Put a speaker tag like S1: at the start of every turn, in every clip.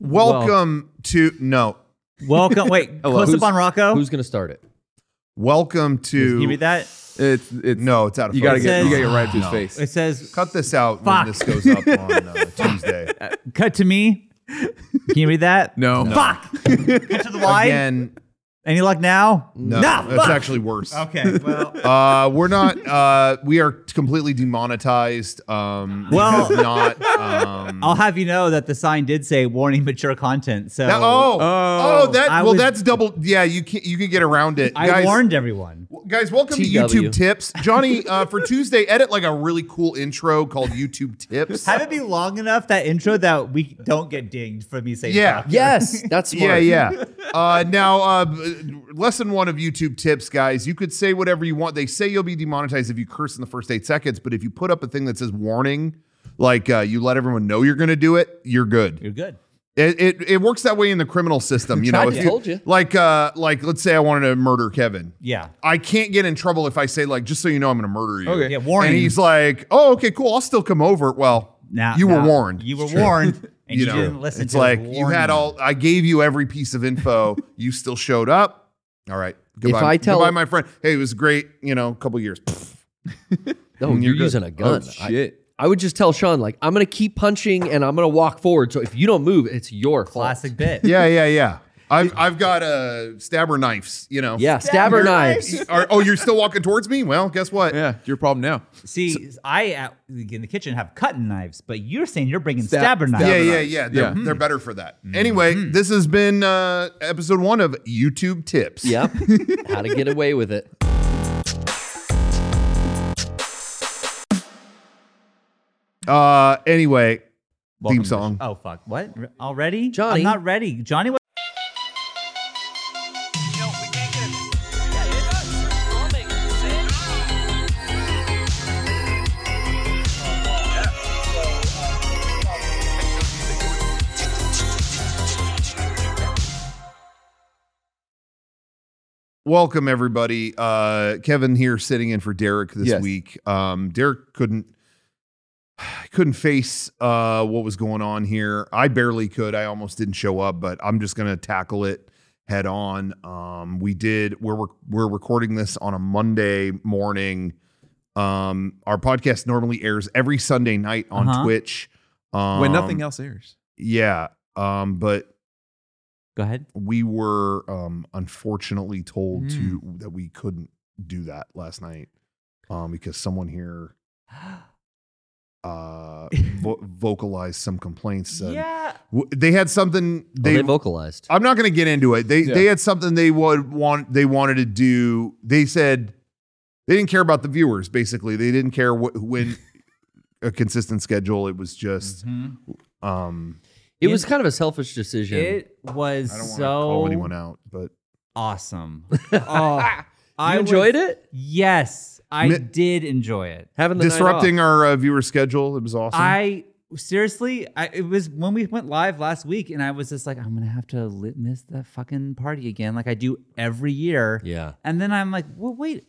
S1: Welcome to no.
S2: Welcome. Wait,
S1: Oh,
S3: Hello.
S2: close
S3: Who's-
S2: up on Rocco.
S3: Who's gonna start it?
S1: Welcome to.
S2: Give me that.
S3: It's it's
S1: No, it's out of.
S3: You gotta
S1: focus. Uh,
S3: get you
S2: says-
S3: gotta get right up to his face.
S2: It says,
S1: Cut this out
S2: Fuck.
S1: when this goes up on uh, Tuesday.
S2: "Cut to me." Can you read that?
S3: no.
S2: Fuck. Cut to the wide.
S1: Again,
S2: Any luck now?
S1: no, that's
S2: fuck.
S1: actually worse.
S2: Okay. Well,
S1: Uh, we're not. Uh, we are completely demonetized. Um, we
S2: Well-
S1: have not. Um,
S2: I'll have you know that the sign did say "warning mature content." So
S1: that- oh,
S3: Oh.
S1: oh, that.
S2: I
S1: well,
S2: was-
S1: that's double. Yeah, you can you can get around it,
S2: I
S1: guys.
S2: warned everyone.
S1: Guys, welcome to
S3: TW.
S1: YouTube Tips, Johnny. Uh, for Tuesday, edit like a really cool intro called YouTube Tips.
S2: Have it be long enough that intro that we don't get dinged for me saying.
S1: Yeah.
S2: fuck.
S3: Yes, that's smart.
S1: Yeah, yeah. Uh, now, uh, b- lesson one of YouTube tips, guys. You could say whatever you want. They say you'll be demonetized if you curse in the first eight seconds, but if you put up a thing that says warning, like uh, you let everyone know you're going to do it, you're good.
S2: You're good.
S1: It, it it works that way in the criminal system. You know,
S3: Tried
S1: if
S3: to.
S1: you,
S3: Told you.
S1: like uh, like let's say I wanted to murder Kevin.
S2: Yeah.
S1: I can't get in trouble if I say like, just so you know, I'm going to murder you.
S3: Okay.
S2: Yeah, warning.
S1: And he's like, oh, okay, cool. I'll still come over. Well,
S2: Now
S1: you were
S2: now,
S1: warned
S2: You were warned, and you,
S1: know,
S2: didn't listen.
S1: It's
S2: to
S1: like
S2: his
S1: you had
S2: warning.
S1: all. I gave you every piece of info. you still showed up. All right. Goodbye.
S3: I tell-
S1: goodbye, my friend. Hey, it was great. You know, couple years.
S3: No, you're,
S1: You're good.
S3: using a gun.
S4: Oh,
S3: I-
S4: shit.
S3: I, would just tell Sean like I'm gonna keep punching and I'm gonna walk forward. So if you don't move, it's your fault.
S2: classic bit.
S1: yeah, yeah, yeah. I've I've got uh, stabber knives. You know.
S3: Yeah, stabber knives.
S1: Are, oh, you're still walking towards me? Well, guess what?
S4: Yeah, it's your problem now.
S2: See, I at, in the kitchen have cutting knives, but you're saying you're bringing
S3: Stab-
S2: stabber knives. Mm-hmm.
S1: Yeah,
S3: Stabber
S1: yeah, yeah. They're,
S4: Yeah.
S1: they're better for that. Anyway, this has been uh, episode one of YouTube Tips.
S3: yep. How to get away with it. Oh,
S1: Uh, anyway,
S2: Welcome
S1: theme
S2: to-
S1: song.
S2: Oh fuck! What Re- already?
S3: Johnny.
S2: I'm not ready. Johnny, what?
S1: Welcome everybody. Uh, Kevin here, sitting in for Derek this
S4: Yes.
S1: week. Um, Derek couldn't couldn't face uh, what was going on here. I barely could. I almost didn't show up, but I'm just gonna tackle it head on. Um, we did. We're rec- we're recording this on a Monday morning. Um, our podcast normally airs every Sunday night on
S2: Uh-huh.
S1: Twitch. Um,
S4: when nothing else airs.
S1: Yeah. Um, but
S2: Go ahead.
S1: we were um unfortunately told to
S2: Mm.
S1: that we couldn't do that last night um because someone here uh vo- vocalized some complaints and
S2: yeah.
S1: w- they had something
S3: They,
S1: Oh, they,
S3: vocalized.
S1: I'm not going to get into it. They
S4: Yeah.
S1: they had something they would want they wanted to do. They said they didn't care about the viewers basically. They didn't care wh- when a consistent schedule it was just
S2: Mhm.
S1: um
S3: It was kind of a selfish decision.
S2: It was
S1: I don't want to call anyone
S2: so
S1: out, but
S2: awesome. oh,
S3: you enjoyed it?
S2: Yes, I
S1: Mi-
S2: did enjoy it.
S3: Having the night
S1: disrupting
S3: off.
S1: our uh, viewer schedule it was awesome.
S2: I seriously, I, it was when we went live last week, and I was just like, I'm gonna have to li- miss that fucking party again, like I do every year.
S3: Yeah.
S2: And then I'm like, well, wait,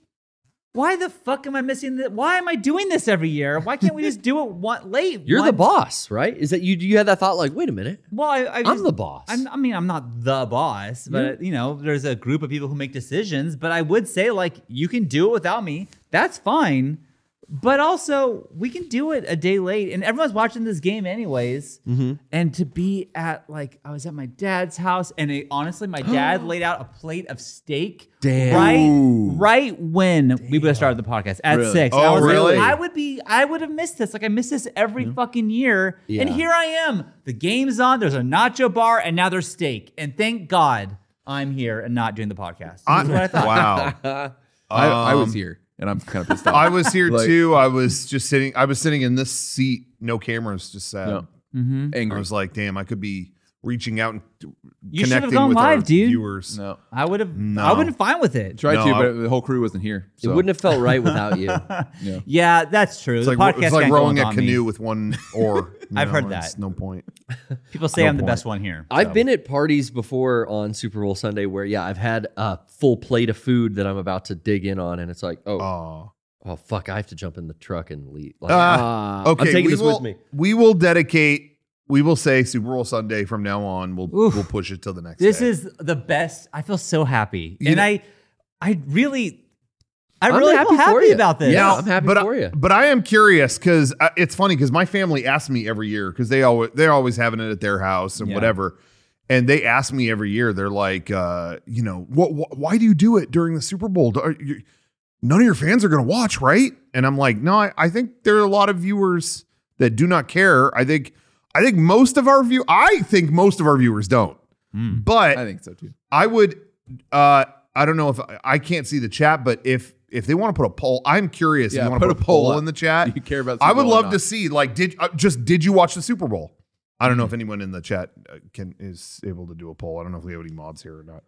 S2: why the fuck am I missing this? Why am I doing this every year? Why can't we just do it one late?
S3: You're the
S2: one-
S3: boss, right? Is that you? You had that thought like, wait a minute,
S2: Well, I, I
S3: I'm the boss.
S2: I'm, I mean, I'm not the boss, but you know, there's a group of people who make decisions. But I would say, like, you can do it without me. That's fine. But also, we can do it a day late, and everyone's watching this game anyways.
S3: Mm-hmm.
S2: And to be at like, I was at my dad's house, and it, honestly, my dad laid out a plate of steak.
S3: Damn.
S2: Right, right when we would have started the podcast at
S4: Really?
S2: six.
S1: Oh,
S2: I was like,
S1: really?
S2: I would be, I would have missed this. Like I miss this every fucking year.
S3: Yeah.
S2: And here I am. The game's on. There's a nacho bar, and now there's steak. And thank God I'm here and not doing the podcast.
S1: I- wow.
S4: I, I was
S1: Um,
S4: here, and I'm kind of pissed off.
S1: I was here
S4: Like-
S1: too. I was just sitting. I was sitting in this seat, no cameras, just sad.
S4: No.
S2: hmm
S1: I
S4: angry.
S1: was like, damn, I could be reaching out and t-
S2: You should have
S1: connecting
S2: gone
S1: with our
S2: live, dude.
S1: viewers.
S4: no,
S2: I would have.
S1: No.
S2: I would have been fine with it.
S4: tried
S1: No,
S4: to,
S1: I-
S4: but the whole crew wasn't here.
S3: it
S4: so-
S3: wouldn't have felt right without you.
S2: Yeah, that's true.
S1: It's
S2: the
S1: like
S2: podcast
S1: it's like
S2: can't go
S1: rowing a
S2: without me.
S1: canoe with one oar. you
S2: I've heard
S1: it's
S2: that.
S1: No point.
S2: People say
S1: No
S2: I'm the
S1: point.
S2: best one here.
S1: Um,
S3: I've been at parties before on Super Bowl Sunday where yeah, I've had a full plate of food that I'm about to dig in on, and it's like, oh,
S1: Oh,
S3: oh fuck, I have to jump in the truck and leave. Like,
S1: Ah,
S3: ah, I'm taking
S1: we
S3: this
S1: will,
S3: with me.
S1: We will dedicate we will say Super Bowl Sunday from now on. We'll
S2: Oof.
S1: we'll push it till the next.
S2: This
S1: day.
S2: is the best. I feel so happy,
S1: You
S2: and
S1: know-
S2: I, I really, I
S3: I'm
S2: really
S3: happy
S2: feel
S3: for
S2: happy
S3: you.
S2: about this.
S3: Yeah. I'm happy
S1: but
S3: for
S1: I,
S3: you.
S1: But I am curious because uh, it's funny because my family asks me every year because they always they're always having it at their house and
S2: Yeah.
S1: whatever, and they ask me every year. They're like, uh, you know, what? Wh- why do you do it during the Super Bowl? Do- are you- none of your fans are going to watch, right? And I'm like, no, I, I think there are a lot of viewers that do not care. I think, I think most of our view, I think most of our viewers don't.
S3: Hmm.
S2: Mm.
S1: But
S4: I think so too.
S1: I would. Uh, I don't know if I can't see the chat, but if if they want to put a poll, I'm curious. if
S4: Yeah,
S1: you want to put, a poll,
S4: up.
S1: in the
S4: Do
S1: chat,
S4: you care about?
S1: I
S4: Super
S1: would
S4: Bowl or
S1: love
S4: not?
S1: to see like did uh, just did you watch the Super Bowl? I don't know
S4: Mm-hmm.
S1: if anyone in the chat uh, can is able to do a poll. I don't know if we have any mods here or not.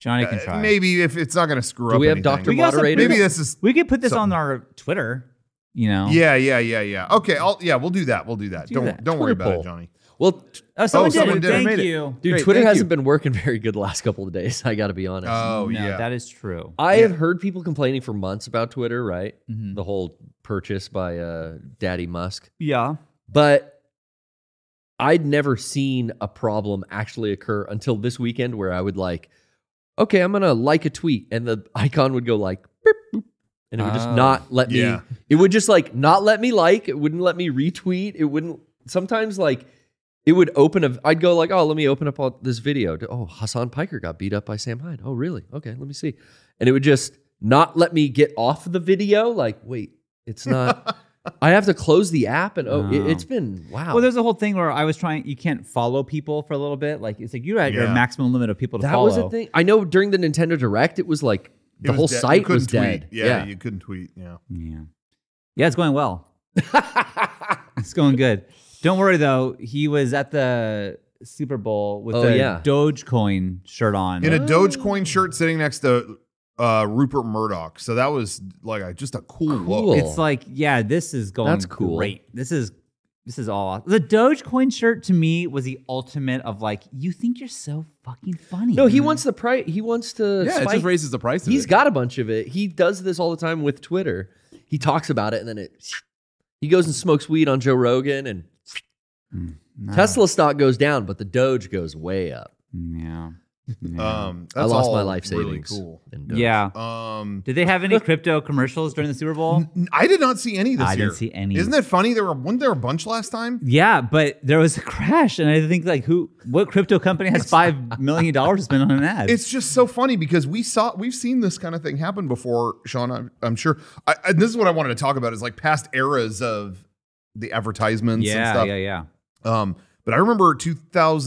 S2: Johnny can try.
S1: Uh, maybe if it's not going to screw
S3: Do
S1: up.
S3: we have
S1: anything.
S3: Doctor
S2: We got some-
S3: Moderator?
S1: Maybe this is.
S2: we could put this on
S1: Something.
S2: our Twitter. You know,
S1: Yeah, yeah, yeah, yeah. Okay, I'll, yeah, we'll do that. We'll do that.
S2: Do
S1: not
S2: that.
S1: don't worry
S3: Twitter
S1: about
S3: poll.
S1: it, Johnny.
S3: well, t-
S2: Oh, someone, did,
S1: someone
S2: it.
S1: did it.
S2: Thank
S4: Made it.
S2: you.
S3: dude,
S4: Great,
S3: Twitter
S4: thank
S3: hasn't
S4: you.
S3: been working very good the last couple of days. I got to be honest.
S1: Oh
S2: no,
S1: yeah.
S2: that is true.
S3: I have heard people complaining for months about Twitter, right?
S2: Mhm.
S3: The whole purchase by uh, Daddy Musk.
S2: Yeah,
S3: But I'd never seen a problem actually occur until this weekend where I would like, okay, I'm going to like a tweet. And the icon would go like, beep, boop, and it would just
S2: Oh.
S3: not let me,
S1: Yeah.
S3: it would just like not let me like, it wouldn't let me retweet. It wouldn't, sometimes like, it would open a, I'd go like, oh, let me open up all this video. Oh, Hassan Piker got beat up by Sam Hyde. Oh, really? Okay, let me see. And it would just not let me get off the video. Like, wait, it's not. I have to close the app, and oh,
S2: Oh.
S3: it, it's been wow.
S2: Well, there's a whole thing where I was trying. You can't follow people for a little bit. Like it's like you're at your
S1: Yeah.
S2: maximum limit of people to
S3: that
S2: follow.
S3: was a thing. I know during the Nintendo Direct, it was like
S1: It
S3: the
S1: was
S3: whole
S1: dead. You
S3: site
S1: couldn't
S3: was
S1: tweet.
S3: dead.
S1: Yeah, you couldn't tweet. Yeah.
S2: Yeah, yeah, it's going well. it's going good. Don't worry though. He was at the Super Bowl with
S3: Oh,
S2: the
S3: yeah.
S2: Dogecoin shirt on.
S1: in a
S3: Oh.
S1: Dogecoin shirt sitting next to uh, Rupert Murdoch. So that was like a, just a cool,
S3: Cool.
S1: look.
S2: it's like, yeah, this is going.
S3: That's cool.
S2: Great. This is this is all awesome. the Dogecoin shirt to me was the ultimate of like you think you're so fucking funny.
S3: no,
S1: Mm-hmm.
S3: he wants the price. He wants to.
S4: Yeah, it
S3: spike.
S4: just raises the price. of
S3: He's
S4: it.
S3: got a bunch of it. He does this all the time with Twitter. He talks about it, and then it. He goes and smokes weed on Joe Rogan, and
S1: Mm,
S2: No.
S3: Tesla stock goes down, but the Doge goes way up.
S2: Yeah. Yeah.
S1: Um, that's
S3: I lost
S1: all
S3: my life
S1: really
S3: savings.
S1: cool.
S3: in Doge.
S2: yeah.
S1: Um,
S2: Did they have any crypto commercials during the Super Bowl?
S1: n- I did not see any this
S2: I
S1: year.
S2: didn't see any.
S1: Isn't it funny? There were wasn't there a bunch last time?
S2: Yeah, but there was a crash, and I think like who, what crypto company has five million dollars to spend on an ad?
S1: It's just so funny because we saw we've seen this kind of thing happen before, Sean. I'm, I'm sure. I, I, this is what I wanted to talk about is like past eras of the advertisements and
S2: yeah,
S1: stuff.
S2: yeah, yeah.
S1: Um, but I remember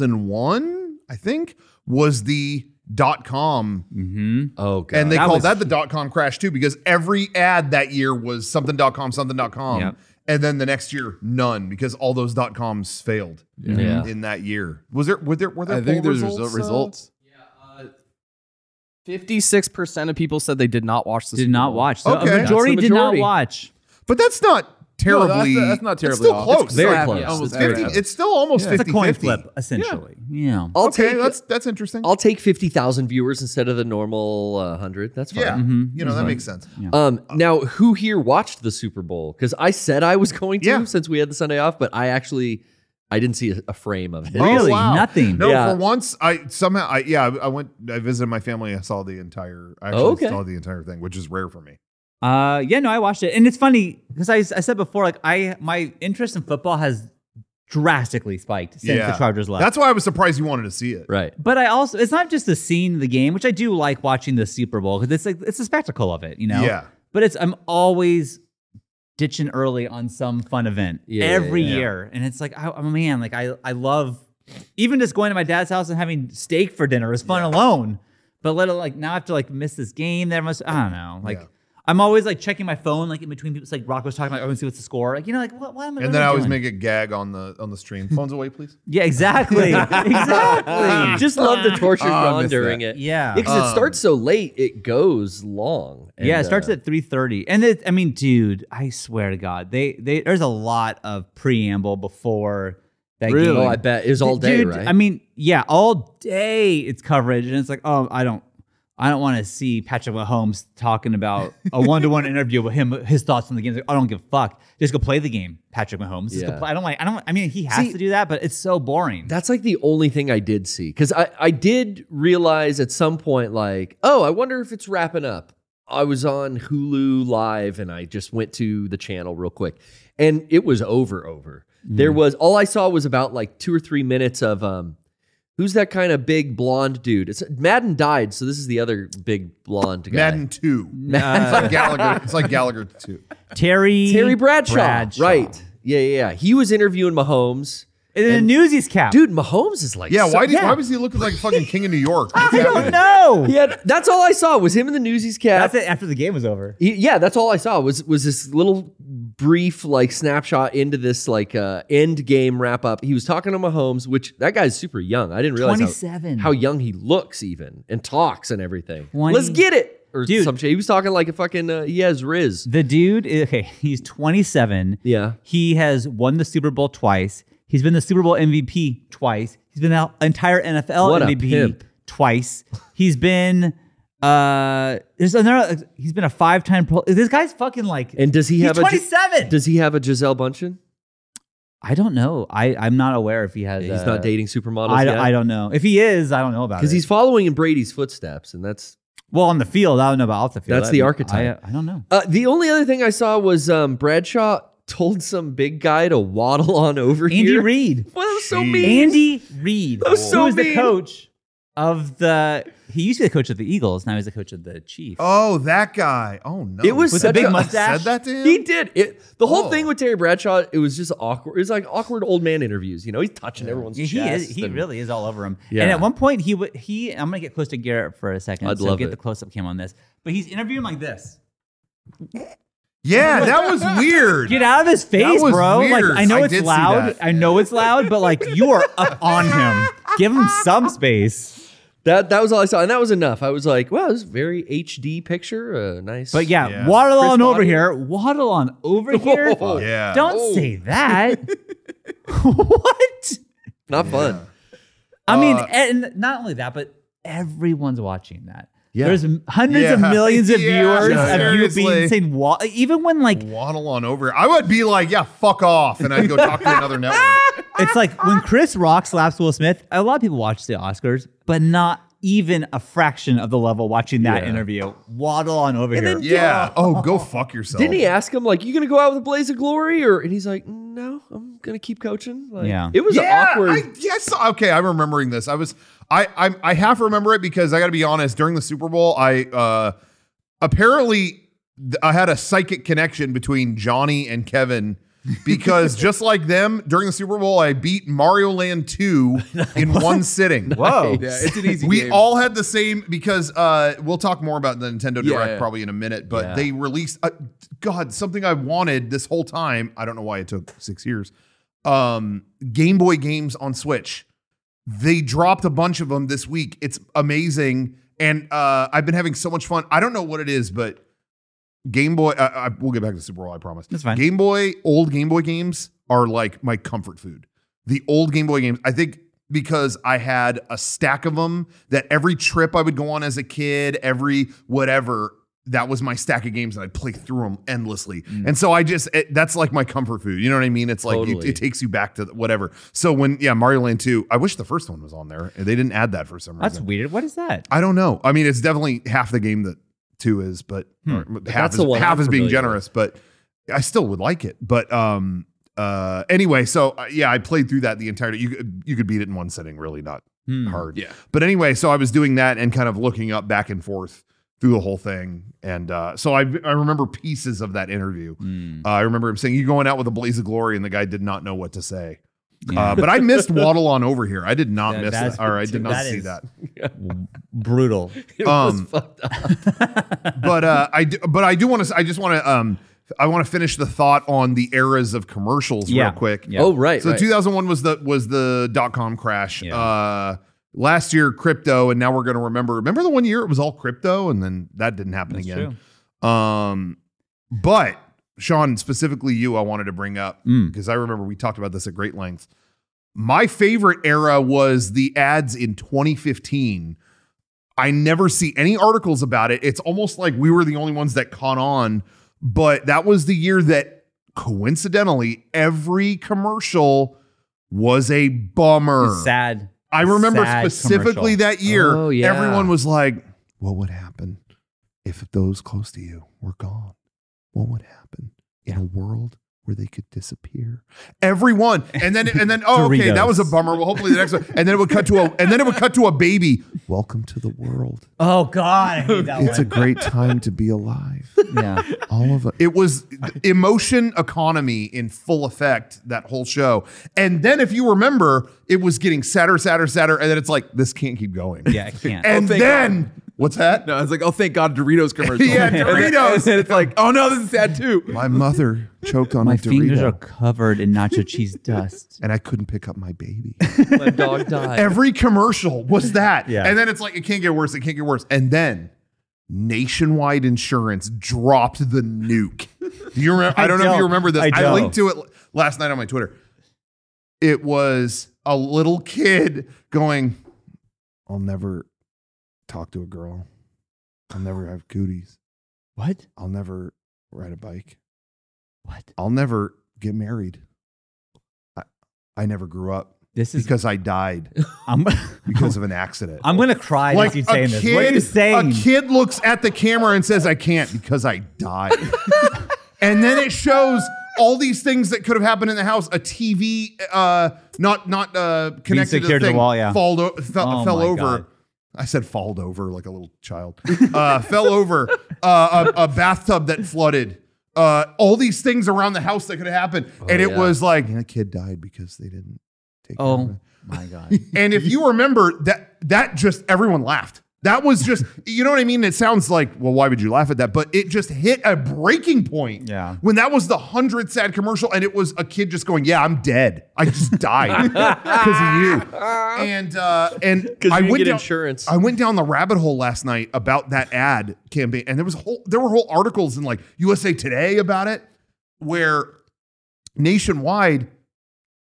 S1: 2001, I think, was the dot com
S2: Mm-hmm.
S3: Oh god.
S1: And they
S2: That
S1: called
S2: was-
S1: that the dot com crash too, because every ad that year was something dot com, something dot com.
S2: Yep.
S1: And then the next year, none, because all those dot coms failed
S3: Yeah.
S1: in that year. Was there were there were there
S4: I think
S1: poll
S4: there's
S1: results?
S4: results.
S1: uh,
S4: results.
S5: Fifty-six percent of people said they did not watch the
S2: Did
S5: Super
S2: not
S5: Bowl.
S2: watch. So
S1: Okay.
S2: a
S1: That's the
S2: majority, did not
S3: majority.
S2: watch.
S1: But that's not
S4: No,
S1: terribly.
S4: that's, that's not terribly
S1: It's still
S4: off.
S1: close.
S4: It's
S3: Very
S4: half-
S3: close.
S4: Almost
S1: it's, 50
S4: half.
S1: it's still almost
S4: Yeah.
S1: fifty
S2: It's a
S1: fifty.
S2: coin flip, essentially. Yeah.
S3: I'll
S1: okay,
S3: take
S1: that's that's interesting.
S3: I'll take fifty thousand viewers instead of the normal uh, hundred. That's fine.
S1: yeah, Uh,
S2: Mhm.
S1: you know that makes sense.
S3: Um, now, who here watched the Super Bowl? Because I said I was going to
S1: Yeah.
S3: since we had the Sunday off, but I actually I didn't see a, a frame of it.
S2: Really?
S1: Oh, wow.
S2: Nothing.
S1: No,
S3: Yeah.
S1: for once I somehow I yeah I, I went I visited my family. I saw the entire I actually
S3: Oh, okay.
S1: saw the entire thing, which is rare for me.
S2: Uh, yeah, no, I watched it, and it's funny because I, I said before, like I my interest in football has drastically spiked since
S1: Yeah.
S2: the Chargers left.
S1: That's why I was surprised you wanted to see it.
S3: Right.
S2: But I also, it's not just the scene, the game, which I do like watching the Super Bowl because it's like it's a spectacle of it, you know.
S1: Yeah.
S2: But it's I'm always ditching early on some fun event
S3: Yeah, yeah,
S2: every
S3: yeah.
S2: year, and it's like I, oh man, like I I love even just going to my dad's house and having steak for dinner is fun alone. But let it like now I have to like miss this game. There must I don't know like.
S1: Yeah.
S2: I'm always like checking my phone, like in between people. It's like Rocco's talking, like, oh, and see what's the score. Like, you know, like, what, what am I
S1: And then I always
S2: doing?
S1: make a gag on the on the stream. Phones away, please.
S2: Yeah, exactly. exactly.
S3: Just love the torture
S4: Oh, I
S3: drawn
S4: missed
S3: during it.
S2: Yeah.
S3: Because
S1: Um,
S3: it starts so late, it goes long. And,
S2: yeah, it starts
S3: uh,
S2: at 3:30. And it, I mean, dude, I swear to God, they they there's a lot of preamble before that game.
S3: Oh, I bet it was all day,
S2: dude,
S3: right?
S2: I mean, yeah, all day it's coverage and it's like, "Oh, I don't I don't want to see Patrick Mahomes talking about a one-to-one interview with him, his thoughts on the game. It's like, I don't give a fuck. Just go play the game, Patrick Mahomes. Just go
S3: Yeah.
S2: play- I don't like. I don't. I mean, he has
S3: See-
S2: to do that, but it's so boring.
S3: That's like the only thing I did see because I, I did realize at some point like oh I wonder if it's wrapping up. I was on Hulu Live and I just went to the channel real quick and it was over over. There
S1: Mm.
S3: was all I saw was about like two or three minutes of um who's that kind of big blonde dude? It's Madden died so this is the other big blonde guy.
S1: Madden two.
S2: Uh,
S1: It's like Gallagher. It's like Gallagher two.
S2: Terry
S3: Terry Bradshaw,
S2: Bradshaw.
S3: right? Yeah, yeah, yeah. He was interviewing Mahomes.
S2: And then Newsies cap.
S3: Dude, Mahomes is like
S1: Yeah,
S3: so-
S1: why did,
S2: yeah.
S1: why was he looking like fucking king of New York? What's
S2: I
S1: happening?
S2: don't know.
S3: He had- that's all I saw was him in the Newsies cap.
S2: That's it. After the game was over.
S3: He- yeah, that's all I saw was was this little brief like snapshot into this like uh end game wrap up. He was talking to Mahomes, which that guy's super young. I didn't realize how,
S2: 27.
S3: how young he looks even and talks and everything.
S2: 20.
S3: Let's get it or
S2: Dude.
S3: some shit. He was talking like a fucking uh, he has Riz.
S2: The dude, okay, he's 27.
S3: Yeah.
S2: He has won the Super Bowl twice. He's been the Super Bowl MVP twice. He's been the entire NFL
S3: What a
S2: MVP
S3: pimp.
S2: twice. He's been uh there's another he's been a five-time pro this guy's fucking like
S3: And does he
S2: he's
S3: have a Gi-
S2: 27.
S3: does he have a Giselle Bundchen?
S2: I don't know. I I'm not aware if he has
S3: He's
S2: uh,
S3: not dating supermodels
S2: I,
S3: yet.
S2: don't- I don't know. If he is, I don't know about it.
S3: because he's following in Brady's footsteps, and that's
S2: well on the field. I don't know about off the field.
S3: That's the archetype.
S2: I, I don't know.
S3: Uh, the only other thing I saw was um, Bradshaw told some big guy to waddle on over
S2: Andy
S3: here.
S2: Reid.
S3: Well, that was so
S1: Jeez.
S3: mean.
S2: Andy Reid,
S3: That was so
S2: who was the
S3: mean.
S2: coach of the. He used to be the coach of the Eagles. Now he's the coach of the Chiefs.
S1: Oh, that guy. Oh no.
S3: It was
S1: With
S3: such
S1: the
S3: a-
S1: big mustache. Said that to him?
S3: He did it. The whole
S1: Oh.
S3: thing with Terry Bradshaw, it was just awkward. It was like awkward old man interviews. You know, he's touching everyone's
S2: Yeah, he
S3: chest.
S2: is. He
S3: and-
S2: really is all over him.
S3: Yeah.
S2: And at one point, he would. He. I'm gonna get close to Garrett for a second.
S3: I'd
S2: so
S3: love
S2: Get
S3: it.
S2: the close up cam on this. But he's interviewing like this.
S1: Yeah, that was weird.
S2: Get out of his face,
S1: was
S2: bro.
S1: weird.
S2: Like I know
S1: I
S2: it's
S1: did see
S2: loud.
S1: that.
S2: I know it's loud, but like you are up on him. Give him some space.
S3: That that was all I saw, and that was enough. I was like, well, this is a very HD picture. Uh, nice.
S2: But yeah,
S1: Yeah.
S2: waddle
S3: Chris
S2: on over
S3: Bobby?
S2: here. Waddle on over here.
S3: Whoa.
S1: Oh, Yeah.
S2: Don't say that. what?
S3: not fun.
S2: I mean,
S1: Uh,
S2: and not only that, but everyone's watching that.
S3: Yeah.
S2: There's m- hundreds of
S1: Yeah.
S2: millions of
S1: Yeah,
S2: viewers of you being
S1: seriously.
S2: saying wa- even when like
S1: Waddle on over. I would be like, yeah, fuck off, and I'd go talk to another network.
S2: it's like when Chris Rock slaps Will Smith, a lot of people watch the Oscars, but not even a fraction of the level watching that interview. Waddle on over here.
S1: Yeah. Oh, go fuck yourself.
S3: Didn't he ask him like, "You gonna go out with a blaze of glory?" Or and he's like, "No, I'm gonna keep coaching." Like,
S2: Yeah.
S3: it was an
S1: yeah,
S3: awkward.
S1: I, yes. Okay, I'm remembering this. I was. I I, I half remember it because I got to be honest. During the Super Bowl, I uh apparently th- I had a psychic connection between Johnny and Kevin. because just like them, during the Super Bowl, I beat Mario Land 2 in one sitting.
S2: Whoa.
S4: Yeah, it's an easy
S1: we
S4: game.
S1: all had the same because uh, we'll talk more about the Nintendo
S4: Yeah,
S1: Direct
S4: yeah.
S1: probably in a minute, but they released uh, God something I wanted this whole time. I don't know why it took six years. Um, Game Boy games on Switch. They dropped a bunch of them this week. It's amazing, and uh, I've been having so much fun. I don't know what it is, but Game Boy. Uh, I, we'll get back to Super Bowl. I promise.
S2: That's fine.
S1: Game Boy, old Game Boy games are like my comfort food. The old Game Boy games, I think because I had a stack of them that every trip I would go on as a kid, every whatever, that was my stack of games and I'd play through them endlessly. And so I just, it, that's like my comfort food. You know what I mean? It's like, you-
S3: Totally.
S1: it takes you back to the- whatever. So when, yeah, Mario Land 2, I wish the first one was on there. They didn't add that for some reason.
S2: That's weird. What is that?
S1: I don't know. I mean, it's definitely half the game that two is, but
S2: Hmm.
S1: or half
S3: that's
S1: is
S3: the one
S1: half
S3: I'm
S1: is being
S3: familiar
S1: generous. But I still would like it. But um, uh, anyway, so uh, yeah, I played through that the entire. You could- you could beat it in one sitting, really not
S2: Hmm.
S1: hard.
S4: Yeah.
S1: But anyway, so I was doing that and kind of looking up back and forth through the whole thing, and uh, so I I remember pieces of that interview.
S2: Hmm.
S1: Uh, I remember him saying, "You going out with a blaze of glory," and the guy did not know what to say.
S2: Yeah.
S1: Uh, but I missed waddle on over here. I did not
S2: That-
S1: miss
S2: that's-
S1: that, or I did not
S2: that
S1: see
S2: is-
S1: that.
S2: Brutal.
S3: it was
S1: um,
S3: fucked up.
S1: but uh, I do, but I do want to. I just want to. Um, I want to finish the thought on the eras of commercials
S2: Yeah.
S1: real quick.
S2: Yeah.
S3: Oh right.
S1: So
S3: right.
S1: 2001 was the was the dot com crash.
S2: Yeah.
S1: Uh, last year crypto, and now we're going to remember. Remember the one year it was all crypto, and then that didn't happen
S2: That's
S1: again. Um, but Sean, specifically you, I wanted to bring up
S2: Mm.
S1: because I remember we talked about this at great length. My favorite era was the ads in 2015 I never see any articles about it. It's almost like we were the only ones that caught on. But that was the year that coincidentally every commercial was a bummer.
S2: It's sad.
S1: I remember
S2: sad
S1: specifically
S2: commercial.
S1: that year,
S3: Oh, yeah.
S1: everyone was like, What would happen if those close to you were gone? What would happen in a world where they could disappear? Everyone. And then and then oh okay, that was a
S2: Doritos.
S1: bummer. Well, hopefully the next one. And then it would cut to a and then it would cut to a baby. Welcome to the world.
S2: Oh God, I hate that
S1: It's a
S2: one.
S1: great time to be alive.
S2: yeah.
S1: All of it. It was emotion economy in full effect that whole show. And then, if you remember, it was getting sadder, sadder, sadder, and then it's like this can't keep going.
S2: Yeah, I can't.
S1: And
S4: Oh, thank
S1: then what's that?
S4: No, it's like, oh, thank God, Doritos commercial.
S1: Yeah,
S4: And then-
S1: Doritos.
S4: And then it's like, oh no, this is sad too.
S1: My mother choked on
S2: My
S1: a
S2: fingers
S1: Dorito,
S2: are covered in nacho cheese dust.
S1: and I couldn't pick up my baby.
S3: My dog died.
S1: Every commercial was that.
S2: Yeah.
S1: And then it's like it can't get worse. It can't get worse. And then. Nationwide Insurance dropped the nuke. Do you remember? I, don't, know if you
S2: don't.
S1: remember this.
S2: I
S1: I,
S2: don't.
S1: linked to it l- last night on my Twitter. It was a little kid going, "I'll never talk to a girl. I'll never have cooties.
S2: What?
S1: I'll never ride a bike.
S2: What?
S1: I'll never get married. I, I never grew up
S2: This is.
S1: because I died
S2: I'm.
S1: because of an accident."
S2: I'm gonna cry
S1: like
S2: as you
S1: a
S2: saying
S1: kid,
S2: this. What are you saying?
S1: A kid looks at the camera and says, "I can't because I died," and then it shows all these things that could have happened in the house. A TV, uh, not not uh, connected to the
S2: secured to the
S1: thing,
S2: wall, yeah.
S1: falled o- fell,
S2: Oh
S1: fell
S2: my
S1: over.
S2: God.
S1: I said falled over like a little child. Uh, fell over uh, a, a bathtub that flooded. Uh, all these things around the house that could have happened,
S2: Oh,
S1: and it
S3: yeah.
S1: was like "Yeah, a kid died because they didn't take. care of it."
S2: Oh my God.
S1: And if you remember that, that just everyone laughed. That was just, you know what I mean? It sounds like, well, why would you laugh at that? But it just hit a breaking point.
S2: Yeah.
S1: When that was the hundred sad commercial, and it was a kid just going, "Yeah, I'm dead. I just died because of you." And uh, and
S3: Because
S1: I
S3: you didn't
S1: went
S3: get
S1: down,
S3: insurance.
S1: I went down the rabbit hole last night about that ad campaign, and there was whole there were whole articles in like USA Today about it, where nationwide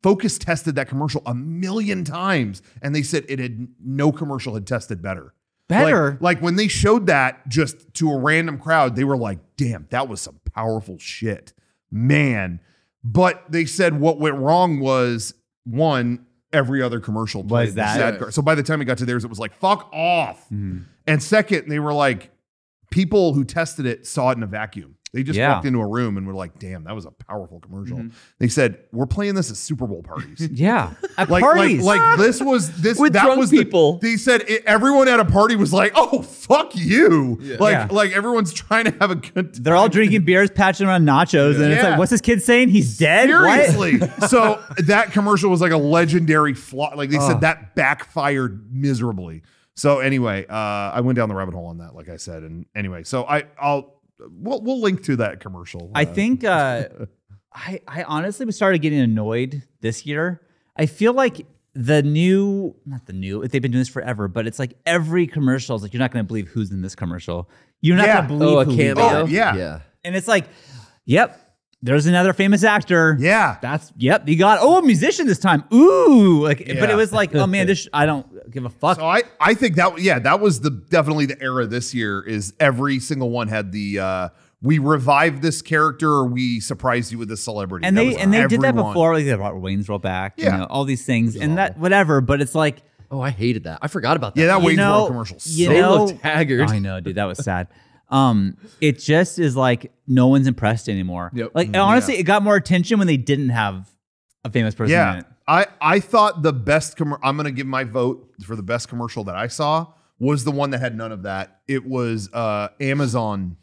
S1: Focus tested that commercial a million times, and they said it had no commercial had tested better.
S2: Better.
S1: Like, like when they showed that just to a random crowd, they were like, damn, that was some powerful shit, man. But they said what went wrong was one, every other commercial played
S2: Was
S1: the
S2: that- Mm-hmm.
S1: sad card. So by the time it got to theirs, it was like, fuck off. And second, they were like, people who tested it saw it in a vacuum. They just
S2: Yeah. Mm-hmm.
S1: walked into a room and were like, damn, that was a powerful commercial. They said, we're playing this at Super Bowl parties.
S2: yeah. At
S1: Like, like,
S2: parties.
S1: like this was this
S3: With
S1: that
S3: drunk
S1: was the-
S3: people.
S1: they said it, everyone at a party was like, "Oh fuck you!" Like,
S2: Yeah.
S1: like everyone's trying to have a good.
S2: They're all drinking beers, patching around nachos, and it's
S1: Yeah.
S2: like, what's this kid saying? He's dead. What?
S1: Seriously. so that commercial was like a legendary flop. Like they said that backfired miserably. So anyway, uh, I went down the rabbit hole on that, like I said. And anyway, so I, I'll we'll, we'll link to that commercial.
S2: I
S1: Uh,
S2: think uh, I I honestly started getting annoyed this year. I feel like the new, not the new, they've been doing this forever, but it's like every commercial is like you're not going to believe who's in this commercial. You're not
S1: Yeah.
S2: going to believe
S3: oh, a
S2: who he is.
S3: cameo.
S1: Oh, yeah.
S3: yeah.
S2: and it's like, yep, there's another famous actor.
S1: yeah.
S2: That's yep. You got oh a musician this time. Ooh, like but
S1: Yeah.
S2: it was like oh man, this I don't give a fuck.
S1: So Oh, I, I think that yeah, that was the definitely the era this year is every single one had the uh we revived this character or we surprised you with a celebrity.
S2: and
S1: That
S2: they
S1: was
S2: and they did that
S1: everyone.
S2: before. Like they brought Wayne's Roll back.
S1: Yeah.
S2: you know, all these things and that whatever. But it's like
S3: Oh, I hated that. I forgot about that.
S1: Yeah, that
S2: You
S1: Wayne's
S2: know-
S1: World commercial.
S2: you
S1: sucked.
S3: they
S2: know-
S3: looked haggard.
S2: I know, dude. That was sad. Um, it just is like no one's impressed anymore.
S4: Yep.
S2: Like
S1: Mm,
S2: and honestly, it got more attention when they didn't have a famous person in
S1: yeah.
S2: it.
S1: I, I thought the best com- I'm gonna give my vote for the best commercial that I saw was the one that had none of that. It was uh Amazon.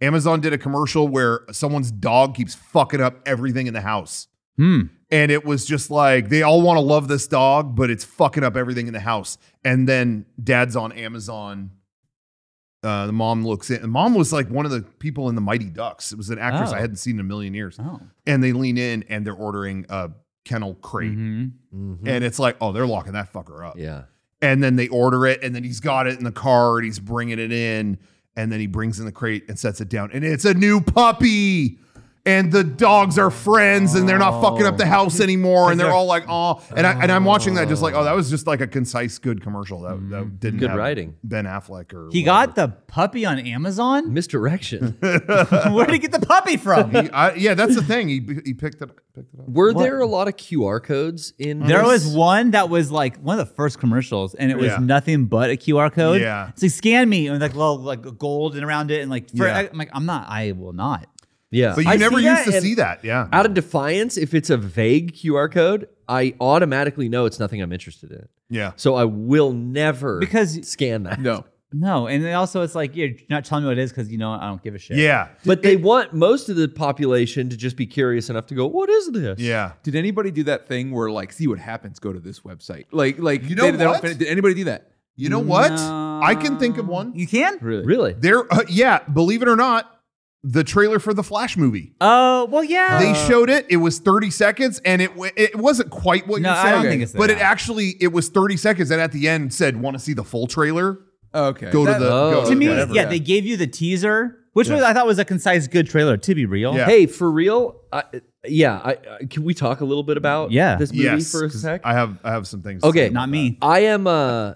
S1: Amazon did a commercial where someone's dog keeps fucking up everything in the house.
S2: Hmm.
S1: and it was just like they all want to love this dog, but it's fucking up everything in the house. And then dad's on Amazon. Uh, the mom looks in. The mom was like one of the people in the Mighty Ducks. It was an actress I
S2: Oh.
S1: hadn't seen in a million years.
S2: Oh.
S1: And they lean in and they're ordering a kennel crate,
S2: Mhm.
S3: Mhm.
S1: and it's like, oh, they're locking that fucker up.
S3: Yeah.
S1: And then they order it, and then he's got it in the car, and he's bringing it in, and then he brings in the crate and sets it down, and it's a new puppy. and the dogs are friends and they're not fucking
S3: Oh.
S1: up the house anymore and they're all like oh and I and I'm watching that just like oh that was just like a concise good commercial that, that didn't
S3: Good
S1: have
S3: writing.
S1: Ben Affleck or whatever.
S2: He got the puppy on Amazon.
S3: Misdirection.
S2: Where did he get the puppy from?
S1: He- I- yeah that's the thing he he picked it picked it up
S3: Were there a lot of QR codes in
S2: There
S3: this?
S2: was one that was like one of the first commercials, and it was
S1: Yeah.
S2: nothing but a QR code.
S1: Yeah.
S2: it's like scan me and like little like gold and around it, and like for,
S1: Yeah.
S2: I'm like I'm not, I will not.
S3: Yeah.
S1: but you
S3: I
S1: never
S3: see
S1: used
S3: that,
S1: to
S3: and
S1: see that yeah
S3: Out of defiance, if it's a vague QR code, I automatically know it's nothing I'm interested in.
S1: yeah
S3: So I will never
S2: Because-
S3: scan that.
S4: No.
S2: No, and then also it's like you're not telling me what it is because you know I don't give a shit.
S1: yeah
S3: But they want most of the population to just be curious enough to go, "What is this?"
S1: yeah
S4: Did anybody do that thing where like see what happens? Go to this website. Like like
S1: You know
S4: they- they don't
S1: what?
S4: fin- Did anybody do that?
S1: you know what I can think of one
S2: You can?
S4: Really?
S3: Really?
S1: there uh, yeah believe it or not the trailer for the Flash movie
S2: Oh well, yeah.
S1: They showed it. It was 30 seconds, and it wa- it wasn't quite what
S2: No,
S1: you
S2: I
S1: said.
S2: don't think it's that
S1: but it
S2: bad.
S1: actually it was 30 seconds, and at the end said, "Want to see the full trailer?
S4: Okay.
S1: Go
S4: That-
S1: to the go
S3: Oh,
S1: the
S2: to me,
S1: whatever."
S2: yeah, they gave you the teaser, which was I thought was a concise, good trailer. To be real,
S1: Yeah.
S3: Hey, for real? I, yeah. I, I, can we talk a little bit about
S2: Yeah.
S3: this movie
S1: yes,
S3: for a
S1: 'cause
S3: sec?
S1: I have I have some things.
S3: Okay.
S2: not me.
S3: I am uh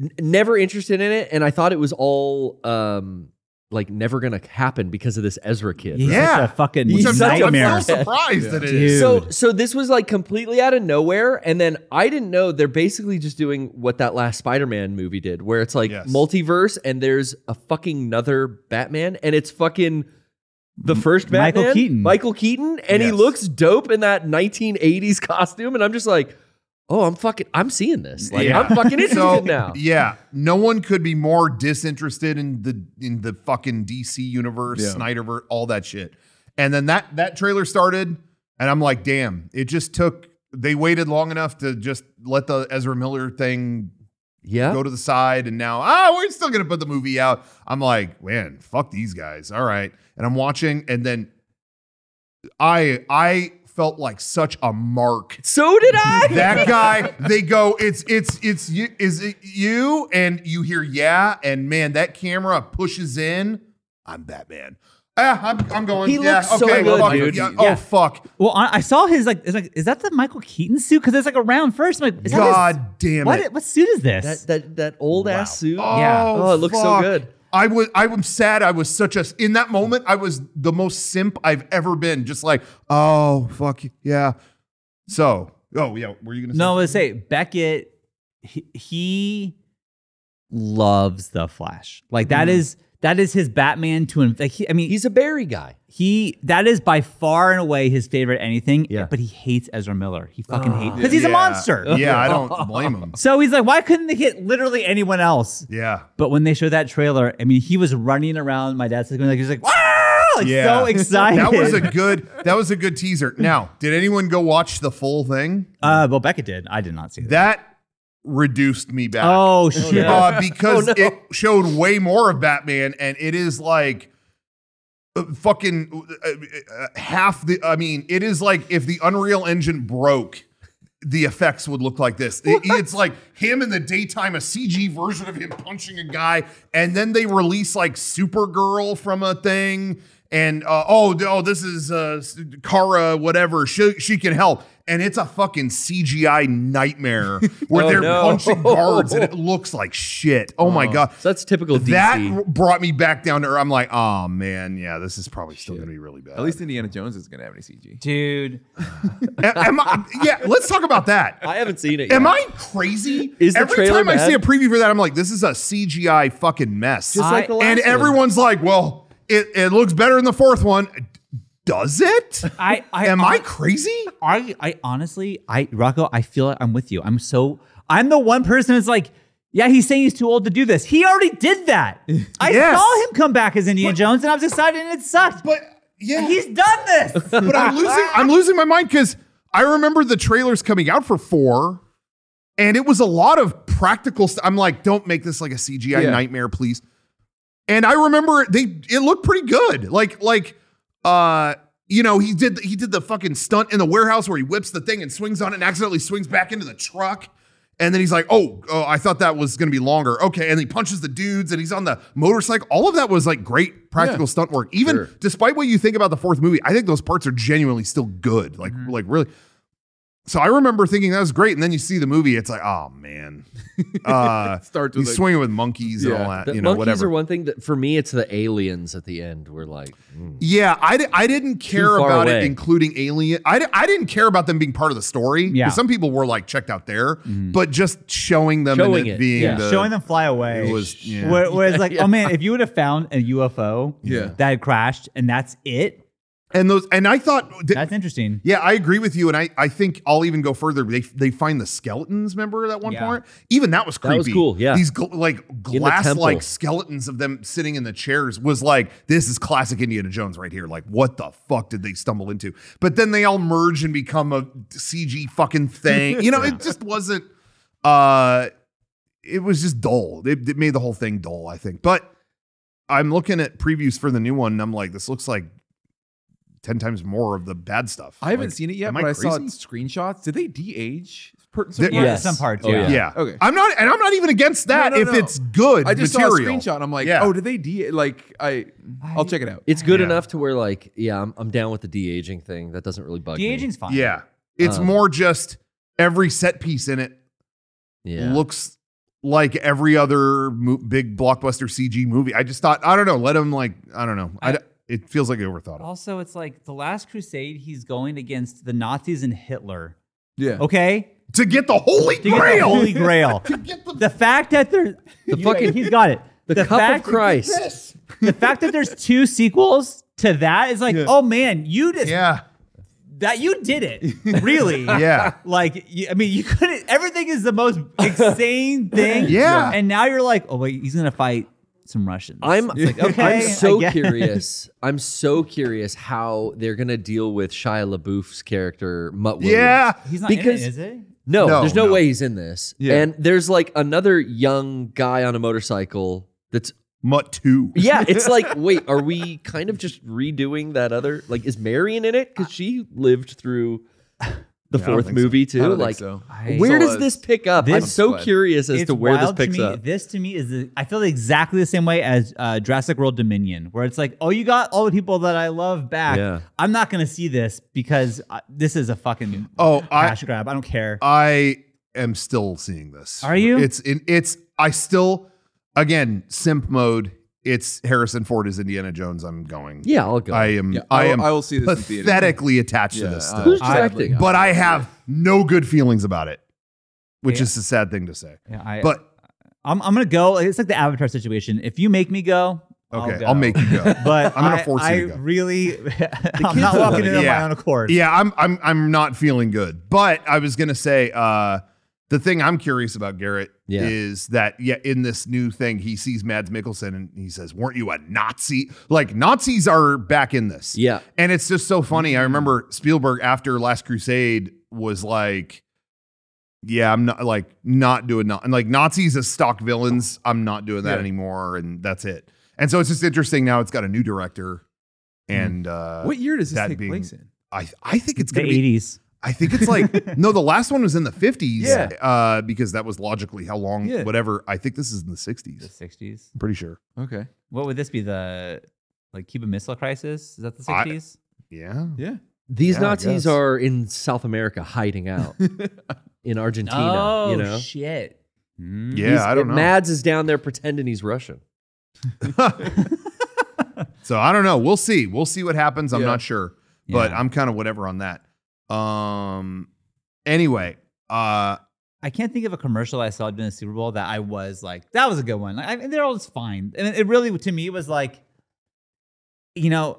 S3: n- never interested in it, and I thought it was all um like never gonna happen because of this Ezra kid.
S2: He's
S3: right?
S1: Yeah.
S2: such a fucking
S1: Which I'm, so- I'm
S2: nightmare.
S1: so surprised that it
S2: Dude.
S1: is.
S3: So so this was like completely out of nowhere, and then I didn't know they're basically just doing what that last Spider-Man movie did, where it's like
S1: Yes.
S3: multiverse and there's a fucking another Batman, and it's fucking the first
S2: Michael
S3: Batman,
S2: Keaton.
S3: Michael Keaton, and he
S1: Yes.
S3: looks dope in that 1980s costume, and I'm just like, oh, I'm fucking, I'm seeing this, like
S1: Yeah.
S3: I'm fucking interested
S1: So,
S3: now.
S1: yeah, no one could be more disinterested in the in the fucking DC universe,
S4: Yeah.
S1: Snyderverse, all that shit. And then that that trailer started, and I'm like, damn, it just took. They waited long enough to just let the Ezra Miller thing
S3: Yeah,
S1: go to the side, and now ah, we're still gonna put the movie out. I'm like, man, fuck these guys. All right, and I'm watching, and then I I felt like such a mark
S3: So did I.
S1: that guy they go it's it's it's you is it you and you hear yeah and man that camera pushes in i'm batman ah, I'm, I'm going
S3: He
S1: yeah,
S3: looks so
S1: okay
S3: good,
S1: fuck,
S3: dude.
S1: yeah,
S2: Yeah.
S1: oh fuck
S2: Well, I, I saw his like, it's like, is that the Michael Keaton suit? Because it's like around first. I'm like, is that his-
S1: god damn
S2: what?
S1: it
S2: What suit is this?
S3: that that that old ass suit.
S2: Yeah.
S3: Oh, it looks so
S1: fuck.
S3: good.
S1: I was I was sad. I was such a in that moment. I was the most simp I've ever been. Just like oh fuck yeah. So oh yeah, were you gonna say
S2: no, let's say Beckett. He, he loves the Flash. Like that
S1: Mm.
S2: is that is his Batman to. Inf- like, he, I mean, he's
S3: He's a Barry guy.
S2: he that is by far and away his favorite anything.
S3: Yeah.
S2: But he hates Ezra Miller. He fucking hates because
S1: Yeah.
S2: he's a monster.
S1: Yeah, I don't blame him.
S2: So he's like, why couldn't they hit literally anyone else?
S1: Yeah.
S2: But when they showed that trailer, I mean, he was running around. My dad's like, he was like, wow, like
S1: Yeah.
S2: so excited.
S1: That was a good that was a good teaser. Now, did anyone go watch the full thing?
S2: Uh, well, Becca did. I did not see that.
S1: That reduced me back.
S2: Oh shit!
S1: Uh, because it showed way more of Batman and it is like uh, fucking uh, uh, half the I mean, it is like if the Unreal Engine broke the effects would look like this. It- it's like him in the daytime, a CG version of him punching a guy, and then they release like Supergirl from a thing, and uh, oh, d- oh, this is uh, s- Kara, whatever. She she can help, and it's a fucking CGI nightmare where
S3: Oh,
S1: they're
S3: no.
S1: punching guards, and it looks like shit. Oh, my god.
S3: So that's typical DC.
S1: That brought me back down to earth. I'm like, oh man, yeah, this is probably still gonna be really bad.
S4: At least Indiana Jones is gonna have any CG.
S2: dude.
S1: A- am I- yeah, let's talk about that.
S3: I haven't seen it.
S1: Am
S3: yet.
S1: I crazy?
S3: Is the
S1: every
S3: trailer
S1: time I
S3: bad?
S1: see a preview for that, I'm like, this is a CGI fucking mess.
S3: Just like the last
S1: and
S3: one.
S1: everyone's like, well, it, it looks better in the fourth one. Does it?
S2: I, I
S1: Am I
S2: I,
S1: crazy?
S2: I, I honestly, I Rocco, I feel like I'm with you. I'm so, I'm the one person that's like, yeah, he's saying he's too old to do this. He already did that. I
S1: Yes.
S2: saw him come back as Indiana Jones, and I was excited, and it sucked.
S1: But yeah,
S2: he's done this.
S1: but I'm losing I'm losing my mind because I remember the trailers coming out for four, and it was a lot of practical stuff. I'm like, don't make this like a CGI
S4: Yeah.
S1: nightmare, please. And I remember they it looked pretty good. Like like uh you know he did he did the fucking stunt in the warehouse where he whips the thing and swings on it and accidentally swings back into the truck. And then he's like, oh, oh, I thought that was going to be longer. Okay. And he punches the dudes and he's on the motorcycle. All of that was like great practical stunt work. Even
S3: Sure.
S1: despite what you think about the fourth movie, I think those parts are genuinely still good. Like, like really. So I remember thinking that was great. And then you see the movie, it's like, oh, man. Uh,
S4: Starts
S1: he's
S4: with like,
S1: swinging with monkeys and
S4: Yeah.
S1: all that,
S3: The
S1: Uh, you know,
S3: monkeys
S1: whatever.
S3: are one thing. That, for me, it's the aliens at the end. We're like, mm.
S1: Yeah, I, di- I didn't care
S3: far
S1: about it,
S3: away.
S1: including Alien. I, di- I didn't care about them being part of the story. 'cause
S2: Yeah.
S1: Some people were like checked out there, but just showing them
S3: Mm-hmm. Showing
S1: and it,
S3: it,
S1: being
S3: yeah.
S1: the.
S2: showing them fly away.
S1: It was. Yeah.
S2: Where- Whereas, like, oh man, if you would have found a UFO
S4: Yeah.
S2: that had crashed and that's it,
S1: and those. And I thought. th-
S2: that's interesting.
S1: yeah, I agree with you, and I, I think I'll even go further. They they find the skeletons. Remember that one
S2: Yeah.
S1: part? Even that was creepy.
S3: That was cool, yeah.
S1: these gl- like
S3: the
S1: glass
S3: temple.
S1: like skeletons of them sitting in the chairs was like this is classic Indiana Jones right here. Like what the fuck did they stumble into? But then they all merge and become a CG fucking thing. You know, it just wasn't. uh It was just dull. It, it made the whole thing dull. I think, but. I'm looking at previews for the new one, and I'm like, this looks like ten times more of the bad stuff.
S4: I haven't
S1: Like,
S4: seen it yet,
S1: am
S4: but I, saw
S1: crazy?
S4: screenshots. Did they de-age? per-
S1: They-
S4: some parts?
S2: Yeah, some parts, yeah.
S1: Oh, Yeah.
S4: Okay.
S1: I'm not, and I'm not even against that
S4: No, no,
S1: if
S4: no.
S1: it's good
S4: I just
S1: material.
S4: saw a screenshot. And I'm like,
S1: Yeah.
S4: oh, did they de? Like, I, I'll check it out.
S3: it's good
S1: Yeah.
S3: enough to where like, yeah, I'm, I'm down with the de aging thing. That doesn't really bug
S2: De
S3: me.
S2: aging's fine.
S1: Yeah, it's
S2: Uh.
S3: Um,
S1: more just every set piece in it
S3: Yeah.
S1: looks like every other mo- big blockbuster CG movie. I just thought, I don't know, let him like, I don't know, I, d- it feels like I overthought it.
S2: Also, it's like the Last Crusade. He's going against the Nazis and Hitler.
S4: Yeah.
S1: Oh,
S2: Okay,
S1: To get the Holy
S2: to get the
S1: Grail,
S2: Holy Grail. the fact that there's the
S3: fucking-
S2: he's got it.
S3: the, cup of
S2: fact,
S3: Christ.
S2: The fact that there's two sequels to that is like, oh man, you just
S1: yeah,
S2: that you did it really.
S1: yeah.
S2: Like you, I mean, you couldn't. Everything is the most insane thing.
S1: Yeah.
S2: And now you're like, oh wait, he's gonna fight some Russians.
S3: I'm
S2: It's like, okay,
S3: I'm so
S2: I guess.
S3: curious. I'm so curious how they're gonna deal with Shia LaBeouf's character Mutt Williams.
S1: Yeah,
S2: He's not
S3: Because-
S2: in it, is it?
S3: No,
S1: No,
S3: there's no,
S1: no.
S3: way he's in this.
S4: Yeah.
S3: And there's like another young guy on a motorcycle that's
S1: Mutt two.
S3: yeah, it's like, wait, are we kind of just redoing that other like is Marion in it? Because she lived through the
S1: Yeah, I don't
S3: fourth
S1: think so.
S3: movie too.
S4: I don't think
S3: like
S4: so.
S3: where
S4: So,
S3: does
S4: uh,
S3: this pick up? I'm
S2: this-
S3: so curious as
S2: It's
S3: to where this
S2: wild
S3: picks
S2: to me.
S3: up.
S2: This to me is the, I feel exactly the same way as uh, Jurassic World Dominion, where it's like, oh, you got all the people that I love back.
S3: Yeah.
S2: I'm not gonna see this because uh, this is a fucking
S1: Oh, I, Oh,
S2: cash grab. I don't care.
S1: I am still seeing this.
S2: Are you?
S1: It's in it's I still again simp mode. It's Harrison Ford as Indiana Jones. I'm going.
S3: Yeah, I'll go.
S1: I am
S4: Yeah,
S1: I
S4: will-
S1: am
S4: I will see this in theater.
S1: pathetically attached
S4: Yeah, uh,
S1: to this
S4: I-
S1: stuff.
S3: Who's
S4: I-
S3: directing?
S1: But I have no good feelings about it, which
S2: Yeah.
S1: is a sad thing to say.
S2: Yeah, I,
S1: But
S2: I'm, I'm gonna go. It's like the Avatar situation. If you make me go,
S1: okay, I'll,
S2: go.
S1: make you go.
S2: But
S1: I'm gonna
S2: I-
S1: force you
S2: I
S1: to go.
S2: really, I'm
S1: kids
S2: not
S1: are
S2: walking in
S1: gonna-
S2: on
S1: yeah.
S2: my own accord.
S1: yeah, I'm I'm I'm not feeling good. But I was gonna say, uh, the thing I'm curious about, Garrett,
S3: Yeah.
S1: is that yeah, in this new thing, he sees Mads Mikkelsen and he says, Weren't you a Nazi? Like Nazis are back in this.
S3: yeah.
S1: And it's just so funny. I remember Spielberg after Last Crusade was like, yeah, I'm not like not doing not and like Nazis as stock villains. I'm not doing that
S4: Yeah.
S1: anymore, and that's it. And so it's just interesting now. It's got a new director, and uh,
S4: What year does this
S1: that
S4: take
S1: being-
S4: place in?
S1: I I think it's
S2: the
S1: gonna be.
S2: 80s.
S1: I think it's like no, the last one was in the 50s,
S4: Yeah.
S1: uh, because that was logically how long,
S4: Yeah.
S1: whatever. I think this is in the
S2: The
S1: 60s.
S2: 60s.
S1: I'm pretty sure.
S4: Okay.
S2: What would this be? The like Cuban Missile Crisis? Is that the
S1: I-
S2: 60s?
S1: Yeah,
S4: Yeah.
S3: These
S1: Yeah, I guess.
S3: Nazis are in South America hiding out in Argentina.
S2: oh
S3: you know,
S2: shit! Hmm.
S1: yeah.
S3: He's-
S1: I don't know.
S3: Mads is down there pretending he's Russian.
S1: So I don't know. We'll see. We'll see what happens. I'm
S4: Yeah.
S1: not sure, but
S2: Yeah.
S1: I'm kind of whatever on that. Um. Anyway, uh,
S2: I can't think of a commercial I saw during the Super Bowl that I was like, that was a good one. Like, I, they're all just fine. And it really, to me, was like, you know,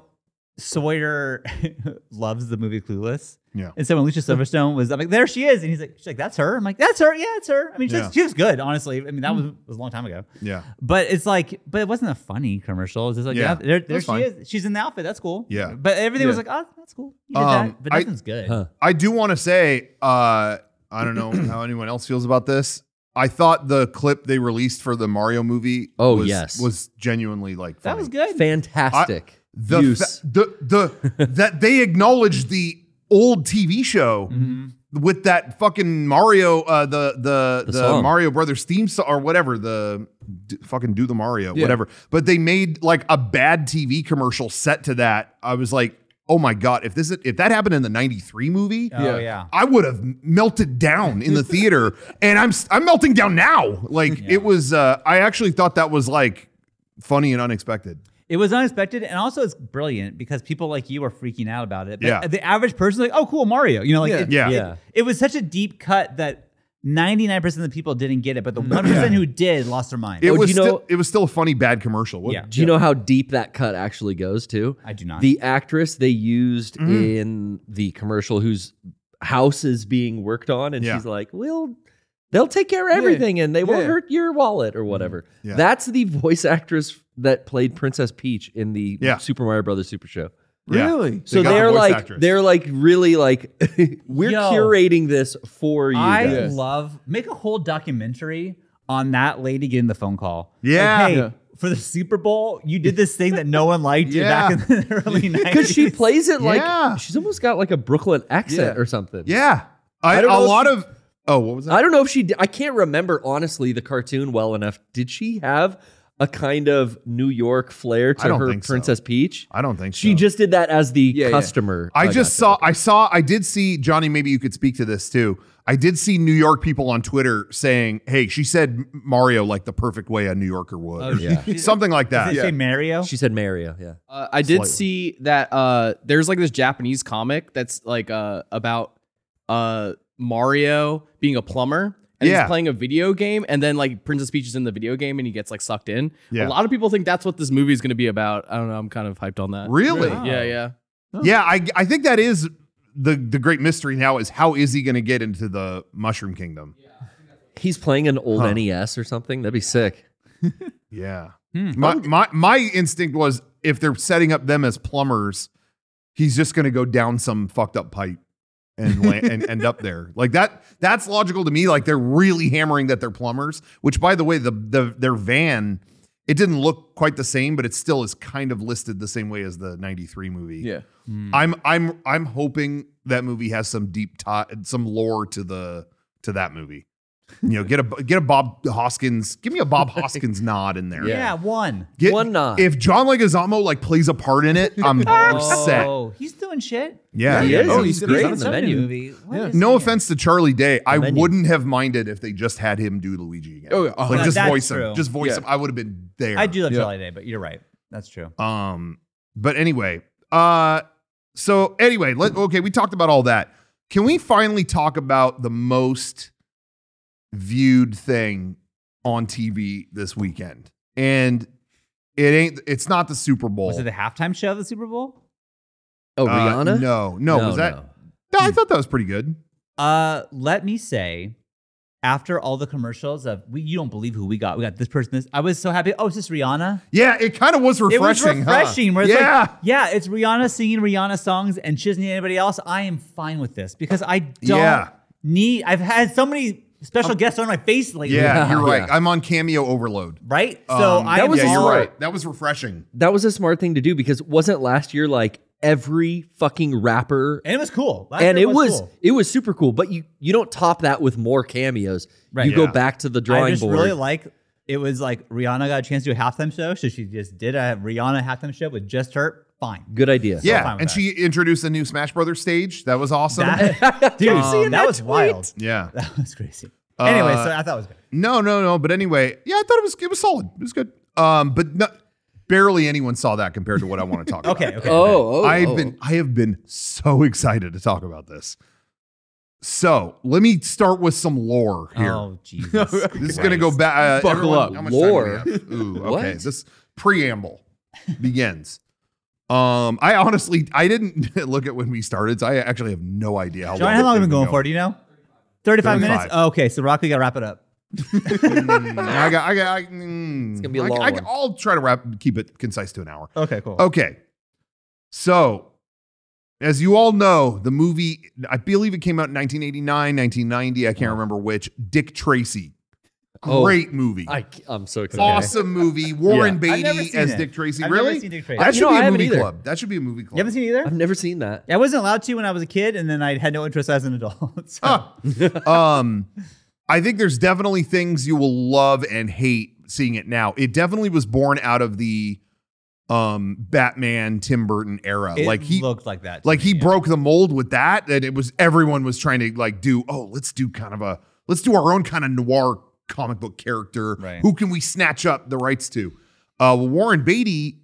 S2: Sawyer loves the movie Clueless.
S1: Yeah.
S2: And so when Lucia Silverstone was, I'm like, there she is. And he's like, she's like, that's her. I'm like, that's her. Yeah, it's her. I mean, she,
S1: Yeah. Hmm.
S2: was, she was good, honestly. I mean, that was, was a long time ago.
S1: yeah,
S2: But it's like, but it wasn't a funny commercial. It's just like,
S1: Yeah,
S2: yeah, there, there
S1: that's
S2: she
S1: fine.
S2: is. She's in the outfit. That's cool.
S1: Yeah.
S2: But everything was
S4: Yeah.
S2: like, oh, that's cool. You did
S1: Um,
S2: that. But
S1: I-
S2: nothing's good.
S3: Huh.
S1: I do want to say, uh, I don't know how anyone else feels about this. I thought the clip they released for the Mario movie,
S3: Oh,
S1: was,
S3: yes.
S1: was genuinely like
S2: That
S1: funny.
S2: was good.
S3: Fantastic.
S1: The
S3: use.
S1: fa- the the that they acknowledged the old TV show with that fucking Mario, uh, the the
S3: The
S1: the,
S3: song.
S1: Mario Brothers theme song or whatever the d- fucking do the Mario
S4: Yeah.
S1: whatever. But they made like a bad TV commercial set to that. I was like, oh my god, if this is, if that happened in the '93 movie.
S2: Oh
S4: Yeah.
S2: yeah.
S1: I would have melted down in the theater, and I'm I'm melting down now. Like it was, uh, I actually thought that was like funny and unexpected.
S2: It was unexpected, and also it's brilliant because people like you are freaking out about it. But
S1: Yeah.
S2: the average person, like, oh, cool, Mario. You know, like,
S4: Yeah.
S2: It,
S1: Yeah.
S2: it-
S3: Yeah.
S2: It, was such a deep cut that 99% of the people didn't get it, but the 1% who did lost their mind.
S1: It
S3: Oh, do
S1: was
S3: you know-
S1: still, it was still a funny bad commercial. wasn't
S3: Do you know how deep that cut actually goes too?
S2: I do not.
S3: The actress they used
S1: Mm.
S3: in the commercial whose house is being worked on, and
S1: Yeah.
S3: she's like, We'll they'll take care of everything and they won't
S4: Yeah.
S3: hurt your wallet or whatever.
S1: Mm-hmm. Yeah.
S3: That's the voice actress that played Princess Peach in the
S1: Yeah.
S3: Super Mario Brothers Super Show.
S1: Yeah.
S4: Really?
S3: So
S1: got the
S3: they are
S1: voice
S3: like
S1: actress.
S3: they're like really like we're
S2: Yo.
S3: curating this for you.
S2: I
S3: guys.
S4: guys.
S2: love make a whole documentary on that lady getting the phone call.
S1: Yeah.
S2: Like, hey,
S4: Yeah.
S2: for the Super Bowl, you did this thing that no one liked you
S1: Yeah.
S2: back in the early 90s.
S3: Because she plays it like
S1: Yeah.
S3: she's almost got like a Brooklyn accent
S4: Yeah.
S3: or something.
S1: Yeah. I,
S3: I
S1: a
S3: don't know if
S1: lot
S3: she-
S1: of oh, what was that?
S3: I don't know if she. Did, I can't remember honestly the cartoon well enough. Did she have a kind of New York flair
S1: I
S3: to
S1: don't
S3: her
S1: think so.
S3: Princess Peach?
S1: I don't think
S3: She
S1: so.
S3: just did that as the
S4: Yeah, yeah.
S3: customer.
S1: I
S3: got
S1: just
S3: that.
S1: saw. I saw. I did see Johnny. Maybe you could speak to this too. I did see New York people on Twitter saying, "Hey, she said Mario like the perfect way a New Yorker would."
S2: Oh,
S1: or
S2: yeah.
S1: something like that.
S2: Did it say Mario?
S3: She said Mario. Yeah.
S5: Uh, I did
S1: Slightly.
S5: see that uh, there's like this Japanese comic that's like uh, about uh, Mario being a plumber and
S1: Yeah.
S5: he's playing a video game, and then like Princess Peach is in the video game and he gets like sucked in.
S1: Yeah.
S5: A lot of people think that's what this movie is going to be about. I don't know. I'm kind of hyped on that.
S1: Really?
S2: Really?
S5: Yeah, yeah.
S1: Yeah. I I think that is the the great mystery now is how is he going to get into the Mushroom Kingdom?
S3: He's playing an old
S1: Huh.
S3: NES or something. That'd be sick.
S1: Yeah.
S2: Hmm.
S1: My my my instinct was if they're setting up them as plumbers, he's just going to go down some fucked up pipe and la- and end up there. Like that that's logical to me. Like they're really hammering that they're plumbers, which by the way, the the their van it didn't look quite the same, but it still is kind of listed the same way as the 93 movie.
S4: Yeah.
S1: I'm I'm I'm hoping that movie has some deep tie some lore to the to that movie. You know, get a get a Bob Hoskins, give me a Bob Hoskins nod in there.
S2: yeah. one.
S1: Get-
S3: One nod.
S1: If John Leguizamo like plays a part in it, I'm set.
S2: Oh, he's doing shit.
S1: Yeah.
S4: He
S1: yeah,
S4: is.
S1: yeah.
S4: Oh, he's
S3: good.
S4: great.
S3: He's on the
S2: Something in
S3: menu.
S2: movie. What
S4: Yeah.
S2: is
S1: No
S2: he in?
S1: offense to Charlie Day, I
S3: menu.
S1: wouldn't have minded if they just had him do Luigi again.
S4: Oh, yeah.
S1: like
S4: Yeah,
S1: just
S2: that's
S1: voice
S2: true.
S1: him, just voice
S4: Yeah.
S1: him. I would have been there.
S2: I do love
S4: Yeah.
S2: Charlie Day, but you're right. That's true.
S1: Um, but anyway, uh, so anyway, let okay, we talked about all that. Can we finally talk about the most viewed thing on TV this weekend? And it ain't. It's not the Super Bowl.
S2: Was it the halftime show of the Super Bowl?
S3: Oh,
S1: Uh,
S3: Rihanna.
S1: no, no, Was that?
S3: no.
S1: No, I thought that was pretty good.
S2: Uh, let me say, after all the commercials of we, you don't believe who we got. We got this person. This I was so happy. Oh, is this Rihanna?
S1: Yeah, it kind of was refreshing.
S2: it was
S1: huh?
S2: refreshing. Where it's
S1: yeah,
S2: like, yeah, it's Rihanna singing Rihanna songs, and she doesn't need anybody else. I am fine with this because I don't
S1: Yeah. Um,
S2: need. I've had so many special guests on my face lately.
S1: yeah, you're right.
S3: Yeah.
S1: I'm on cameo overload.
S2: Right. So
S1: Um,
S2: I
S1: that
S2: am
S1: was yeah,
S2: all-
S1: you're right. That was refreshing.
S3: That was a smart thing to do because wasn't last year like every fucking rapper
S2: And it was cool. Last
S3: and
S2: year
S3: it was
S2: cool.
S3: it was super cool. But you you don't top that with more cameos.
S2: Right.
S3: you go
S1: Yeah.
S3: back to the drawing
S2: I just
S3: board.
S2: really like it was like Rihanna got a chance to do a halftime show, so she just did a Rihanna halftime show with just her. Fine.
S3: Good idea.
S1: yeah,
S2: fine with
S1: and
S2: that.
S1: she introduced a new Smash Brothers stage. That was awesome.
S2: That, dude, that, was wild.
S1: yeah.
S2: That was crazy. anyway,
S1: Uh,
S2: so I thought it was good.
S1: No, no, no. But anyway, yeah, I thought it was it was solid. It was good. Um, but no, barely anyone saw that compared to what I want to talk about.
S2: Okay, okay.
S3: Oh, oh,
S1: I've
S3: oh.
S1: been I have been so excited to talk about this. So let me start with some lore Uh, here.
S2: Oh Jesus!
S1: this is gonna go uh, back.
S4: Buckle up.
S1: How much time do we
S3: Lore.
S1: have? Ooh, okay.
S3: What?
S1: This preamble begins. Um, I honestly I didn't look at when we started, so I actually have no idea how
S2: John, how long have we
S1: we've
S2: been going for? Do you know? Thirty-five, minutes.
S1: 35.
S2: Oh, okay, so Rock, we gotta wrap it up.
S1: Mm, I got, I got, I, mm,
S3: It's gonna be a
S1: I-
S3: long
S1: I,
S3: one.
S1: will try to wrap, keep it concise to an hour.
S2: Okay, cool.
S1: Okay. So, as you all know, the movie, I believe it came out in 1989, 1990, I can't remember which, Dick Tracy
S3: Uh-huh. Oh,
S1: Great movie.
S3: I, am so excited.
S1: Awesome movie. Warren
S2: I've never
S1: Beatty
S2: seen
S1: as
S2: it.
S1: Dick Tracy.
S2: I've
S1: really?
S2: never seen Dick Tracy.
S1: That
S3: You
S1: should
S3: know, I
S1: be a
S3: haven't
S1: movie
S3: either.
S1: club. That should be a movie club.
S2: You haven't seen it either?
S3: I've never seen that.
S2: Yeah, I wasn't allowed to when I was a kid, and then I had no interest as an adult. So.
S1: Ah. um, I think there's definitely things you will love and hate seeing it now. It definitely was born out of the um Batman Tim Burton era.
S2: It
S1: like he
S2: looked like that. to
S1: like
S2: me,
S1: he
S2: yeah.
S1: broke the mold with that and it was everyone was trying to like do oh let's do kind of a let's do our own kind of noir comic book character
S2: Right.
S1: who can we snatch up the rights to uh well, warren beatty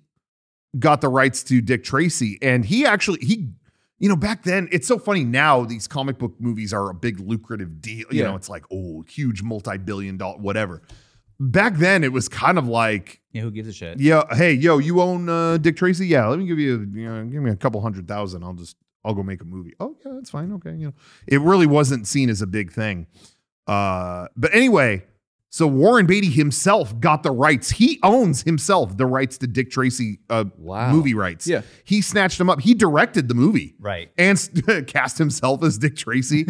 S1: got the rights to dick tracy and he actually he you know back then it's so funny now these comic book movies are a big lucrative deal you
S4: Yeah.
S1: know it's like oh huge multi-billion dollar whatever back then it was kind of like
S2: Yeah, who gives a shit?
S1: yeah. Hey, yo, you own uh, Dick Tracy? Yeah. Let me give you, you know, give me a couple hundred thousand. I'll just, I'll go make a movie. Oh yeah, that's fine. Okay. You know, it really wasn't seen as a big thing. Uh, but anyway, so Warren Beatty himself got the rights. He owns himself the rights to Dick Tracy uh,
S3: Wow.
S1: movie rights.
S4: Yeah.
S1: He snatched them up. He directed the movie
S2: Right.
S1: and s- cast himself as Dick Tracy.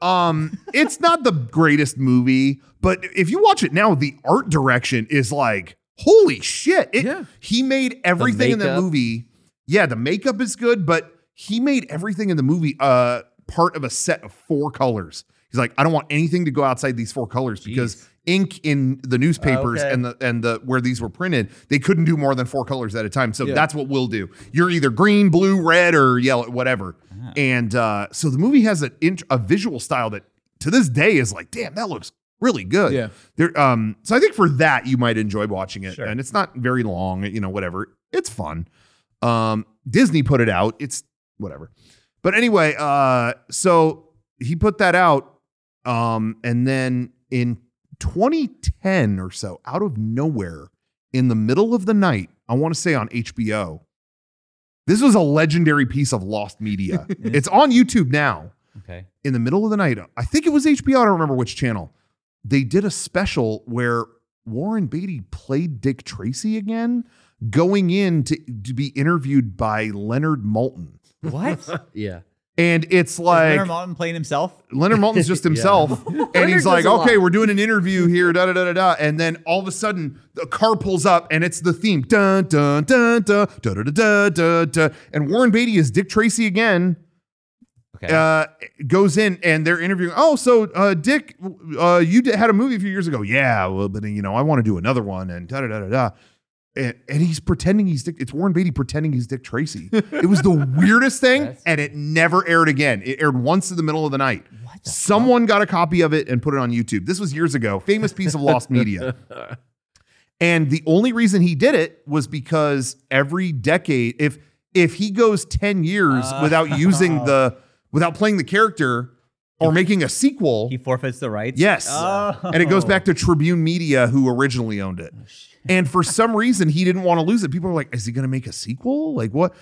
S1: um, it's not the greatest movie, but if you watch it now, the art direction is like holy shit! It-
S4: Yeah.
S1: He made everything in the
S3: makeup.
S1: movie. Yeah, the makeup is good, but he made everything in the movie uh, part of a set of four colors. He's like, I don't want anything to go outside these four colors because ink in the newspapers
S2: Okay.
S1: and the and the where these were printed, they couldn't do more than four colors at a time. So
S4: Yeah.
S1: that's what we'll do. You're either green, blue, red, or yellow, whatever. And uh, so the movie has an int- a visual style that to this day is like, damn, that looks really good.
S4: Yeah.
S1: There. Um. So I think for that you might enjoy watching it,
S2: Sure.
S1: and it's not very long. You know, whatever. It's fun. Um. Disney put it out. It's whatever. But anyway, uh, so he put that out, um, and then in 2010 or so, out of nowhere, in the middle of the night, I want to say on HBO. This was a legendary piece of lost media. it's on YouTube now
S2: Okay.
S1: in the middle of the night. I think it was HBO. I don't remember which channel. They did a special where Warren Beatty played Dick Tracy again, going in to, to be interviewed by Leonard Moulton.
S2: What?
S3: Yeah.
S1: And it's
S2: Like,
S1: like Leonard,
S2: Martin playing himself?
S1: Moulton's just
S3: Yeah.
S1: himself. and
S3: Leonard
S1: he's
S3: does
S1: like,
S3: a lot.
S1: okay, we're doing an interview here, da da da da da. And then all of a sudden, the car pulls up and it's the theme. Dun dun dun dun da da da da da. And Warren Beatty is Dick Tracy again
S2: Okay.
S1: uh, goes in and they're interviewing. Oh, so uh, Dick, uh, you did, had a movie a few years ago. Yeah, well, but you know, I want to do another one and da da da da da. And, and he's pretending he's Dick. It's Warren Beatty pretending he's Dick Tracy. It was the weirdest thing,
S2: That's-
S1: and it never aired again. It aired once in the middle of the night.
S2: what the
S1: Someone got a copy of it and put it on YouTube. This was years ago. Famous piece of lost media. And the only reason he did it was because every decade, if if he goes 10 years without using the without playing the character or making a sequel,
S2: He forfeits the rights?
S1: yes.
S2: Oh.
S1: And it goes back to Tribune Media who originally owned it. And for some reason he didn't want to lose it. People are like, is he going to make a sequel? Like what?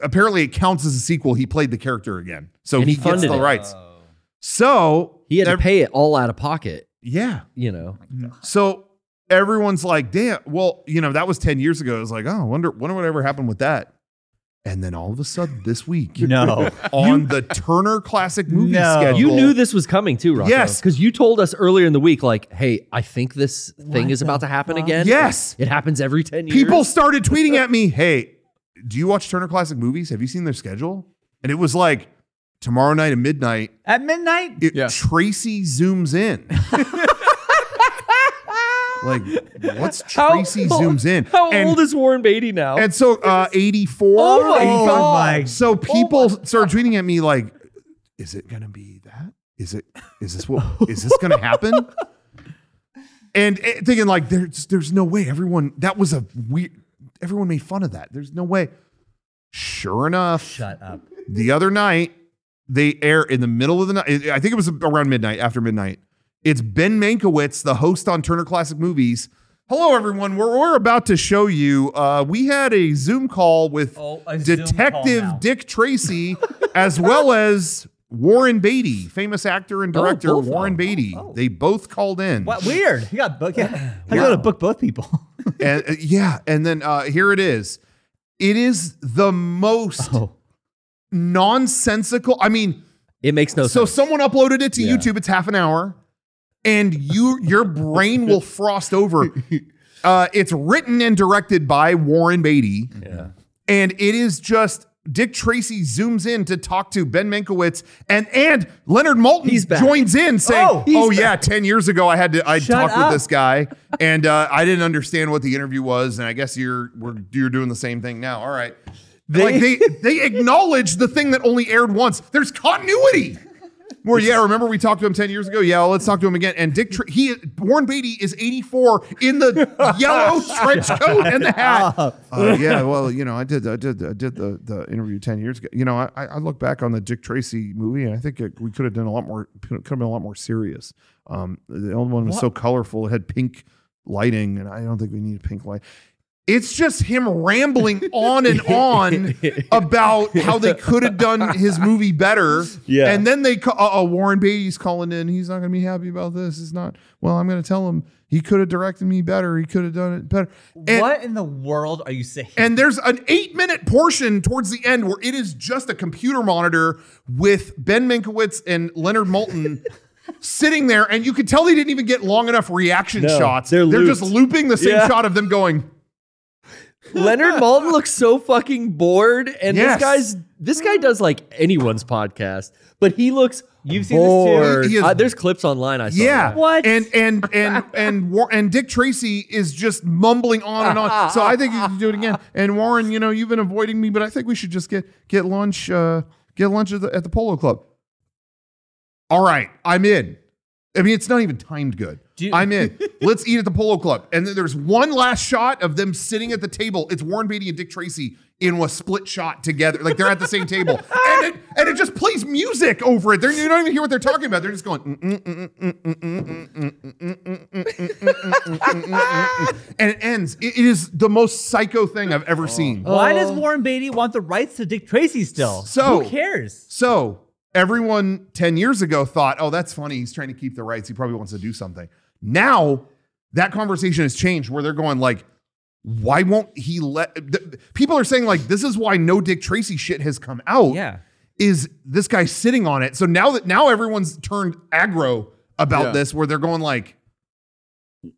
S1: Apparently it counts as a sequel. He played the character again. So
S3: And
S1: he,
S3: he
S1: gets
S3: funded
S1: the
S3: it.
S1: rights.
S2: Oh.
S1: So
S3: He had to
S1: ev-
S3: pay it all out of pocket,
S1: yeah.
S3: you know.
S1: So everyone's like, damn, well, you know, that was 10 years ago. It was like, oh, I wonder, wonder what ever happened with that. And then all of a sudden this week
S2: No.
S1: on the Turner Classic movie
S2: No.
S1: schedule.
S3: You knew this was coming too, Rocco.
S1: Yes.
S3: Because you told us earlier in the week, like, hey, I think this thing
S2: What
S3: is about
S2: the
S3: to happen
S2: fuck?
S3: again.
S1: Yes.
S3: It happens every 10 years.
S1: People started tweeting at me, hey, do you watch Turner Classic movies? Have you seen their schedule? And it was like tomorrow night at midnight,
S2: At midnight?
S1: it,
S4: Yeah.
S1: Tracy zooms in. like, what's
S3: How-
S1: Tracy zooms in?
S3: How
S1: and,
S3: old is Warren Beatty now?
S1: and so uh 84.
S3: Oh my
S2: Oh
S3: God.
S2: my
S1: So people started tweeting at me like, "Is it gonna be that? Is it? Is this what? Is this gonna happen?" And eh, thinking like, "There's there's no way everyone that was a weird. Everyone made fun of that. There's no way." Sure enough,
S2: Shut up.
S1: the other night they air in the middle of the night. I think it was around midnight, after midnight. It's Ben Mankiewicz, the host on Turner Classic Movies. Hello, everyone. We're, we're about to show you. Uh, we had a Zoom call with
S2: Oh, a Zoom call
S1: Detective
S2: now.
S1: Dick Tracy, as well as Warren Beatty, famous actor and
S3: Oh,
S1: director
S3: both of
S1: Warren
S3: them.
S1: Beatty.
S2: Oh, oh.
S1: They both called in.
S2: What? Weird. He got book. Yeah. How you got to book both people?
S1: And, uh, yeah. And then uh, here it is. It is the most
S2: Oh.
S1: nonsensical. I mean,
S3: it makes no
S1: so
S3: sense.
S1: someone uploaded it to
S3: Yeah.
S1: YouTube. It's half an hour. and you your brain will frost over. Uh, it's written and directed by Warren Beatty,
S3: Yeah.
S1: and it is just Dick Tracy zooms in to talk to Ben Menkowitz, and and Leonard Moulton
S3: He's back.
S1: joins in saying,
S2: Oh,
S1: "Oh,
S2: he's
S1: yeah, ten years ago I had to I
S2: Shut
S1: talked
S2: up.
S1: with this guy, and uh, I didn't understand what the interview was, and I guess you're we're, you're doing the same thing now. All right." like they they acknowledge the thing that only aired once. There's continuity. Where yeah, remember we talked to him ten years ago. Yeah, well, let's talk to him again. And Dick, Tr- he Warren Beatty is 84 in the yellow trench coat and the hat. Uh, yeah, well, you know, I did, I did, I did the the interview ten years ago. You know, I I look back on the Dick Tracy movie, and I think it, we could have done a lot more, could have been a lot more serious. Um, the old one was so colorful; it had pink lighting, and I don't think we need pink light. It's just him rambling on and on about how they could have done his movie better.
S3: Yeah.
S1: And then they call uh, uh, Warren Beatty's calling in. He's not going to be happy about this. It's not. Well, I'm going to tell him he could have directed me better. He could have done it better. And-
S2: what in the world are you saying?
S1: and there's an eight minute portion towards the end where it is just a computer monitor with Ben Minkowitz and Leonard Moulton sitting there. And you could tell they didn't even get long enough reaction
S3: No,
S1: shots.
S3: they're
S1: just
S3: looped.
S1: looping the same
S3: Yeah.
S1: shot of them going,
S3: Leonard Malton looks so fucking bored, and
S1: Yes.
S3: this guy's this guy does like anyone's podcast, but he looks
S2: You've seen this too.
S3: bored.
S1: He is-
S3: Uh, there's clips online I saw.
S1: Yeah.
S3: that.
S2: What?
S1: And and and and War- and Dick Tracy is just mumbling on and on. So I think you can do it again. And Warren, you know, you've been avoiding me, but I think we should just get get lunch. Uh, get lunch at the, at the Polo Club. All right, I'm in. I mean, it's not even timed good.
S2: Do you-
S1: I'm in. Let's eat at the Polo Club. And then there's one last shot of them sitting at the table. It's Warren Beatty and Dick Tracy in a split shot together. Like they're at the same table. And it, and it just plays music over it. They're, you don't even hear what they're talking about. They're just going. "Mm, mm, mm, mm, mm, mm, mm, mm, mm, mm, mm, mm, mm, mm, mm, mm." And it ends. It- it is the most psycho thing I've
S2: Oh.
S1: ever seen.
S2: Why does Warren Beatty want the rights to Dick Tracy still?
S1: Oh. So-
S2: who cares?
S1: So everyone 10 years ago thought, oh, that's funny. He's trying to keep the rights. He probably wants to do something. Now that conversation has changed where they're going like, why won't he let th- people are saying like this is why no Dick Tracy shit has come out
S2: Yeah.
S1: is this guy sitting on it. So now that now everyone's turned aggro about
S4: Yeah.
S1: this where they're going like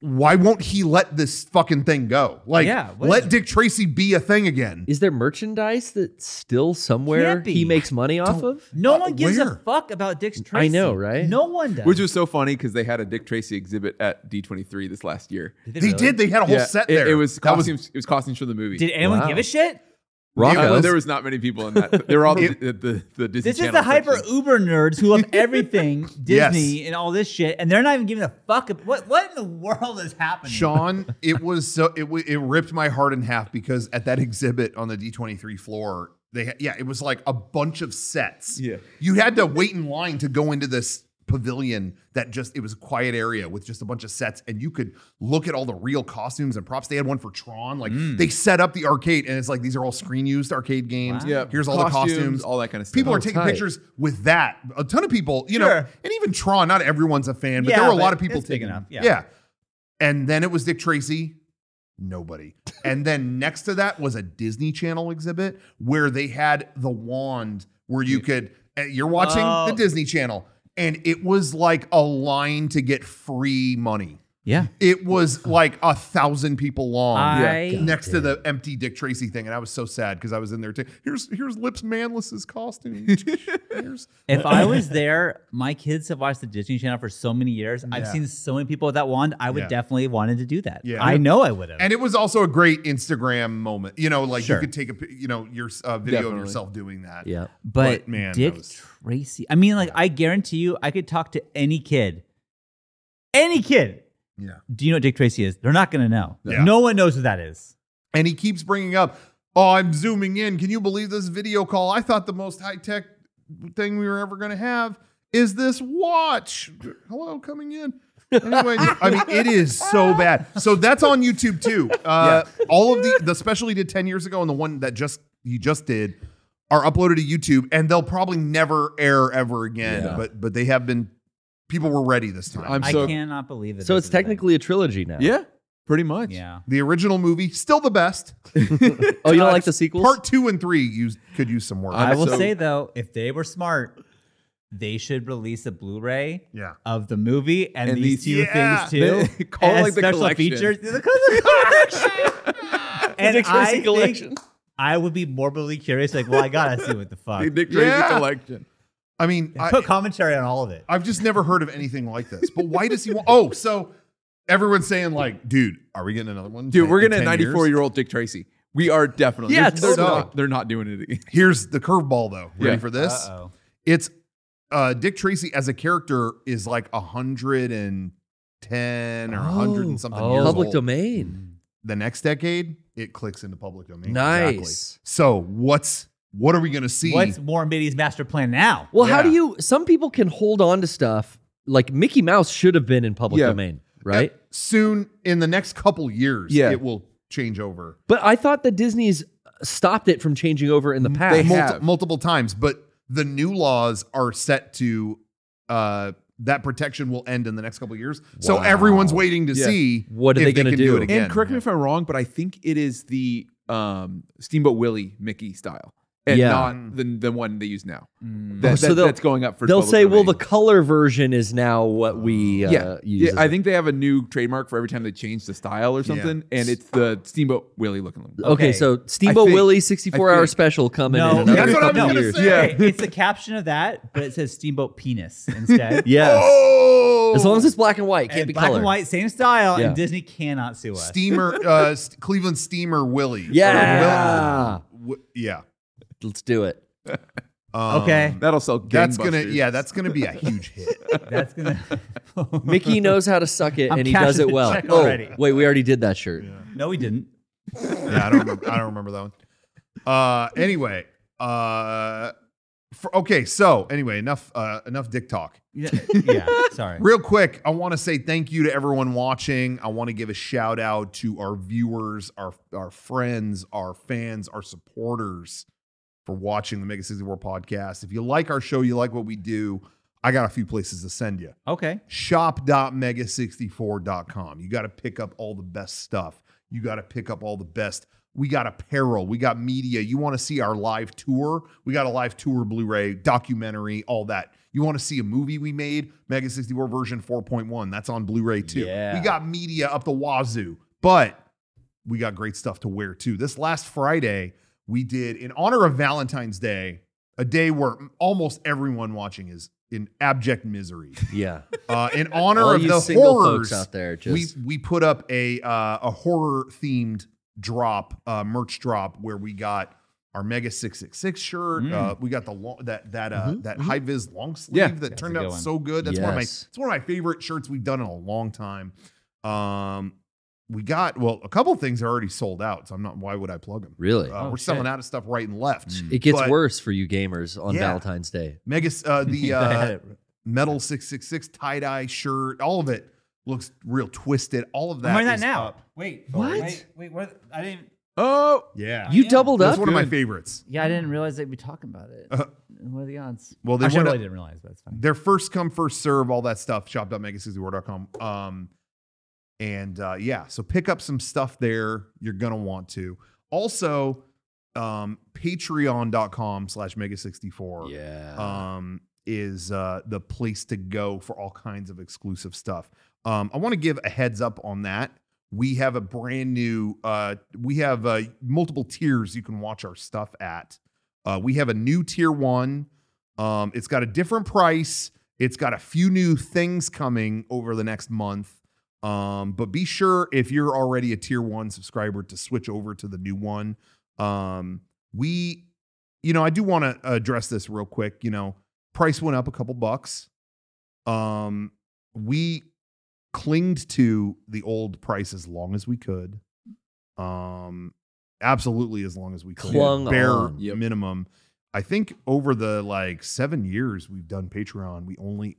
S1: why won't he let this fucking thing go? Like
S2: Yeah, what
S1: let
S2: is-
S1: Dick Tracy be a thing again.
S3: Is there merchandise that's still somewhere
S2: Can't be.
S3: he makes money off of?
S2: No
S1: Uh,
S2: one gives
S1: where?
S2: a fuck about Dick Tracy.
S3: I know, right?
S2: No one does.
S4: Which was so funny because they had a Dick Tracy exhibit at D23 this last year.
S1: They did. They had a whole set
S4: it,
S1: there.
S4: it was
S1: That was-
S4: costumes. it was costumes for the movie.
S2: Did anyone
S3: Wow.
S2: give a shit?
S1: Yeah,
S4: Uh,
S1: was-
S4: there was not many people in that. They were all
S1: It-
S4: the, the, the Disney
S2: This is
S4: Channel
S2: the hyper
S4: section.
S2: uber nerds who love everything
S1: Yes.
S2: Disney and all this shit, and they're not even giving a fuck. ab- What what in the world is happening?
S1: Sean, it was so it w- it ripped my heart in half because at that exhibit on the D23 floor, they ha- yeah, it was like a bunch of sets.
S4: Yeah.
S1: You had to wait in line to go into this pavilion that just it was a quiet area with just a bunch of sets and you could look at all the real costumes and props. They had one for Tron, like
S4: Mm.
S1: they set up the arcade and it's like these are all screen used arcade games.
S4: Yeah,
S1: Here's all the costumes,
S4: all that kind of stuff.
S1: people are
S3: Oh,
S1: taking
S3: tight.
S1: pictures with that. A ton of people, you know,
S2: Sure.
S1: and even Tron. Not everyone's a fan, but
S2: Yeah,
S1: there were a
S2: but
S1: lot of people
S2: it's big
S1: taking
S2: enough, yeah.
S1: And then it was Dick Tracy. Nobody. and then next to that was a Disney Channel exhibit where they had the wand where you could. uh, You're watching
S2: Oh.
S1: the Disney Channel, and it was like a line to get free money.
S2: Yeah.
S1: It was like a thousand people long
S2: I
S1: next to the empty Dick Tracy thing, and I was so sad because I was in there too. Here's here's Lips Manless's costume. Here's-
S2: If I was there, my kids have watched the Disney Channel for so many years. I've
S1: Yeah.
S2: seen so many people with that wand. I would
S1: Yeah.
S2: definitely wanted to do that.
S1: Yeah.
S2: I know I would have.
S1: and it was also a great Instagram moment. You know, like
S2: Sure.
S1: you could take a pi- you know your uh, video
S4: Definitely.
S1: of yourself doing that.
S3: Yeah.
S2: But
S1: But, man,
S2: Dick
S1: that was-
S2: Tracy. I mean, like, I guarantee you, I could talk to any kid, any kid.
S1: Yeah.
S2: Do you know what Dick Tracy is? They're not gonna know.
S1: Yeah.
S2: No one knows who that is.
S1: And he keeps bringing up, "Oh, I'm zooming in. Can you believe this video call? I thought the most high tech thing we were ever going to have is this watch. Hello, coming in." anyway, I mean, it is so bad. So that's on YouTube too. Uh, All of the the special he did ten years ago and the one that just he just did are uploaded to YouTube, and they'll probably never air ever again.
S4: Yeah.
S1: But but they have been. People were ready this time.
S4: I'm
S2: I
S4: so
S2: cannot believe that.
S3: So
S2: this
S3: it's
S2: is a thing.
S3: technically a trilogy now.
S4: yeah, pretty much.
S2: Yeah.
S1: the original movie still the best.
S3: Oh, you don't like the sequels?
S1: Part two and three you could use some work.
S4: I'm
S2: I will
S4: so-
S2: say though, if they were smart, they should release a Blu-ray
S1: Yeah.
S2: of the movie and,
S4: And
S2: these two
S4: these-
S1: Yeah.
S2: things too.
S4: They- call it
S2: as
S4: like the
S2: special
S4: collection.
S2: features. It's called the collection. and
S5: Dick Tracy
S2: I think
S5: collection.
S2: I would be morbidly curious. Like, well, I gotta see what the fuck.
S4: Dick Tracy
S1: Yeah.
S4: collection.
S1: I mean, I,
S2: Put commentary on all of
S4: Uh,
S2: it.
S1: I've just never heard of anything like this. But why does he want? Oh, so everyone's saying like, dude, are we getting another one?
S4: Dude,
S1: in
S4: we're getting a
S1: 10 years?
S4: 94 year old Dick Tracy. We are definitely.
S3: Yeah,
S4: they're, they're
S1: totally.
S4: not, they're not doing it again.
S1: Here's the curveball though. Ready
S4: Yeah.
S1: for this?
S2: Uh-oh.
S1: It's uh, Dick Tracy as a character is like a hundred and ten or a hundred and something
S2: Oh.
S1: years
S3: Public
S1: old.
S3: domain.
S1: The next decade, it clicks into public domain.
S3: Nice.
S1: Exactly. So what's what are we gonna see?
S2: What's Morbidi's master plan now?
S3: Well, how do
S1: Yeah.
S3: you? Some people can hold on to stuff. Like Mickey Mouse should have been in public
S4: Yeah.
S3: domain, right?
S1: soon in the next couple years?
S4: Yeah.
S1: it will change over.
S3: But I thought that Disney's stopped it from changing over in the past.
S4: They
S1: multi-
S4: have.
S1: multiple times, but the new laws are set to uh, that protection will end in the next couple of years. So
S3: Wow.
S1: everyone's waiting to
S4: Yeah.
S1: see
S3: What are
S1: if
S3: they gonna
S1: can
S3: do?
S1: it
S3: And
S1: again.
S4: And correct me if I'm wrong, but I think it is the um, Steamboat Willie Mickey style, and
S3: Yeah.
S4: not the the one they use now.
S2: Mm.
S4: That,
S3: so
S4: that-
S3: they'll-
S4: that's going up for.
S3: They'll
S4: public
S3: say, "Well, the
S4: domain.
S3: color version is now what we uh,
S4: yeah,
S3: use."
S4: yeah. I think they have a new trademark for every time they change the style or
S1: Yeah.
S4: something, and it's the Steamboat Willie looking one.
S3: Okay,
S2: Okay.
S3: so Steamboat
S4: think-
S3: Willie 64 hour
S4: think-
S3: special coming in
S2: No,
S3: another
S1: That's what I was
S3: couple
S1: gonna
S3: years.
S1: say.
S4: Yeah.
S2: Okay, it's the caption of that, but it says Steamboat Penis instead.
S3: Yes.
S1: Oh,
S3: As long as it's black and white, it can't
S2: and
S3: be
S2: black
S3: color.
S2: and white, same style,
S3: Yeah.
S2: and Disney cannot sue us.
S1: steamer, uh, St- Cleveland Steamer Willie.
S3: Yeah.
S1: Or Will- Wi- yeah.
S3: Let's do it.
S1: Um,
S2: Okay.
S4: That'll sell.
S1: That's gonna,
S4: gangbusters.
S1: yeah, that's gonna be a huge hit.
S2: That's gonna.
S3: Mickey knows how to suck it,
S2: I'm
S3: and he does
S2: cashing
S3: it
S2: the
S3: well.
S2: check
S3: Oh,
S2: already.
S3: wait, we already did that shirt.
S2: No, we didn't.
S1: yeah, I don't remember, I don't remember that one. Uh, anyway, uh, for, okay, so anyway, enough, uh, enough dick talk.
S2: Yeah. yeah, Sorry.
S1: Real quick, I want to say thank you to everyone watching. I want to give a shout out to our viewers, our our friends, our fans, our supporters for watching the Mega 64 podcast. If you like our show, you like what we do, I got a few places to send you
S2: Okay.
S1: shop.mega64.com. You got to pick up all the best stuff. You got to pick up all the best. We got apparel. We got media. You want to see our live tour? We got a live tour, Blu ray, documentary, all that. You want to see a movie we made? Mega 64 version 4.1. That's on Blu ray too.
S3: Yeah.
S1: We got media up the wazoo, but we got great stuff to wear too. This last Friday, we did in honor of Valentine's Day, a day where almost everyone watching is in abject misery
S3: Yeah.
S1: uh, in honor
S3: All
S1: of
S3: you
S1: the
S3: single
S1: horrors
S3: folks out there, just
S1: we we put up a uh, a horror themed drop uh, merch drop where we got our Mega Six Six Six shirt.
S2: Mm.
S1: Uh, we got the long, that that
S3: Mm-hmm,
S1: uh, that high vis long sleeve
S4: Yeah.
S1: that
S2: That's
S1: turned
S2: a good
S1: out
S2: one.
S1: so good. That's one of my
S3: Yes.
S1: it's one of my favorite shirts we've done in a long time. Um, we got well a couple things are already sold out, so I'm not. Why would I plug them?
S3: really. Mm.
S1: Uh,
S2: Oh,
S1: we're
S2: shit.
S1: selling out of stuff right and left.
S3: it gets
S1: but-
S3: worse for you gamers on
S1: Yeah.
S3: Valentine's Day.
S1: Mega uh, the
S2: I
S1: uh,
S2: had it.
S1: metal 666 tie dye shirt all of it looks real twisted all of that
S2: I'm wearing that
S1: is
S2: now.
S1: up.
S2: Wait.
S3: What?
S2: Wait. Wait. What? I didn't.
S4: Oh,
S1: yeah
S3: You
S2: yeah.
S3: doubled
S1: that's
S3: up.
S1: one of my
S4: Good.
S1: favorites
S2: Yeah, I didn't realize they'd be talking about it.
S1: Uh,
S2: what are the odds?
S1: well they
S2: I
S1: went
S2: really
S1: up-
S2: didn't realize, but it's fine.
S1: their first come first serve all that stuff shop.mega64.com um and uh yeah so pick up some stuff there you're gonna want to also um patreon.com slash mega64
S3: yeah.
S1: um, is uh, the place to go for all kinds of exclusive stuff. Um, I want to give a heads up on that. We have a brand new, uh, we have uh, multiple tiers you can watch our stuff at. Uh, we have a new tier one. Um, it's got a different price. It's got a few new things coming over the next month. Um, but be sure if you're already a tier one subscriber to switch over to the new one. Um, we you know, I do want to address this real quick. You know, price went up a couple bucks. Um, we clinged to the old price as long as we could. Um, absolutely as long as we could.
S3: Clung
S1: Bare
S3: on.
S4: Yep.
S1: minimum. I think over the like seven years we've done Patreon, we only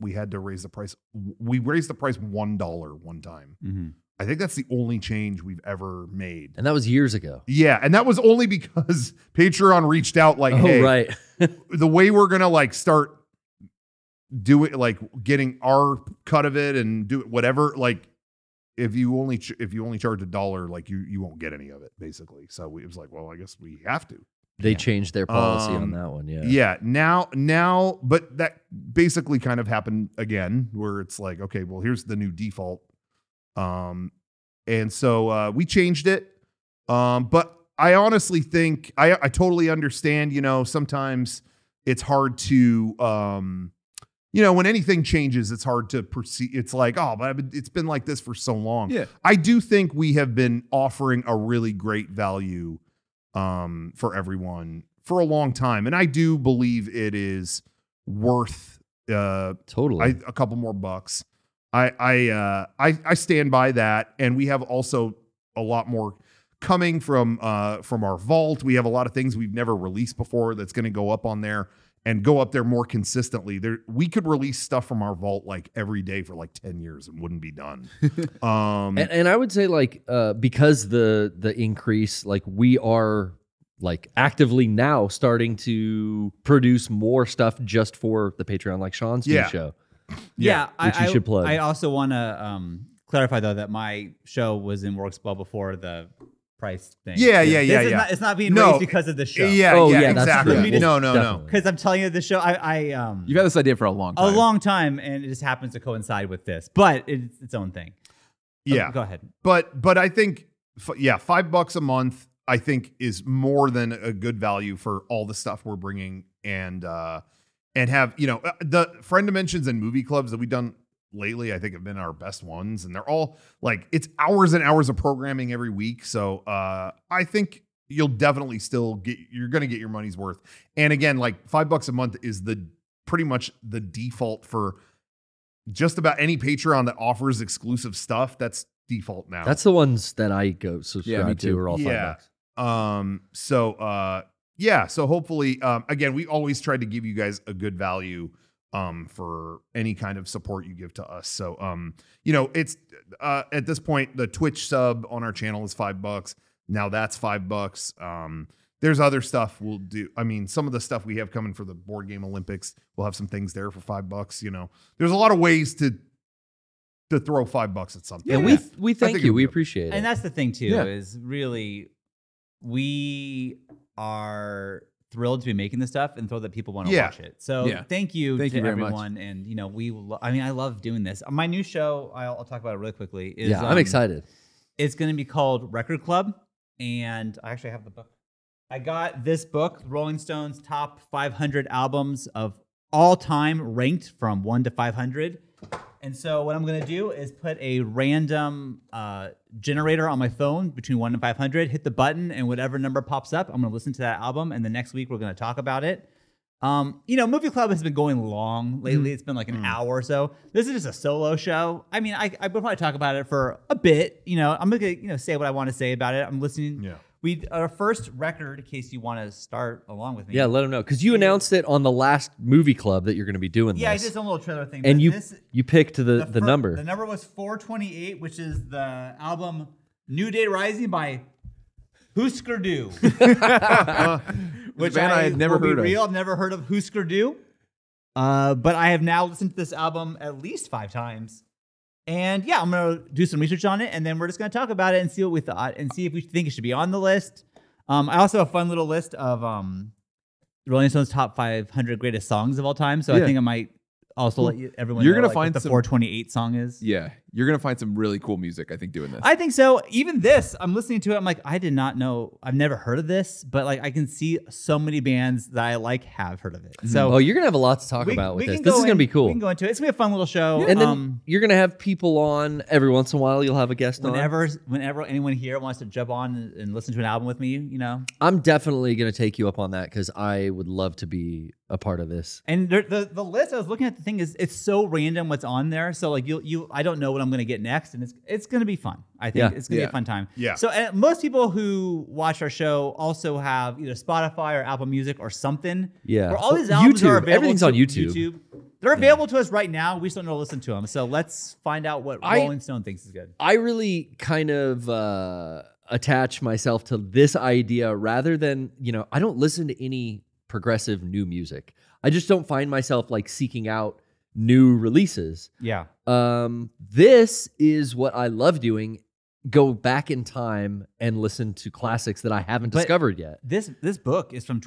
S1: we had to raise the price. We raised the price one dollar one time.
S2: Mm-hmm.
S1: I think that's the only change we've ever made.
S3: and that was years ago.
S1: Yeah, and that was only because Patreon reached out like,
S3: oh
S1: hey,
S3: right.
S1: the way we're gonna like start do it, like getting our cut of it and do it whatever. Like, if you only ch- if you only charge a dollar, like you you won't get any of it basically. So we, it was like, well, I guess we have to.
S3: They
S1: Yeah.
S3: changed their policy on
S1: Um,
S3: that one. Yeah.
S1: yeah now now but that basically kind of happened again where it's like okay well here's the new default um and so uh we changed it um but i honestly think i i totally understand you know sometimes it's hard to um you know when anything changes it's hard to perceive it's like oh but I've been- it's been like this for so long
S4: Yeah.
S1: i do think we have been offering a really great value um, for everyone for a long time, and I do believe it is worth uh,
S3: Totally.
S1: I, a couple more bucks. I I, uh, I I stand by that, and we have also a lot more coming from uh, from our vault. We have a lot of things we've never released before that's going to go up on there and go up there more consistently. There we could release stuff from our vault like every day for like ten years and wouldn't be done. um,
S3: and, and I would say like uh, because the the increase, like we are like actively now starting to produce more stuff just for the Patreon, like Sean's new
S1: Yeah.
S3: show.
S1: Yeah,
S2: Yeah,
S3: which
S2: I,
S3: you should
S2: I,
S3: plug.
S2: I also want to um, clarify though that my show was in works well before the price thing.
S1: Yeah, yeah,
S2: This
S1: yeah,
S2: is
S1: yeah.
S2: Not, it's not being
S1: No,
S2: raised because of the show.
S1: yeah,
S3: Oh,
S1: yeah,
S3: yeah, that's
S1: exactly.
S2: true.
S1: No, no, no.
S3: Definitely.
S2: because I'm telling you, the show I, I um
S4: You've had this idea for a long
S2: a
S4: time.
S2: long time, and it just happens to coincide with this, but it's its own thing. Oh,
S1: Yeah,
S2: go ahead.
S1: but but I think f- yeah, five bucks a month I think is more than a good value for all the stuff we're bringing and uh and have you know uh, the friend dimensions and movie clubs that we've done lately I think have been our best ones and they're all like it's hours and hours of programming every week so uh I think you'll definitely still get you're gonna get your money's worth and again like five bucks a month is the pretty much the default for just about any Patreon that offers exclusive stuff that's default now
S3: That's the ones that I go subscribe to
S4: too.
S3: are all
S1: Yeah.
S3: five bucks.
S1: um so uh yeah so hopefully um again we always try to give you guys a good value um for any kind of support you give to us so um you know it's uh at this point the twitch sub on our channel is five bucks now that's five bucks um there's other stuff we'll do i mean some of the stuff we have coming for the board game olympics we'll have some things there for five bucks you know there's a lot of ways to to throw five bucks at something
S2: Yeah,
S3: And
S2: yeah.
S3: we we thank
S1: think
S3: you.
S1: it'll
S3: We
S1: be-
S3: appreciate
S2: And
S3: it.
S2: that's the thing too
S4: Yeah.
S2: is really we are thrilled to be making this stuff and thrilled that people want to
S1: Yeah.
S2: watch it. So
S4: Yeah.
S2: thank you
S4: Thank
S2: to
S4: you very much.
S2: everyone. And you know, we lo- I mean, I love doing this. My new show, I'll, I'll talk about it really quickly. Is,
S3: yeah, I'm
S2: um,
S3: excited.
S2: It's going to be called Record Club, and I actually have the book. I got this book, Rolling Stones top 500 albums of all time, ranked from one to 500. And so what I'm going to do is put a random uh, generator on my phone between one and 500. Hit the button, and whatever number pops up, I'm going to listen to that album. And the next week, we're going to talk about it. Um, you know, Movie Club has been going long
S3: Mm.
S2: lately. It's been like an hour or so. This is just a solo show. I mean, I, I would probably talk about it for a bit. You know, I'm gonna you know say what I want to say about it. I'm listening.
S1: Yeah.
S2: We our first record, in case you want to start along with me.
S3: Yeah, let them know because you announced it on the last movie club that you're going to be doing
S2: yeah. I
S3: this.
S2: did some little trailer thing.
S3: and
S2: but
S3: you
S2: this,
S3: you picked the the,
S2: fir-
S3: number.
S2: The number was 428, which is the album New Day Rising by Husker Du. which
S4: band I had never
S2: will be
S4: heard of.
S2: real, I've never heard of Husker Du. Uh, but I have now listened to this album at least five times. And yeah, I'm gonna do some research on it, and then we're just gonna talk about it and see what we thought, and see if we think it should be on the list. Um, I also have a fun little list of um, Rolling Stones top 500 greatest songs of all time. So I
S4: Yeah.
S2: think I might also let you, everyone.
S4: You're
S2: know,
S4: gonna
S2: like,
S4: find
S2: what the
S4: some-
S2: 428 song is.
S4: Yeah, you're gonna find some really cool music. I think doing this.
S2: I think so. Even this, I'm listening to it. I'm like, I did not know. I've never heard of this, but like, I can see so many bands that I like have heard of it. So
S3: oh, you're gonna have a lot to talk
S2: we-
S3: about with
S2: we
S3: this.
S2: can
S3: This
S2: go
S3: is gonna
S2: in-
S3: be cool.
S2: We can go into it. It's gonna be a fun little show.
S3: and then
S2: um,
S3: you're gonna have people on every once in a while. You'll have a guest on.
S2: whenever whenever anyone here wants to jump on and, and listen to an album with me, you know.
S3: I'm definitely gonna take you up on that because I would love to be a part of this.
S2: And there, the the list I was looking at the thing is it's so random what's on there. So like you you I don't know what I'm gonna get next, and it's it's gonna be fun. I think
S3: Yeah.
S2: it's gonna be
S4: Yeah.
S2: a fun time.
S1: Yeah.
S2: So and most people who watch our show also have either Spotify or Apple Music or something.
S3: Yeah.
S2: Where all these
S3: Well,
S2: albums
S3: YouTube.
S2: are available.
S3: Everything's
S2: to
S3: on YouTube.
S2: They're available to us right now. We just don't know to listen to them. So let's find out what
S3: I-
S2: Rolling Stone thinks is good.
S3: I really kind of uh, attach myself to this idea rather than you know I don't listen to any progressive new music. I just don't find myself like seeking out new releases.
S2: Yeah.
S3: Um, this is what I love doing go back in time and listen to classics that I haven't
S2: But-
S3: discovered yet.
S2: This this book is from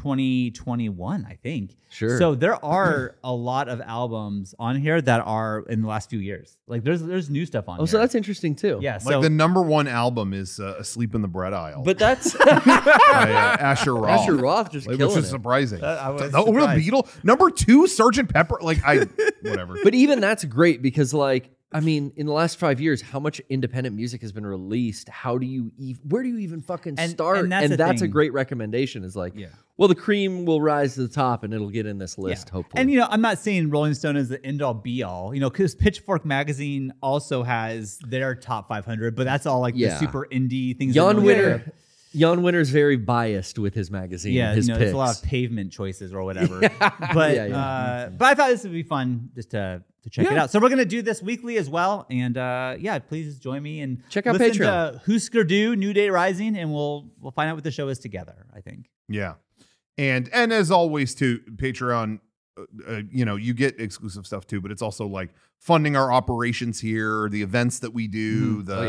S2: 2021, I think.
S3: Sure.
S2: So there are a lot of albums on here that are in the last few years. Like there's there's new stuff on
S3: oh,
S2: here.
S3: so that's interesting too.
S2: yeah.
S1: Like
S2: So
S1: the number one album is uh, "Asleep in the Bread Aisle,"
S3: But that's
S1: by, uh, Asher Roth.
S3: Asher Roth just
S1: Like, which
S3: killing
S1: is
S3: it.
S1: surprising.
S2: I was
S1: Oh, over the
S2: surprised.
S1: Beatle, number two, Sergeant Pepper. Like I, whatever.
S3: but even that's great because like I mean, in the last five years, how much independent music has been released? How do you even? Where do you even fucking
S2: And-
S3: start?
S2: and that's the
S3: a
S2: thing.
S3: great recommendation. Is like,
S2: Yeah.
S3: well, the cream will rise to the top, and it'll get in this
S2: yeah.
S3: list. Hopefully,
S2: And you know, I'm not saying Rolling Stone is the end all be all, you know, because Pitchfork magazine also has their top 500, but that's all like
S3: Yeah.
S2: the super indie things. that
S3: Jan
S2: no-
S3: Winter, Jan Winter's very biased with his magazine.
S2: yeah,
S3: his
S2: you know,
S3: picks.
S2: there's a lot of pavement choices or whatever. But
S3: Yeah, yeah.
S2: Uh, but I thought this would be fun just to to check it
S4: Yeah.
S2: out. So we're gonna do this weekly as well, and uh, yeah, please join me and
S3: Check out
S2: listen
S3: Patreon.
S2: to Husker Du, New Day Rising, and we'll we'll find out what the show is together. I think.
S1: Yeah, and and as always, too, Patreon. uh, Uh, you know, you get exclusive stuff too, but it's also like funding our operations here, the events that we do, the
S3: oh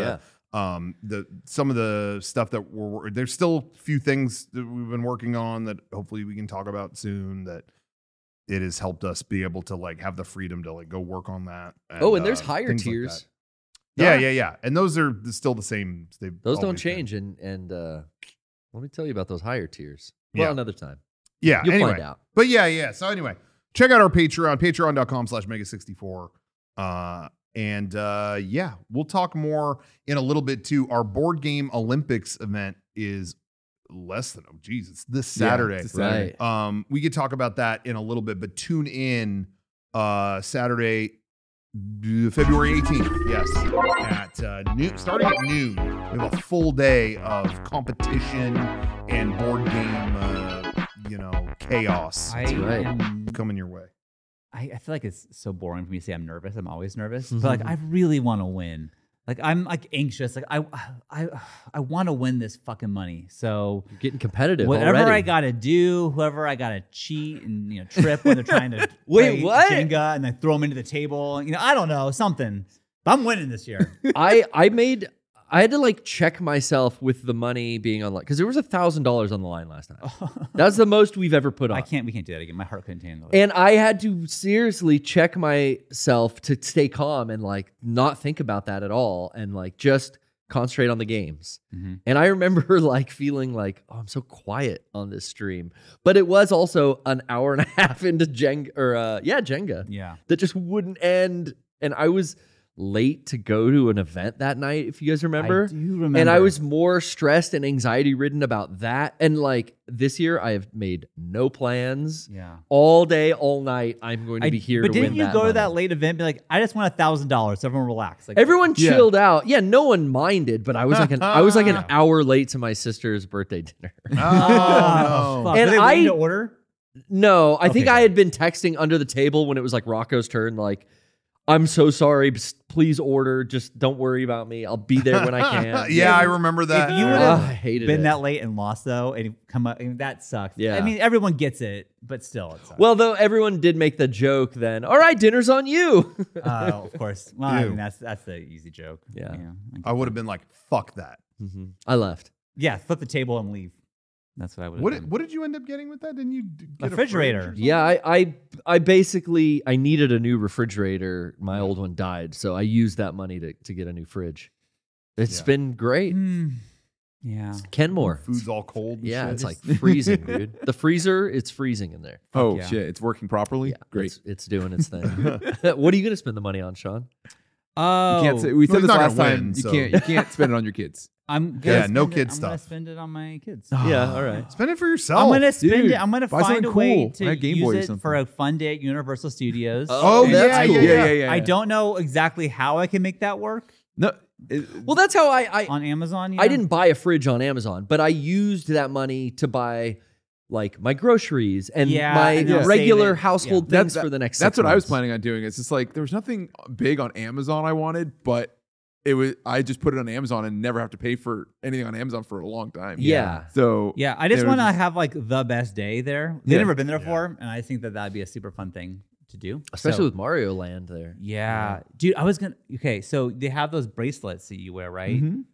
S3: yeah,
S1: um the some of the stuff that we're wor- there's still a few things that we've been working on that hopefully we can talk about soon that it has helped us be able to like have the freedom to like go work on that
S3: oh, and there's
S1: uh,
S3: higher
S1: things like
S3: tiers.
S1: that. yeah yeah yeah and those are th- still the same they
S3: Those don't change. And and uh, let me tell you about those higher tiers.
S1: Yeah.
S3: Well, another time.
S1: yeah
S3: You'll
S1: anyway
S3: find out.
S1: but yeah yeah so anyway check out our patreon patreon.com slash mega 64 uh and uh yeah we'll talk more in a little bit too our board game olympics event is less than oh geez it's this
S4: Yeah,
S1: saturday
S4: it's a Saturday.
S3: Right.
S1: um, we could talk about that in a little bit, but tune in uh, Saturday, d- February 18th. Yes, at uh, noon, starting at noon. We have a full day of competition and board game, uh, you know, chaos
S2: I
S3: right.
S2: am-
S1: coming your way.
S2: I, I feel like it's so boring for me to say I'm nervous. I'm always nervous, but like
S3: Mm-hmm.
S2: I really want to win. Like I'm like anxious. Like I I I want to win this fucking money. So
S3: You're getting competitive.
S2: whatever
S3: already.
S2: I gotta do, whoever I gotta cheat and you know trip when they're trying to
S3: Wait,
S2: play
S3: what?
S2: Jenga and I throw them into the table. You know, I don't know something. But I'm winning this year.
S3: I I made I had to like check myself with the money being on because there was a thousand dollars on the line last night. That's the most we've ever put on.
S2: I can't. We can't do that again. My heart couldn't handle it.
S3: And I had to seriously check myself to stay calm and like not think about that at all and like just concentrate on the games.
S2: Mhm.
S3: And I remember like feeling like, oh, I'm so quiet on this stream. But it was also an hour and a half into Jenga or uh yeah, Jenga
S2: yeah.
S3: that just wouldn't end. And I was late to go to an event that night, if you guys remember.
S2: I do remember.
S3: And I was more stressed and anxiety ridden about that. And like this year, I have made no plans.
S2: Yeah.
S3: All day, all night, I'm going to
S2: I-
S3: be here.
S2: But
S3: to
S2: didn't
S3: win
S2: you
S3: that
S2: go
S3: money.
S2: to that late event? And be like, I just want a thousand dollars. Everyone relax. Like
S3: Everyone
S4: Yeah.
S3: chilled out. Yeah, no one minded, but I was like an I was like an hour late to my sister's birthday dinner.
S1: Oh, no.
S2: fuck.
S3: And
S2: Did they wait
S3: I-
S2: to order.
S3: No, I think
S2: Okay.
S3: I had been texting under the table when it was like Rocco's turn, like, I'm so sorry. s- Please order. Just don't worry about me. I'll be there when I
S1: yeah,
S3: can.
S1: I remember that.
S2: you would've-
S3: Ugh, I hated
S2: Been
S3: it.
S2: that late and lost though, and come up. and that sucks.
S3: Yeah.
S2: I mean, everyone gets it, but still, it sucks.
S3: well, though everyone did make the joke then, all right, dinner's on you.
S2: Oh, of course. Well, I
S1: Ew.
S2: mean, that's that's the easy joke.
S3: Yeah.
S2: I
S1: I would have been like, "Fuck that."
S3: Mhm. I left.
S2: Yeah, flip the table and leave. That's what I would
S1: What
S2: have
S1: did, what did you end up getting with that? Didn't you d- get
S2: Refrigerator.
S1: A fridge or something?
S3: Yeah, I, I I basically I needed a new refrigerator. My old one died, so I used that money to, to get a new fridge. It's
S1: Yeah.
S3: been great.
S2: Mm. Yeah.
S3: Kenmore.
S1: Food's all cold. and
S3: Yeah,
S1: shit.
S3: it's like freezing, dude. The freezer, it's freezing in there.
S4: Oh
S2: yeah.
S4: shit, it's working properly.
S3: Yeah,
S4: Great.
S3: It's, it's doing its thing. what are you going to spend the money on, Sean?
S2: Oh,
S4: You can't say,
S1: Well,
S4: we said
S1: he's
S4: this
S1: not
S4: last
S1: gonna
S4: time.
S1: win,
S4: you
S1: so-
S4: can't. You can't spend it on your kids.
S2: I'm
S1: Yeah,
S2: spend
S1: no
S2: it-
S1: kid
S2: I'm gonna
S1: stuff.
S2: spend it on my kids.
S3: yeah, all right.
S1: spend it for yourself.
S2: I'm gonna spend
S4: Ah, dude,
S2: it. I'm gonna
S4: buy something
S2: find a way
S4: cool. Buy
S2: to
S4: a Game
S2: use
S4: Boy or
S2: it for
S4: something.
S2: a fun day at Universal Studios.
S3: Oh,
S2: And
S3: that's
S2: I-
S3: cool.
S4: Yeah, yeah, yeah.
S2: I don't know exactly how I can make that work
S4: No. it-
S3: Well, that's how I I,
S2: on Amazon. you
S3: I
S2: know?
S3: didn't buy a fridge on Amazon, but I used that money to buy like my groceries and
S2: Yeah,
S3: my
S2: and I'll
S3: regular
S2: save it.
S3: household
S4: That-
S3: things
S4: that-
S3: for the next.
S4: That's
S3: six
S4: what I was
S3: months.
S4: planning on doing. It's just like there was nothing big on Amazon I wanted, but it was I just put it on Amazon and never have to pay for anything on Amazon for a long time.
S3: Yeah.
S4: So
S2: Yeah, I just
S4: They were
S2: want to
S4: just-
S2: have like the best day there. They've
S4: Yeah.
S2: never been there before, and I think that that'd be a super fun thing to do.
S3: especially
S2: So-
S3: with Mario Land there.
S2: yeah, dude. I was gonna. Okay, so they have those bracelets that you wear, right?
S4: Mhm.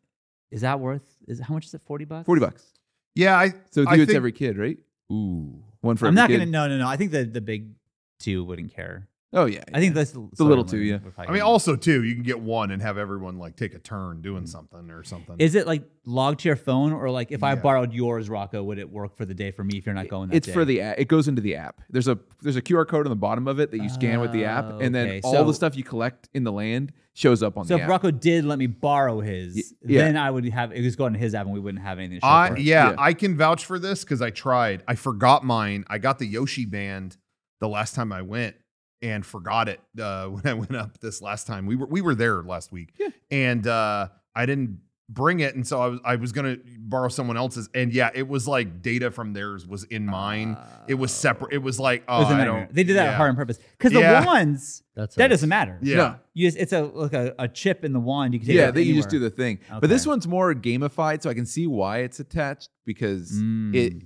S2: Is that worth? Is how much is it? Forty bucks.
S4: Forty bucks.
S1: Yeah, I
S4: So with
S1: I
S4: you, it's
S1: think-
S4: every kid, right?
S3: Ooh.
S4: One for
S2: I'm not
S4: every
S2: gonna.
S4: kid.
S2: No, no, no. I think the the big two wouldn't care.
S4: Oh yeah.
S2: I think that's
S4: a little two, yeah.
S1: I mean, also too, you can get one and have everyone like take a turn doing something or something.
S2: Is it like logged to your phone, or like if I
S1: Yeah.
S2: borrowed yours, Rocco, would it work for the day for me if you're not going? That
S4: it's
S2: day?
S4: for the app. It goes into the app. There's a there's a QR code on the bottom of it that you scan with the app,
S2: Oh,
S4: and then
S2: okay.
S4: all
S2: So-
S4: the stuff you collect in the land shows up on
S2: So
S4: the
S2: if
S4: app.
S2: Rocco did let me borrow his,
S4: yeah.
S2: then I would have it was going to his app and we wouldn't have anything. To show
S1: I
S2: for it.
S1: yeah,
S4: Yeah.
S1: I can vouch for this because I tried. I forgot mine. I got the Yoshi band the last time I went and forgot it uh, when I went up this last time. We were we were there last week,
S4: Yeah.
S1: and uh, I didn't bring it, and so I was I was gonna borrow someone else's, and yeah, it was like data from theirs was in mine. it was separate. It was like oh,
S2: It was a
S1: I
S2: nightmare.
S1: don't-
S2: They did that
S1: yeah.
S2: hard on purpose because the
S1: Yeah.
S2: wands
S3: That's
S2: that doesn't matter.
S1: Yeah,
S4: No.
S2: you just, it's a like a, a chip in the wand. You can take
S4: yeah,
S2: it
S4: that you just do
S2: anywhere.
S4: the thing. But this
S2: Okay.
S4: one's more gamified, so I can see why it's attached because
S2: Mm.
S4: it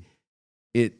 S4: it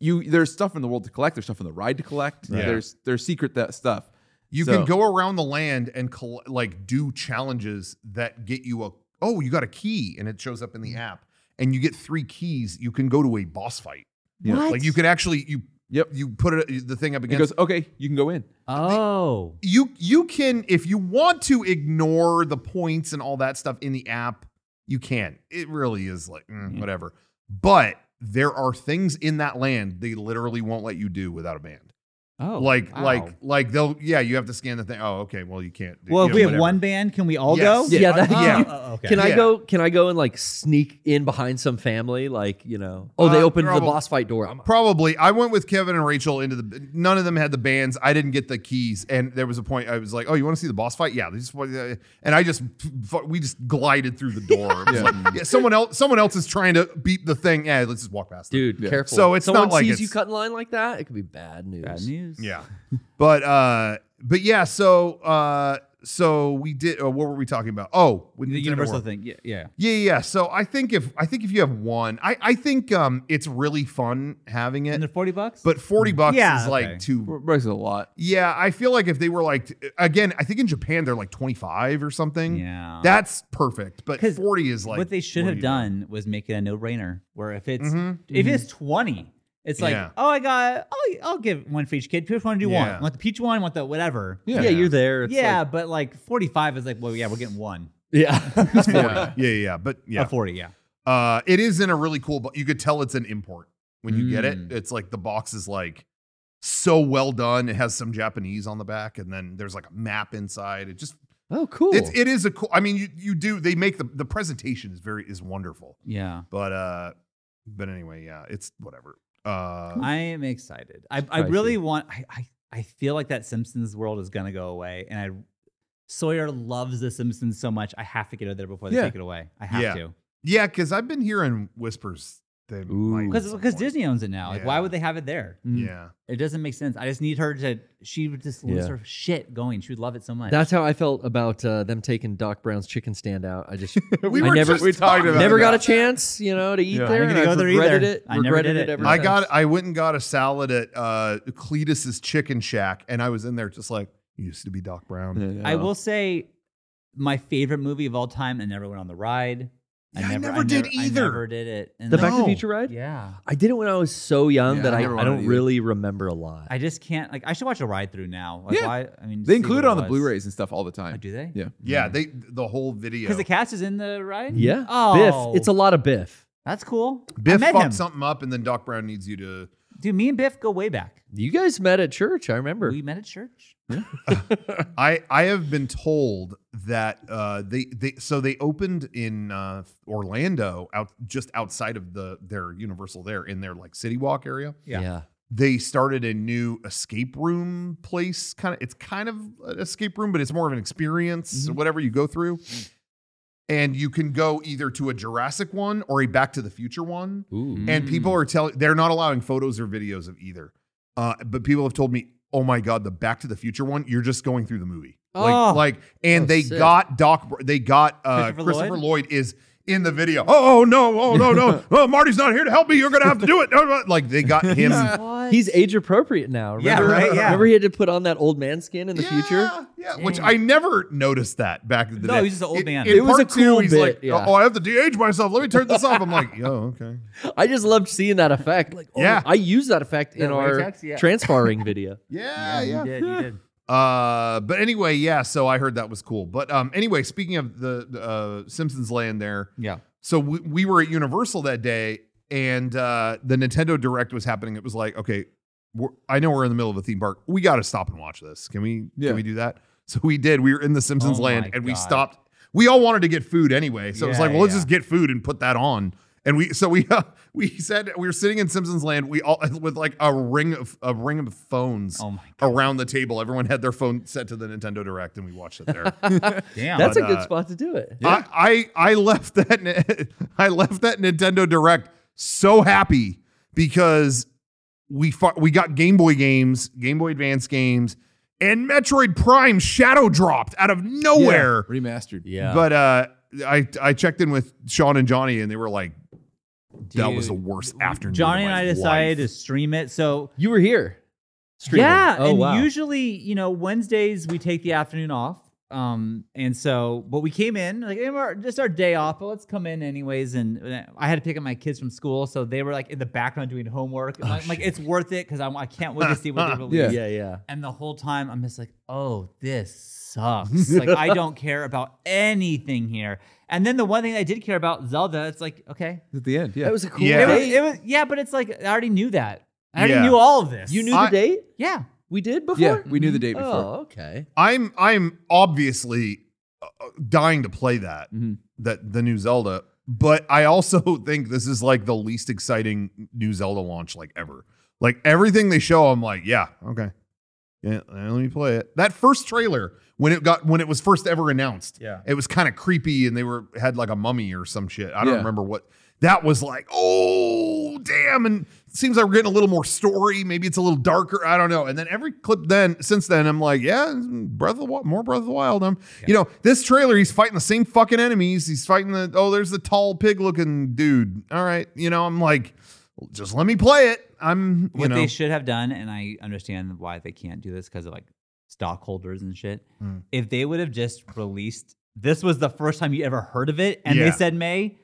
S4: you there's stuff in the world to collect. There's stuff in the ride to collect.
S1: Right.
S4: There's there's secret that stuff.
S1: You
S4: So-
S1: can go around the land and col- like do challenges that get you a oh you got a key and it shows up in
S4: Mm.
S1: the app and you get three keys. You can go to a boss fight.
S4: Yeah.
S2: What?
S1: Like you could actually you
S4: Yep.
S1: you put it, the thing up
S4: It
S1: against
S4: goes okay. You can go in.
S2: oh,
S1: you you can if you want to ignore the points and all that stuff in the app you can it really is like mm,
S4: Yeah.
S1: whatever but there are things in that land they literally won't let you do without a band
S2: oh,
S1: like
S2: wow.
S1: like like they'll yeah you have to scan the thing oh okay well you can't do-
S2: Well,
S1: you
S2: if
S1: know,
S2: we have
S1: whatever.
S2: one band, can we all
S1: Yes.
S2: go?
S1: Yeah,
S3: Yeah,
S1: that-
S2: Oh,
S1: yeah.
S2: oh, oh, okay.
S3: Can I
S1: Yeah.
S3: go? Can I go and like sneak in behind some family? Like you know? Oh, they
S1: Uh,
S3: opened the
S1: probably-
S3: boss fight door. I'm,
S1: Probably. I went with Kevin and Rachel into the. None of them had the bands. I didn't get the keys, and there was a point I was like, "Oh, you want to see the boss fight? Yeah." They just, and I just we just glided through the door. It was
S4: Yeah.
S1: like, yeah, someone else. Someone else is trying to beat the thing. Yeah, let's just walk past. them.
S3: dude,
S4: Yeah.
S3: careful.
S1: So it's
S3: Someone
S1: not like
S3: sees
S1: it's-
S3: you cut in line like that. It could be bad news.
S2: Bad news.
S1: Yeah, but uh, but yeah. So uh, so we did. Uh, what were we talking about? Oh, with
S2: The
S1: Nintendo
S2: universal
S1: World.
S2: thing. Yeah, yeah.
S1: Yeah, yeah. So I think if I think if you have one, I I think um, it's really fun having
S2: And
S1: it.
S2: they're forty bucks.
S1: But forty bucks
S2: Yeah,
S1: is
S2: okay.
S1: like too
S4: Bryce is a lot.
S1: Yeah, I feel like if they were like again, I think in Japan they're like 25 or something.
S2: yeah,
S1: That's perfect, but
S2: 'Cause
S1: 40 is like
S2: what they should
S1: what
S2: have
S1: do you do?
S2: done was make it a no-brainer. Where if it's
S1: Mhm.
S2: if it's twenty, it's like,
S1: Yeah.
S2: oh, I got, I'll, I'll give one for each kid. People want to do
S1: Yeah.
S2: one. Want the peach one? Want the whatever?
S3: Yeah,
S4: Yeah.
S3: you're there. It's
S2: yeah,
S3: like-
S2: but like forty-five is like, well, yeah, we're getting one.
S3: yeah.
S4: Yeah.
S1: Yeah, yeah, yeah, but
S2: Yeah,
S1: yeah.
S2: forty. Yeah.
S1: Uh it is in a really cool but you could tell it's an import when you get it.
S2: Mm.
S1: It's like the box is like so well done. It has some Japanese on the back and then there's like a map inside. It just
S3: oh, cool.
S1: it's it is a cool I mean you you do they make the the presentation is very is wonderful.
S2: Yeah.
S1: But uh but anyway, yeah, it's whatever. Uh
S2: I am excited. I, I
S3: Pricey.
S2: really want. I, I I feel like that Simpsons world is gonna go away, and I Sawyer loves the Simpsons so much. I have to get it there before they
S4: Yeah.
S2: take it away. I have
S1: Yeah.
S2: to
S1: Yeah, because I've been hearing whispers. They
S3: Ooh.
S1: might at
S2: because
S1: some
S2: because
S1: point.
S2: Disney owns it now. Like, why
S1: Yeah.
S2: would they have it there? Mm.
S1: Yeah,
S2: It doesn't make sense. I just need her to. She would just lose
S3: Yeah.
S2: her shit going. She would love it so much.
S3: That's how I felt about uh, them taking Doc Brown's chicken stand out. I just
S1: we
S3: I
S1: were
S3: never-
S1: just
S4: we talked
S1: talking
S4: about
S3: never
S4: it.
S3: got a chance, you know, to eat
S4: Yeah. I
S3: there.
S2: didn't
S3: and
S2: go
S3: I've
S2: there
S3: regretted
S2: either.
S3: it.
S2: I never
S3: regretted
S2: did
S3: it.
S2: it.
S3: ever
S1: I
S3: since.
S1: got. I went and got a salad at uh, Cletus's Chicken Shack, and I was in there just like used to be Doc Brown. Yeah,
S2: I will say, my favorite movie of all time, and never went on the ride.
S1: Yeah, I never did either.
S2: I never did it. And
S3: the
S2: like-
S3: Back to the
S1: No.
S3: Future ride.
S2: Yeah.
S3: I did it when I was so young
S4: Yeah,
S3: that
S4: I
S3: I,
S4: never
S3: I
S4: wanted
S3: don't
S4: to
S3: really remember a lot.
S2: I just can't. Like, I should watch a ride through now. Like,
S4: Yeah.
S2: why? I mean,
S4: They
S2: see what
S4: include it on the
S2: was.
S4: Blu-rays and stuff all the
S2: Oh,
S4: time.
S2: do they?
S4: Yeah.
S1: they the whole video.
S2: Because the cast is in the ride.
S3: yeah,
S2: Oh,
S3: Biff. It's a lot of Biff.
S2: That's cool. I
S1: Biff
S2: met
S1: fucked
S2: him.
S1: something up, and then Doc Brown needs you to.
S2: Dude, me and Biff go way back.
S3: You guys met at church. I remember.
S2: We met at church.
S1: I I have been told that uh, they they so they opened in uh, Orlando out just outside of the their Universal there in their like City Walk area.
S2: Yeah.
S1: they started a new escape room place kind of it's kind of an escape room but it's more of an experience whatever you go through and you can go either to a Jurassic one or a Back to the Future one
S3: Ooh.
S1: and people are telling they're not allowing photos or videos of either uh, but people have told me oh my god the Back to the Future one you're just going through the movie
S2: Oh.
S1: like like and
S3: Oh,
S1: they
S3: sick.
S1: got Doc Br- they got uh,
S2: Christopher
S1: Christopher Lloyd? is in the video. Oh, oh, no, oh no no. Oh, Marty's not here to help me. You're gonna have to do it. Like they got him.
S2: What?
S3: He's age appropriate now.
S2: Yeah,
S3: Remember,
S2: right, yeah.
S3: remember he had to put on that old man skin in the future.
S1: Yeah, which I never noticed that back in the
S2: No,
S1: day.
S2: he's just an old
S1: In-
S2: man.
S1: in
S3: It was
S1: part
S3: a cool
S1: two, he's
S3: bit,
S1: like,
S3: yeah.
S1: oh, I have to de-age myself. Let me turn this off. I'm like, yo, okay.
S3: I just loved seeing that effect. Like, oh,
S1: Yeah.
S3: I used that effect in
S2: The
S3: our
S2: latex, yeah.
S3: transferring video.
S1: Yeah,
S2: You did. You did.
S1: Uh, but anyway, yeah. So I heard that was cool. But um, anyway, speaking of the the, uh, Simpsons Land, there.
S2: Yeah.
S1: So we, we were at Universal that day, and uh, the Nintendo Direct was happening. It was like, okay, we're, I know we're in the middle of a theme park. We got to stop and watch this. Can we?
S4: Yeah.
S1: Can we do that? So we did. We were in the Simpsons
S2: Oh
S1: Land,
S2: my
S1: and we
S2: God.
S1: stopped. We all wanted to get food anyway, so it was
S2: Yeah,
S1: like, well, let's
S2: yeah.
S1: just get food and put that on. And we so we uh, we said we were sitting in Simpsons Land. We all with like a ring of a ring of phones
S2: Oh my
S1: around the table. Everyone had their phone set to the Nintendo Direct, and we watched it there.
S2: damn.
S3: That's a
S1: But,
S3: good
S1: uh,
S3: spot to do it.
S1: I, I I left that Ni- I left that Nintendo Direct so happy because we fu- we got Game Boy games, Game Boy Advance games, and Metroid Prime Shadow dropped out of nowhere.
S4: Remastered.
S3: Yeah.
S1: But uh, I I checked in with Sean and Johnny, and they were like, "That was the
S2: Dude.
S1: worst afternoon."
S2: Johnny
S1: of
S2: and
S1: my
S2: I
S1: life."
S2: decided to stream it. So
S3: you were here. streaming.
S2: Yeah,
S3: Oh,
S2: and
S3: wow.
S2: usually, you know, Wednesdays we take the afternoon off. Um, and so, but we came in like it was just our day off, but let's come in anyways. And uh, I had to pick up my kids from school, so they were like in the background doing homework. And I'm like, it's worth it because I, I can't wait to see what they release.
S4: Yeah.
S3: Oh, Yeah, yeah.
S2: And the whole time I'm just like, oh, this sucks. like I don't care about anything here. And then the one thing I did care about, Zelda, it's like, okay,
S4: At the end. Yeah.
S3: That was a cool
S1: Yeah.
S2: it was,
S3: date.
S2: it was, yeah, but it's like I already knew that. I already
S1: Yeah.
S2: knew all of this.
S3: you knew
S1: I-
S3: the date?
S2: yeah.
S3: We did before?
S4: yeah. We
S2: Mm-hmm.
S4: knew the date before.
S3: Oh, okay.
S1: I'm I'm obviously uh, dying to play that
S4: Mhm.
S1: that the new Zelda, but I also think this is like the least exciting new Zelda launch like ever. Like everything they show, I'm like, yeah, okay, yeah, let me play it. That first trailer when it got when it was first ever announced,
S2: Yeah.
S1: it was kind of creepy, and they were had like a mummy or some shit. I don't
S4: Yeah.
S1: remember what. That was like, oh damn! And it seems like we're getting a little more story. Maybe it's a little darker. I don't know. And then every clip then since then, I'm like, yeah, Breath of the Wild, more Breath of the Wild. I'm, you know, this trailer, he's fighting the same fucking enemies. He's fighting the oh, there's the tall pig looking dude. All right, you know, I'm like, just let me play it. I'm, you
S2: what
S1: know,
S2: they should have done, and I understand why they can't do this because of like stockholders and shit.
S1: Mm.
S2: If they would have just released this was the first time you ever heard of it, and
S1: Yeah.
S2: they said May,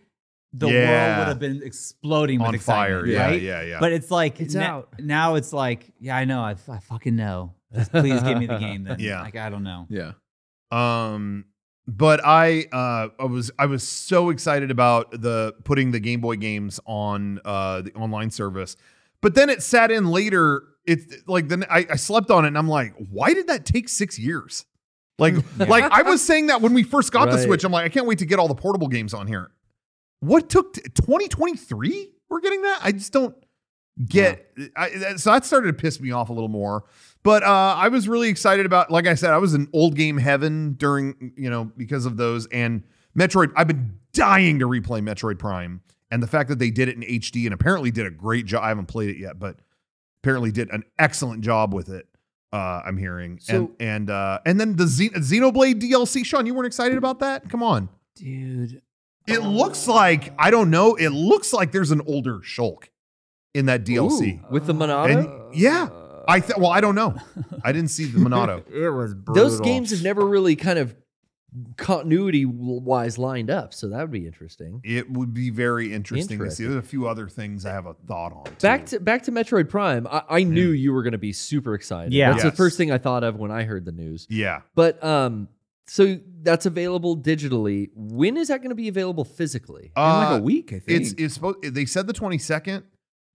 S2: the
S1: Yeah.
S2: world would have been exploding with
S1: on fire.
S2: excitement,
S1: Yeah,
S2: right?
S1: yeah, yeah.
S2: But it's like
S3: It's
S2: na-
S3: out.
S2: now. It's like yeah, I know. I, I fucking know. Just please give me the game. Then.
S1: Yeah.
S2: like I don't know.
S4: Yeah.
S1: Um, but I uh, I was I was so excited about the putting the Game Boy games on uh, the online service, but then it sat in later. It's like then I, I slept on it and I'm like, why did that take six years? Like like I was saying that when we first got the
S3: Right.
S1: Switch, I'm like, I can't wait to get all the portable games on here. What took t- 2023? We're getting that. I just don't get. I, that, so that started to piss me off a little more. But uh, I was really excited about, like I said, I was in old game heaven during, you know, because of those. And Metroid, I've been dying to replay Metroid Prime. And the fact that they did it in HD and apparently did a great job. I haven't played it yet, but apparently did an excellent job with it. Uh, I'm hearing.
S3: So-
S1: and and uh, and then the Xen- Xenoblade DLC, Sean, you weren't excited about that? Come on.
S2: Dude,
S1: It looks like, I don't know, it looks like there's an older Shulk in that DLC.
S3: Ooh, with the
S1: And
S3: Monado?
S1: yeah, I th- well, I don't know. I didn't see the Monado.
S2: it was brutal.
S3: Those games have never really kind of continuity wise lined up, so that would be interesting.
S1: It would be very interesting, to see.
S3: Interesting.
S1: There's a few other things I have a thought on.
S3: Back
S1: too.
S3: to back to Metroid Prime. I, I knew you were going to be super excited.
S2: Yeah.
S3: that's the
S1: Yes.
S3: first thing I thought of when I heard the news.
S1: yeah,
S3: But um, so that's available digitally. When is that going to be available physically?
S4: In like
S1: Uh,
S4: a week, I think.
S1: it's it's supposed. They said the 22nd,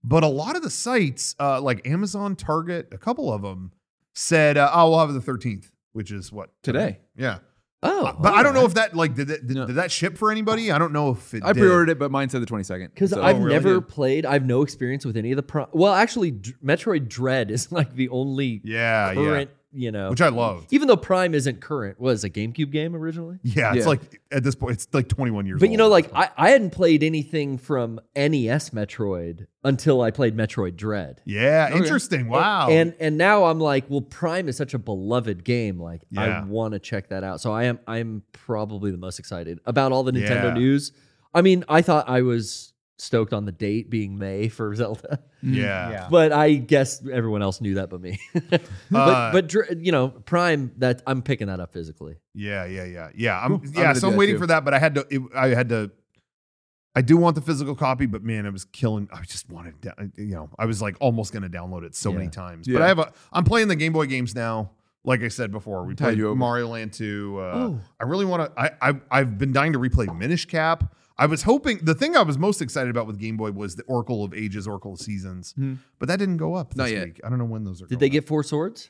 S1: but a lot of the sites, uh, like Amazon, Target, a couple of them, said, uh, "Oh, we'll have it the 13th," which is what
S4: today.
S1: Yeah,
S3: oh,
S1: Uh, but I don't know if that like did that, did,
S4: No.
S1: did that ship for anybody. I don't know if it
S4: I
S1: did.
S4: pre-ordered it, but mine said the 22nd.
S3: because
S4: so-
S3: I've
S1: Oh, really?
S3: never
S1: Yeah.
S3: played. I've no experience with any of the pro. Well, actually, D- Metroid Dread is like the only
S1: Yeah,
S3: current. You know,
S1: yeah, which I love.
S3: even though Prime isn't current, was a GameCube game originally.
S1: Yeah, it's
S4: Yeah.
S1: like at this point, it's like 21 years.
S3: But you
S1: old.
S3: know, like I, I hadn't played anything from NES Metroid until I played Metroid Dread.
S1: yeah,
S4: Okay.
S1: interesting. Wow.
S3: And and now I'm like, well, Prime is such a beloved game. Like I
S1: Yeah.
S3: want to check that out. So I am I'm probably the most excited about all the Nintendo
S1: Yeah.
S3: news. I mean, I thought I was stoked on the date being May for Zelda,
S1: Yeah.
S2: Yeah.
S3: but I guess everyone else knew that but me.
S1: Uh,
S3: but but Dr- you know, Prime that I'm picking that up physically.
S1: Yeah, yeah, yeah, yeah. I'm
S4: Cool. I'm
S1: yeah.
S4: gonna
S1: so
S4: do
S1: I'm
S4: that
S1: waiting
S4: too.
S1: for that, but I had to. It, I had to. I do want the physical copy, but man, it was killing. I just wanted, to, uh, you know, I was like almost going to download it so many
S3: Yeah.
S1: times. But
S4: Yeah.
S1: I have a. I'm playing the Game Boy games now. Like I said before, we
S4: Tie
S1: played
S4: you over.
S1: Mario Land 2. Uh,
S3: Oh.
S1: I really want to. I, I I've been dying to replay Minish Cap. I was hoping the thing I was most excited about with Game Boy was the Oracle of Ages, Oracle of Seasons,
S4: Hmm.
S1: but that didn't go up this
S4: Not yet.
S1: week. I don't know when those are.
S3: Did they
S1: going
S3: get four swords?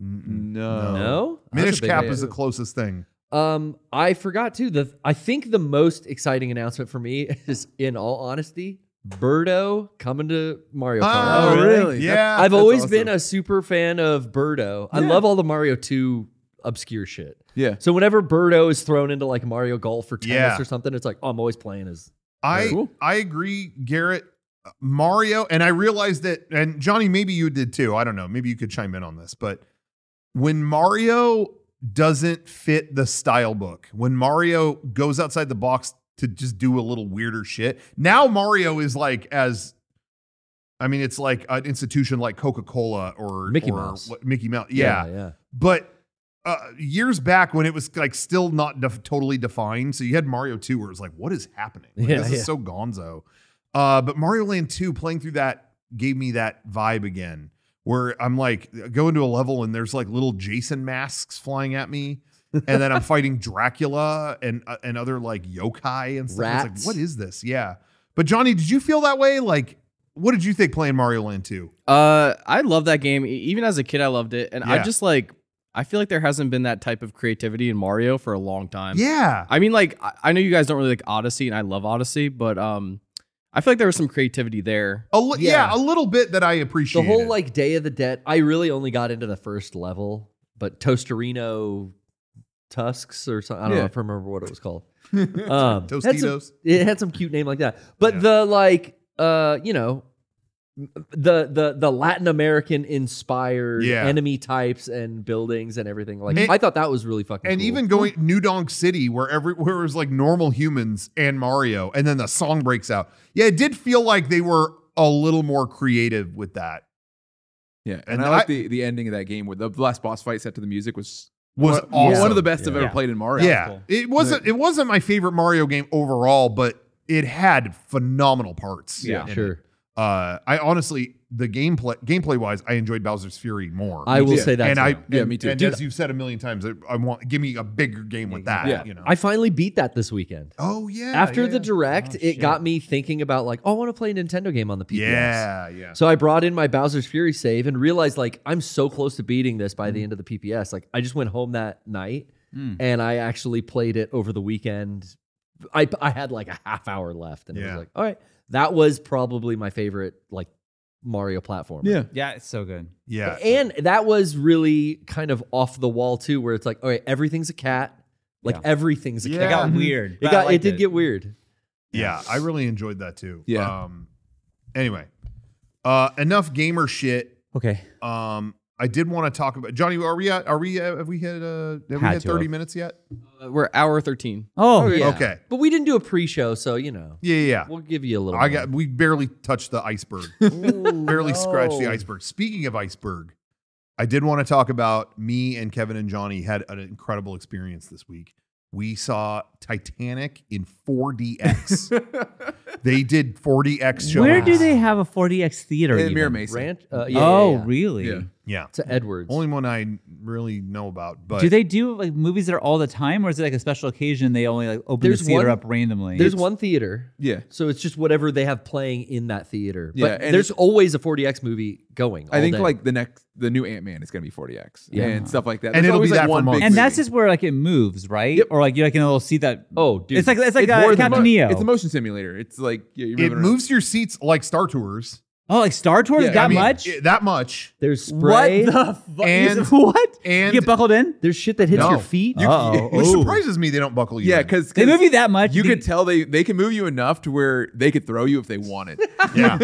S1: up. Mm-mm.
S4: No.
S3: No. That's
S1: Oh. Minish
S3: a big
S1: Cap
S3: hit.
S1: is the closest thing.
S3: Um, I forgot too. The I think the most exciting announcement for me is, in all honesty, Birdo coming to Mario Kart.
S1: Oh,
S4: Oh,
S2: really?
S4: really?
S1: Yeah.
S4: That's-
S3: I've
S4: that's
S3: always
S4: awesome.
S3: been a super fan of Birdo. I
S4: Yeah.
S3: love all the Mario 2 obscure shit.
S4: Yeah.
S3: So whenever Birdo is thrown into like Mario Golf or tennis
S1: Yeah.
S3: or something, it's like, oh, I'm always playing as
S1: I
S4: Cool.
S1: I agree, Garrett. Uh, Mario, and I realized that, and Johnny, maybe you did too. I don't know. Maybe you could chime in on this, but when Mario doesn't fit the style book, when Mario goes outside the box to just do a little weirder shit, now Mario is like as, I mean, it's like an institution like Coca Cola or
S3: Mickey
S1: or
S3: Mouse.
S1: what- Mickey Mouse, yeah
S3: yeah.
S1: but uh, years back when it was like still not def- totally defined, so you had Mario 2 where it was like, what is happening? Like,
S3: Yeah,
S1: this
S3: yeah.
S1: is so gonzo. Uh, but Mario Land 2, playing through that gave me that vibe again where I'm like, I go into a level and there's like little Jason masks flying at me. and then I'm fighting Dracula and uh, and other like yokai and stuff. It's like,
S3: Rats.
S1: what is this? Yeah. But Johnny, did you feel that way? Like, what did you think playing Mario Land 2?
S5: Uh, I love that game. E- Even as a kid, I loved it, and I
S1: Yeah.
S5: just like I feel like there hasn't been that type of creativity in Mario for a long time.
S1: Yeah.
S5: I mean, like I- I know you guys don't really like Odyssey, and I love Odyssey, but um, I feel like there was some creativity there.
S1: A li- yeah.
S3: Yeah.
S1: a little bit that I appreciate.
S3: The whole like Day of the Dead, I really only got into the first level, but Toasterino Tusks or something. I don't know
S4: Yeah.
S3: if I remember what it was called. Um, had some-
S1: Tostitos.
S3: it had some cute name like that. But
S1: Yeah.
S3: the like uh, you know, the the the Latin American inspired
S1: Yeah.
S3: enemy types and buildings and everything. Like
S1: And-
S3: I thought that was really fucking
S1: and
S3: cool.
S1: even going New Donk City, where every where it was like normal humans and Mario, and then the song breaks out. Yeah, it did feel like they were a little more creative with that.
S4: Yeah. And,
S1: And
S4: I like
S1: I-
S4: the, the ending of that game where the last boss fight set to the music was
S1: Was
S4: one,
S1: awesome.
S4: one of the best I've
S3: Yeah.
S4: ever
S5: Yeah.
S4: played in Mario.
S1: yeah, it wasn't it wasn't my favorite Mario game overall, but it had phenomenal parts.
S5: Yeah.
S1: in it.
S3: sure.
S1: Uh, I honestly, the gameplay gameplay wise, I enjoyed Bowser's Fury more.
S3: I will
S4: too.
S3: say that.
S1: and
S3: too.
S1: I
S4: Yeah,
S1: and-
S4: me too.
S1: And
S4: Dude,
S1: as you've said a million times, I, I want give me a bigger game with that.
S4: Yeah.
S1: you know.
S3: I finally beat that this weekend.
S1: oh yeah.
S3: After
S1: yeah.
S3: the direct,
S2: Oh,
S3: it
S2: shit.
S3: got me thinking about like, oh, I want to play a Nintendo game on the PPS.
S1: yeah, yeah.
S3: So I brought in my Bowser's Fury save and realized like I'm so close to beating this by
S1: Mm.
S3: the end of the PPS. Like I just went home that night
S2: Mm.
S3: and I actually played it over the weekend. I I had like a half hour left and it
S1: Yeah.
S3: was like, all right, that was probably my favorite like Mario platform.
S4: Yeah.
S2: Yeah, it's so good.
S1: yeah.
S3: And that was really kind of off the wall too, where it's like, all right, everything's a cat. Like
S2: Yeah.
S3: everything's a
S1: Yeah. Mm-hmm.
S2: It
S3: cat.
S2: got weird.
S3: It
S2: but I
S3: got it
S2: liked
S3: did get weird.
S1: Yeah, I really enjoyed that too.
S4: Yeah.
S1: Um, anyway, uh, enough gamer shit.
S3: Okay.
S1: Um, I did want to talk about Johnny. Are we at? Are we? uh, Have we hit? Uh, have we
S2: Had
S1: hit
S2: to
S1: thirty
S2: have.
S1: minutes yet?
S5: Uh, We're hour thirteen.
S2: Oh,
S3: yeah.
S1: Okay.
S3: But we didn't do a pre-show, so you know.
S1: Yeah, yeah. yeah.
S3: We'll give you a little
S1: I
S3: more.
S1: got. We barely touched the iceberg. barely scratched the iceberg. Speaking of iceberg, I did want to talk about me and Kevin and Johnny had an incredible experience this week. We saw Titanic in 4DX. they did 4DX show.
S2: Where do they have a 40x theater?
S4: In Mirror
S2: even?
S4: Mason.
S3: Ranch. Uh, yeah,
S2: oh,
S3: yeah, yeah.
S2: really?
S4: Yeah.
S1: Yeah.
S3: It's at Edwards.
S1: Only one I really know about. But
S2: do they do like movies there all the time, or is it like a special occasion? They only like open
S3: There's
S2: the theater
S3: one-
S2: up randomly.
S3: There's one theater.
S4: Yeah.
S3: So it's just whatever they have playing in that theater.
S4: Yeah,
S3: but
S4: and
S3: there's
S4: it-
S3: always a 40X movie going.
S4: I
S3: all
S4: think
S3: day.
S4: like the next, the new Ant Man is going to be 40X
S3: Yeah.
S4: and stuff like that.
S1: And
S4: There's
S1: it'll
S4: always,
S1: be
S4: like,
S1: that for
S4: one big
S1: months.
S2: and that's
S4: movie.
S2: just where like it moves, right?
S4: Yep.
S2: Or like you're like in a little seat that.
S3: oh, dude.
S2: it's like it's like
S4: It's
S2: uh,
S4: more than
S2: Captain
S4: mo-
S2: Neo.
S4: It's a motion simulator. It's like yeah, you're
S1: it
S4: moving around.
S1: moves your seats like Star Tours.
S2: oh, like Star Tours
S4: Yeah,
S2: that
S4: I mean,
S2: much.
S1: it- that much.
S3: there's spray.
S2: What the fuck?
S1: And-
S2: what?
S1: And
S2: you get buckled in?
S3: there's shit that hits
S1: No.
S3: your feet.
S4: You-
S2: Uh-oh.
S4: you-
S1: which
S2: Ooh.
S1: surprises me, they don't buckle you.
S4: yeah,
S1: in.
S4: because
S2: They move you that much?
S4: You
S2: Did-
S4: could tell they they can move you enough to where they could throw you if they wanted.
S1: yeah,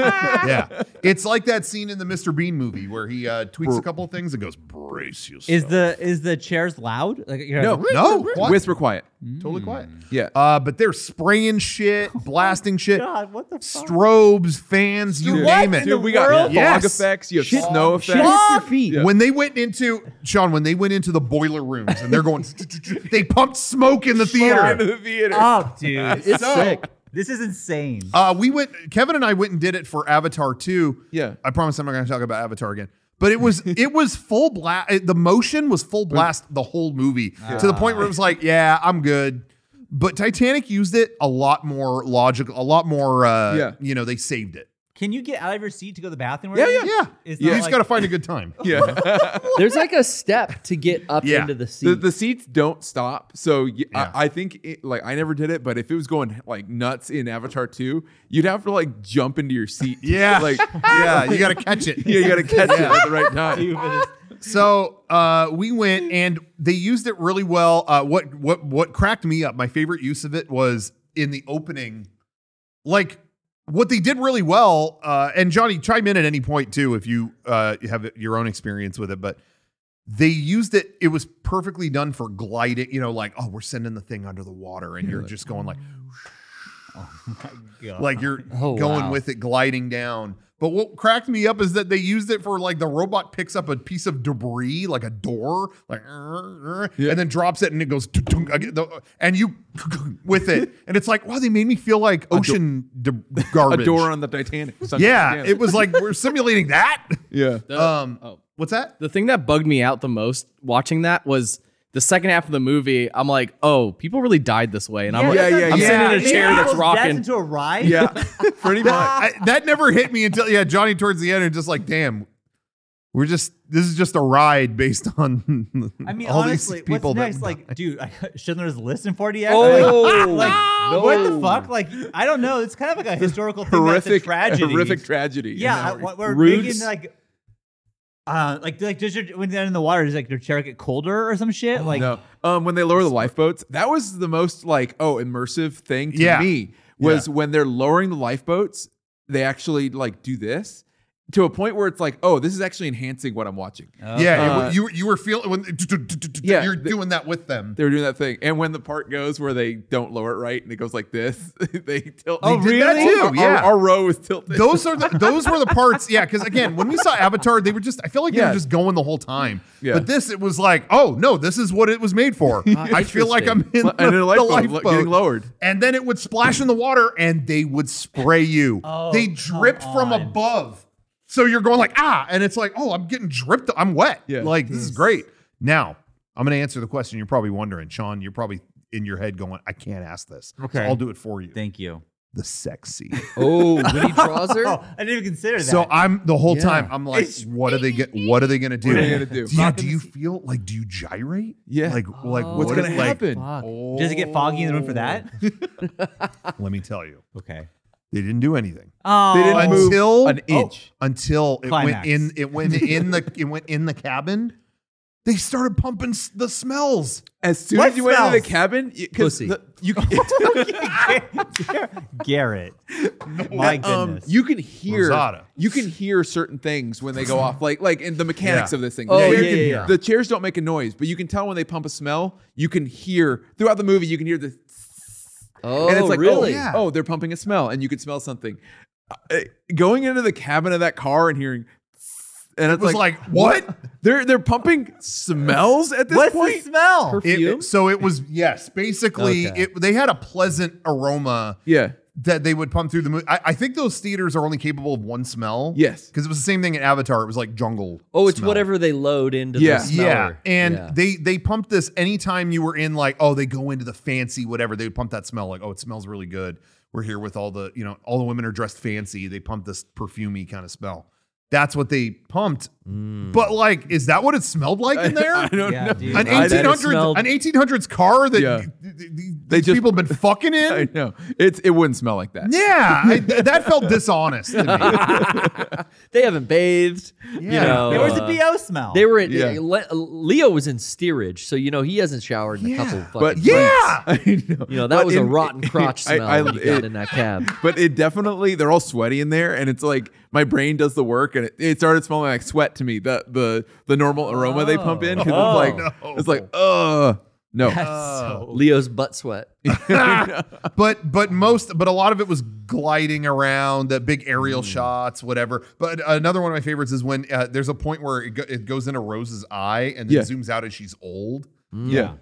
S1: yeah, it's like that scene in the Mr. Bean movie where he uh, tweets a couple of things and goes, "Brace yourself."
S2: Is the is the chairs loud? Like you're
S4: no,
S2: like,
S1: no, what?
S4: whisper quiet.
S1: Totally
S2: Hmm.
S1: quiet.
S4: Yeah.
S1: Uh, but they're spraying shit, blasting shit,
S2: "Oh God, what the fuck?
S1: strobes, fans, you
S2: Dude,
S1: name
S2: what
S1: it.
S2: in the
S4: Dude, we got
S2: world?
S4: fog
S1: Yes.
S4: effects. You have
S2: Shit-
S4: snow
S2: shit
S4: effects.
S2: off your feet.
S1: When they went into Sean, when they went into the boiler rooms and they're going, they pumped smoke in the theater.
S4: the theater.
S2: Up, dude.
S1: It's sick.
S2: This is insane.
S1: Uh, we went. Kevin and I went and did it for Avatar two.
S4: Yeah.
S1: I promise I'm not going to talk about Avatar again. But it was it was full blast. The motion was full blast the whole movie to the point where it was like, yeah, I'm good. But Titanic used it a lot more logical, a lot more. Uh,
S4: Yeah.
S1: you know, they saved it.
S2: Can you get out of your seat to go to the bathroom?
S4: Yeah,
S1: Yeah,
S2: It's
S1: you
S2: not
S1: just
S2: like-
S1: got to find a good time.
S4: Yeah.
S3: There's like a step to get up
S1: Yeah.
S3: into the
S4: the,
S3: seat.
S4: the seats don't stop. So y I I
S1: Yeah.
S4: I, think it, like I never did it, but if it was going like nuts in Avatar 2, you'd have to like jump into your seat.
S1: Yeah.
S4: Like
S1: yeah, you got to catch it.
S4: yeah, you got to catch it at the right time.
S2: Stupid.
S1: So uh, we went and they used it really well. Uh, what what what cracked me up? My favorite use of it was in the opening. Like what they did really well, uh, and Johnny chime in at any point too if you uh, have your own experience with it. But they used it; it was perfectly done for gliding. You know, like oh, we're sending the thing under the water, and you're just going like
S2: God.
S1: like you're
S3: Oh,
S1: going
S3: wow.
S1: with it gliding down. But what cracked me up is that they used it for like the robot picks up a piece of debris, like a door, like "Er, er,"
S4: Yeah.
S1: and then drops it and it goes "Tunk, tunk," again, the- and you with it. And it's like, wow, they made me feel like ocean de-
S4: A
S1: garbage.
S4: door on the Titanic. sunk the
S1: yeah,
S4: Titanic.
S1: it was like we're simulating that.
S4: yeah.
S5: The,
S1: Um,
S5: oh.
S1: what's that?
S5: the thing that bugged me out the most watching that was the second half of the movie. I'm like, oh, people really died this way, and I'm like,
S4: Yeah, yeah,
S5: I'm
S4: yeah.
S5: sitting in a
S2: Maybe
S5: chair that's
S2: people's deaths
S5: rocking.
S2: into a ride.
S4: Yeah. Pretty much.
S1: I, that never hit me until yeah, Johnny towards the end, and just like, damn, we're just this is just a ride based on.
S2: I mean,
S1: all
S2: honestly,
S1: these people
S2: what's next?
S1: That,
S2: Like, dude, I, Schindler's List in 40X.
S3: Oh,
S2: like,
S3: no.
S2: what the fuck? Like, I don't know. It's kind of like a historical thing. that's
S4: horrific
S2: a tragedy.
S4: Horrific tragedy.
S2: Yeah, I,
S4: And now
S2: what we're
S3: Roots.
S2: making like, uh, like like does your when they're in the water does like your chair get colder or some shit? like,
S4: no. Um, when they lower the lifeboats, that was the most like oh immersive thing to
S1: Yeah.
S4: me was when they're lowering the lifeboats. They actually like do this to a point where it's like oh this is actually enhancing what I'm watching.
S1: Yeah, it-
S4: Uh,
S1: you you were feeling when
S4: Yeah,
S1: you're
S4: the-
S1: doing that with them.
S4: They were doing that thing, and when the part goes where they don't lower it right and it goes like this, they tilt.
S1: They did that too,
S4: Oh, Our- our-
S1: yeah.
S4: our, row was tilted.
S1: Those are the, those were the parts. Yeah, because again, when we saw Avatar, they were just I feel like they
S4: Yeah.
S1: were just going the whole time.
S4: Yeah.
S1: But this, it was like, oh no, this is what it was made for. I feel like I'm in the,
S4: and
S1: the
S4: a lifeboat,
S1: lifeboat.
S4: getting lowered.
S1: And then it would splash in the water, and they would spray you.
S2: Oh,
S1: they
S2: come
S1: dripped from
S2: on.
S1: above, so you're going like ah, and it's like oh, I'm getting dripped. I'm wet.
S4: Yeah.
S1: Like this is great. Now I'm gonna answer the question you're probably wondering, Sean. You're probably in your head going, I can't ask this. So
S2: Okay.
S1: I'll do it for you.
S2: thank you.
S1: the sex scene.
S3: Oh, when he draws her.
S2: Oh, I didn't even consider that.
S1: So I'm the whole
S3: Yeah.
S1: time I'm like,
S4: It's-
S1: what are they get? What are they gonna do?
S4: What are they gonna do?
S1: Yeah, do you feel like do you gyrate?
S4: Yeah.
S1: Like like
S3: Oh,
S4: What's
S1: what
S4: gonna
S1: if,
S4: happen?
S3: Fuck.
S1: Like,
S2: does it get foggy in the room for that?
S1: oh, Let me tell you,
S2: okay.
S1: they didn't do anything
S2: Oh,
S4: They didn't move
S1: until Oh,
S4: an inch.
S1: until it
S2: Climax.
S1: went in. It went in the it went in the cabin. They started pumping s- the smells.
S4: As soon
S2: What
S4: as you went into the
S2: smells?
S4: cabin, you, 'cause
S3: Pussy.
S4: the- you
S2: Garrett. My
S4: um,
S2: goodness.
S4: you can hear
S1: Rosada.
S4: you can hear certain things when they go off, like like in the mechanics
S1: Yeah.
S4: of this thing.
S3: Oh,
S4: You
S3: yeah,
S4: can-
S3: yeah, yeah.
S4: The chairs don't make a noise, but you can tell when they pump a smell. You can hear throughout the movie. You can hear the
S3: Oh,
S4: and it's like
S3: really?
S4: oh,
S1: Yeah.
S4: oh they're pumping a smell, and you can smell something. Uh, going into the cabin of that car and hearing. And it's
S1: was like, what?
S4: They're they're pumping smells at this
S2: What's
S4: point.
S2: the smell?
S1: It-
S3: Perfume?
S1: so it was yes, basically
S3: Okay.
S1: it, they had a pleasant aroma.
S4: yeah,
S1: that they would pump through the movie. I, I think those theaters are only capable of one smell.
S4: Yes.
S1: because it was the same thing in Avatar. It was like jungle.
S3: Oh, it's
S1: smell.
S3: whatever they load into
S4: Yeah.
S3: the
S1: Yeah,
S3: smeller.
S1: and
S3: Yeah.
S1: they they pumped this anytime you were in like oh they go into the fancy whatever they would pump that smell like oh it smells really good. We're here with all the you know all the women are dressed fancy. They pump this perfumey kind of smell. That's what they pumped. But like, is that what it smelled like in there?
S4: I don't
S2: Yeah,
S4: know.
S2: dude.
S1: An
S4: I-
S3: Mm. bet it
S1: 1800s,
S3: smelled-
S1: an 1800s car that
S4: Yeah.
S1: th- th- th- these
S4: They just-
S1: people have been fucking in.
S4: I know. It's it wouldn't smell like that.
S1: Yeah, I, th- that felt dishonest to me.
S3: They haven't bathed. You
S1: Yeah.
S3: know,
S2: there was
S3: uh,
S2: a BO smell.
S3: They were in,
S4: Yeah.
S3: Le- uh, Leo was in steerage, so you know he hasn't showered in a
S1: Yeah.
S3: couple fucking
S4: But
S1: Yeah.
S4: I know.
S3: You know, that
S4: But
S3: was a
S4: in-
S3: rotten crotch
S4: I-
S3: smell
S4: I-
S3: when you got
S4: it-
S3: in that cab.
S4: But it definitely they're all sweaty in there, and it's like my brain does the work, and it, it started smelling like sweat to me. The the the normal aroma they pump in because
S3: Oh.
S4: it's like
S1: No.
S4: it's like uh No.
S2: That's
S1: Oh.
S2: so-
S3: Leo's butt sweat.
S1: but but most but a lot of it was gliding around the big aerial
S2: Hmm.
S1: shots whatever but another one of my favorites is when uh, there's a point where it, go, it goes into rose's eye and then
S4: Yeah.
S1: zooms out as she's old
S2: Hmm.
S4: yeah.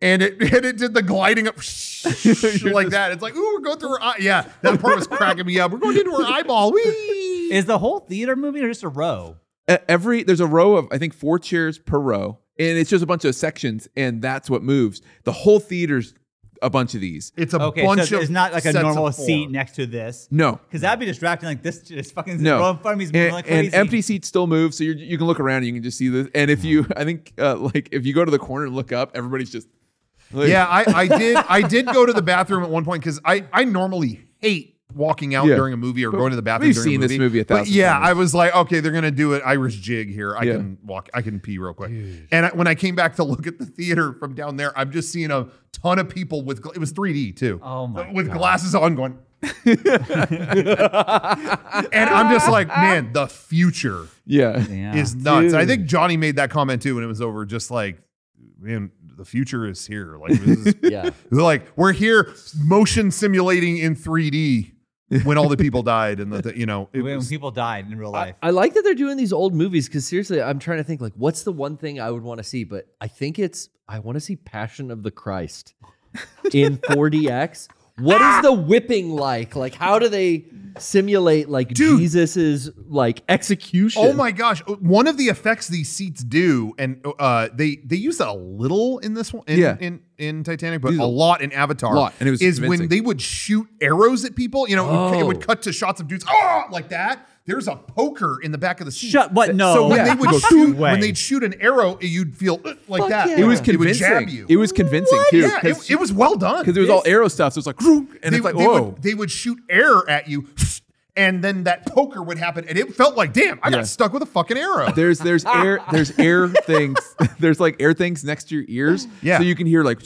S1: and it and it did the gliding up like that it's like ooh we're going through her eye yeah that part was cracking me up we're going into her eyeball Whee!
S2: Is the whole theater movie or just a row?
S4: E- Every there's a row of I think four chairs per row, and it's just a bunch of sections, and that's what moves. The whole theater's a bunch of these.
S1: it's a
S2: Okay,
S1: bunch
S2: so
S1: of
S2: it's not like a
S1: sets of four.
S2: normal seat next to this.
S4: No,
S2: Because that'd be distracting. Like this, this fucking
S4: No.
S2: row in front of me is moving
S4: and,
S2: like
S4: and
S2: crazy.
S4: empty seats still move, so you you can look around and you can just see this. And if
S1: Mm.
S4: you, I think, uh, like if you go to the corner and look up, everybody's just like,
S1: yeah I, I did i did go to the bathroom at one point because i i normally hate walking out
S4: Yeah.
S1: during a movie or going to the bathroom
S4: we've
S1: during
S4: seen
S1: a
S4: this
S1: movie.
S4: movie a
S1: but
S4: thousand
S1: yeah
S4: times.
S1: i was like okay they're gonna do an irish jig here i
S4: Yeah.
S1: can walk i can pee real quick and I, when i came back to look at the theater from down there i'm just seeing a ton of people with gl- it was 3d too Uh,
S2: Oh my
S1: with glasses on going and i'm just like man the future
S4: yeah,
S2: Yeah.
S1: is nuts. I think Johnny made that comment too when it was over, just like, man, the future is here. Like, this is,
S3: Yeah.
S1: like we're here motion simulating in 3D when all the people died and the, the- you know, it
S2: when
S1: was-
S2: people died in real
S3: I,
S2: life.
S3: I like that they're doing these old movies because seriously, I'm trying to think like, what's the one thing I would want to see? But I think it's I want to see Passion of the Christ in 4DX. What is the whipping like? Like, how do they simulate like
S1: Dude.
S3: Jesus's like execution?
S1: Oh my gosh! One of the effects these seats do, and uh, they they use it a little in this one, in,
S4: Yeah.
S1: in, in Titanic, but
S4: Use
S1: a
S4: a
S1: lot in Avatar.
S4: lot, and it was
S1: is when
S4: convincing.
S1: they would shoot arrows at people. You know, it would- it
S3: Oh.
S1: would cut to shots of dudes, oh, like that. There's a poker in the back of the seat.
S2: Shut what? No.
S1: So when
S4: Yeah.
S1: they would
S2: No
S1: shoot,
S2: way.
S1: when they'd shoot an arrow, you'd feel uh, like
S3: Fuck
S1: that.
S3: yeah.
S4: It was
S1: They would
S4: convincing.
S1: jab you.
S4: It was convincing too.
S1: yeah, it, it was well done.
S4: because it was all arrow stuff. So it's like, "Vroom," and
S1: they,
S4: it's like,
S1: they
S4: whoa,
S1: Would, they would shoot air at you, and then that poker would happen, and it felt like, damn, I
S4: Yeah.
S1: got stuck with a fucking arrow.
S4: there's there's air there's air things there's like air things next to your ears
S1: Yeah.
S4: so you can hear like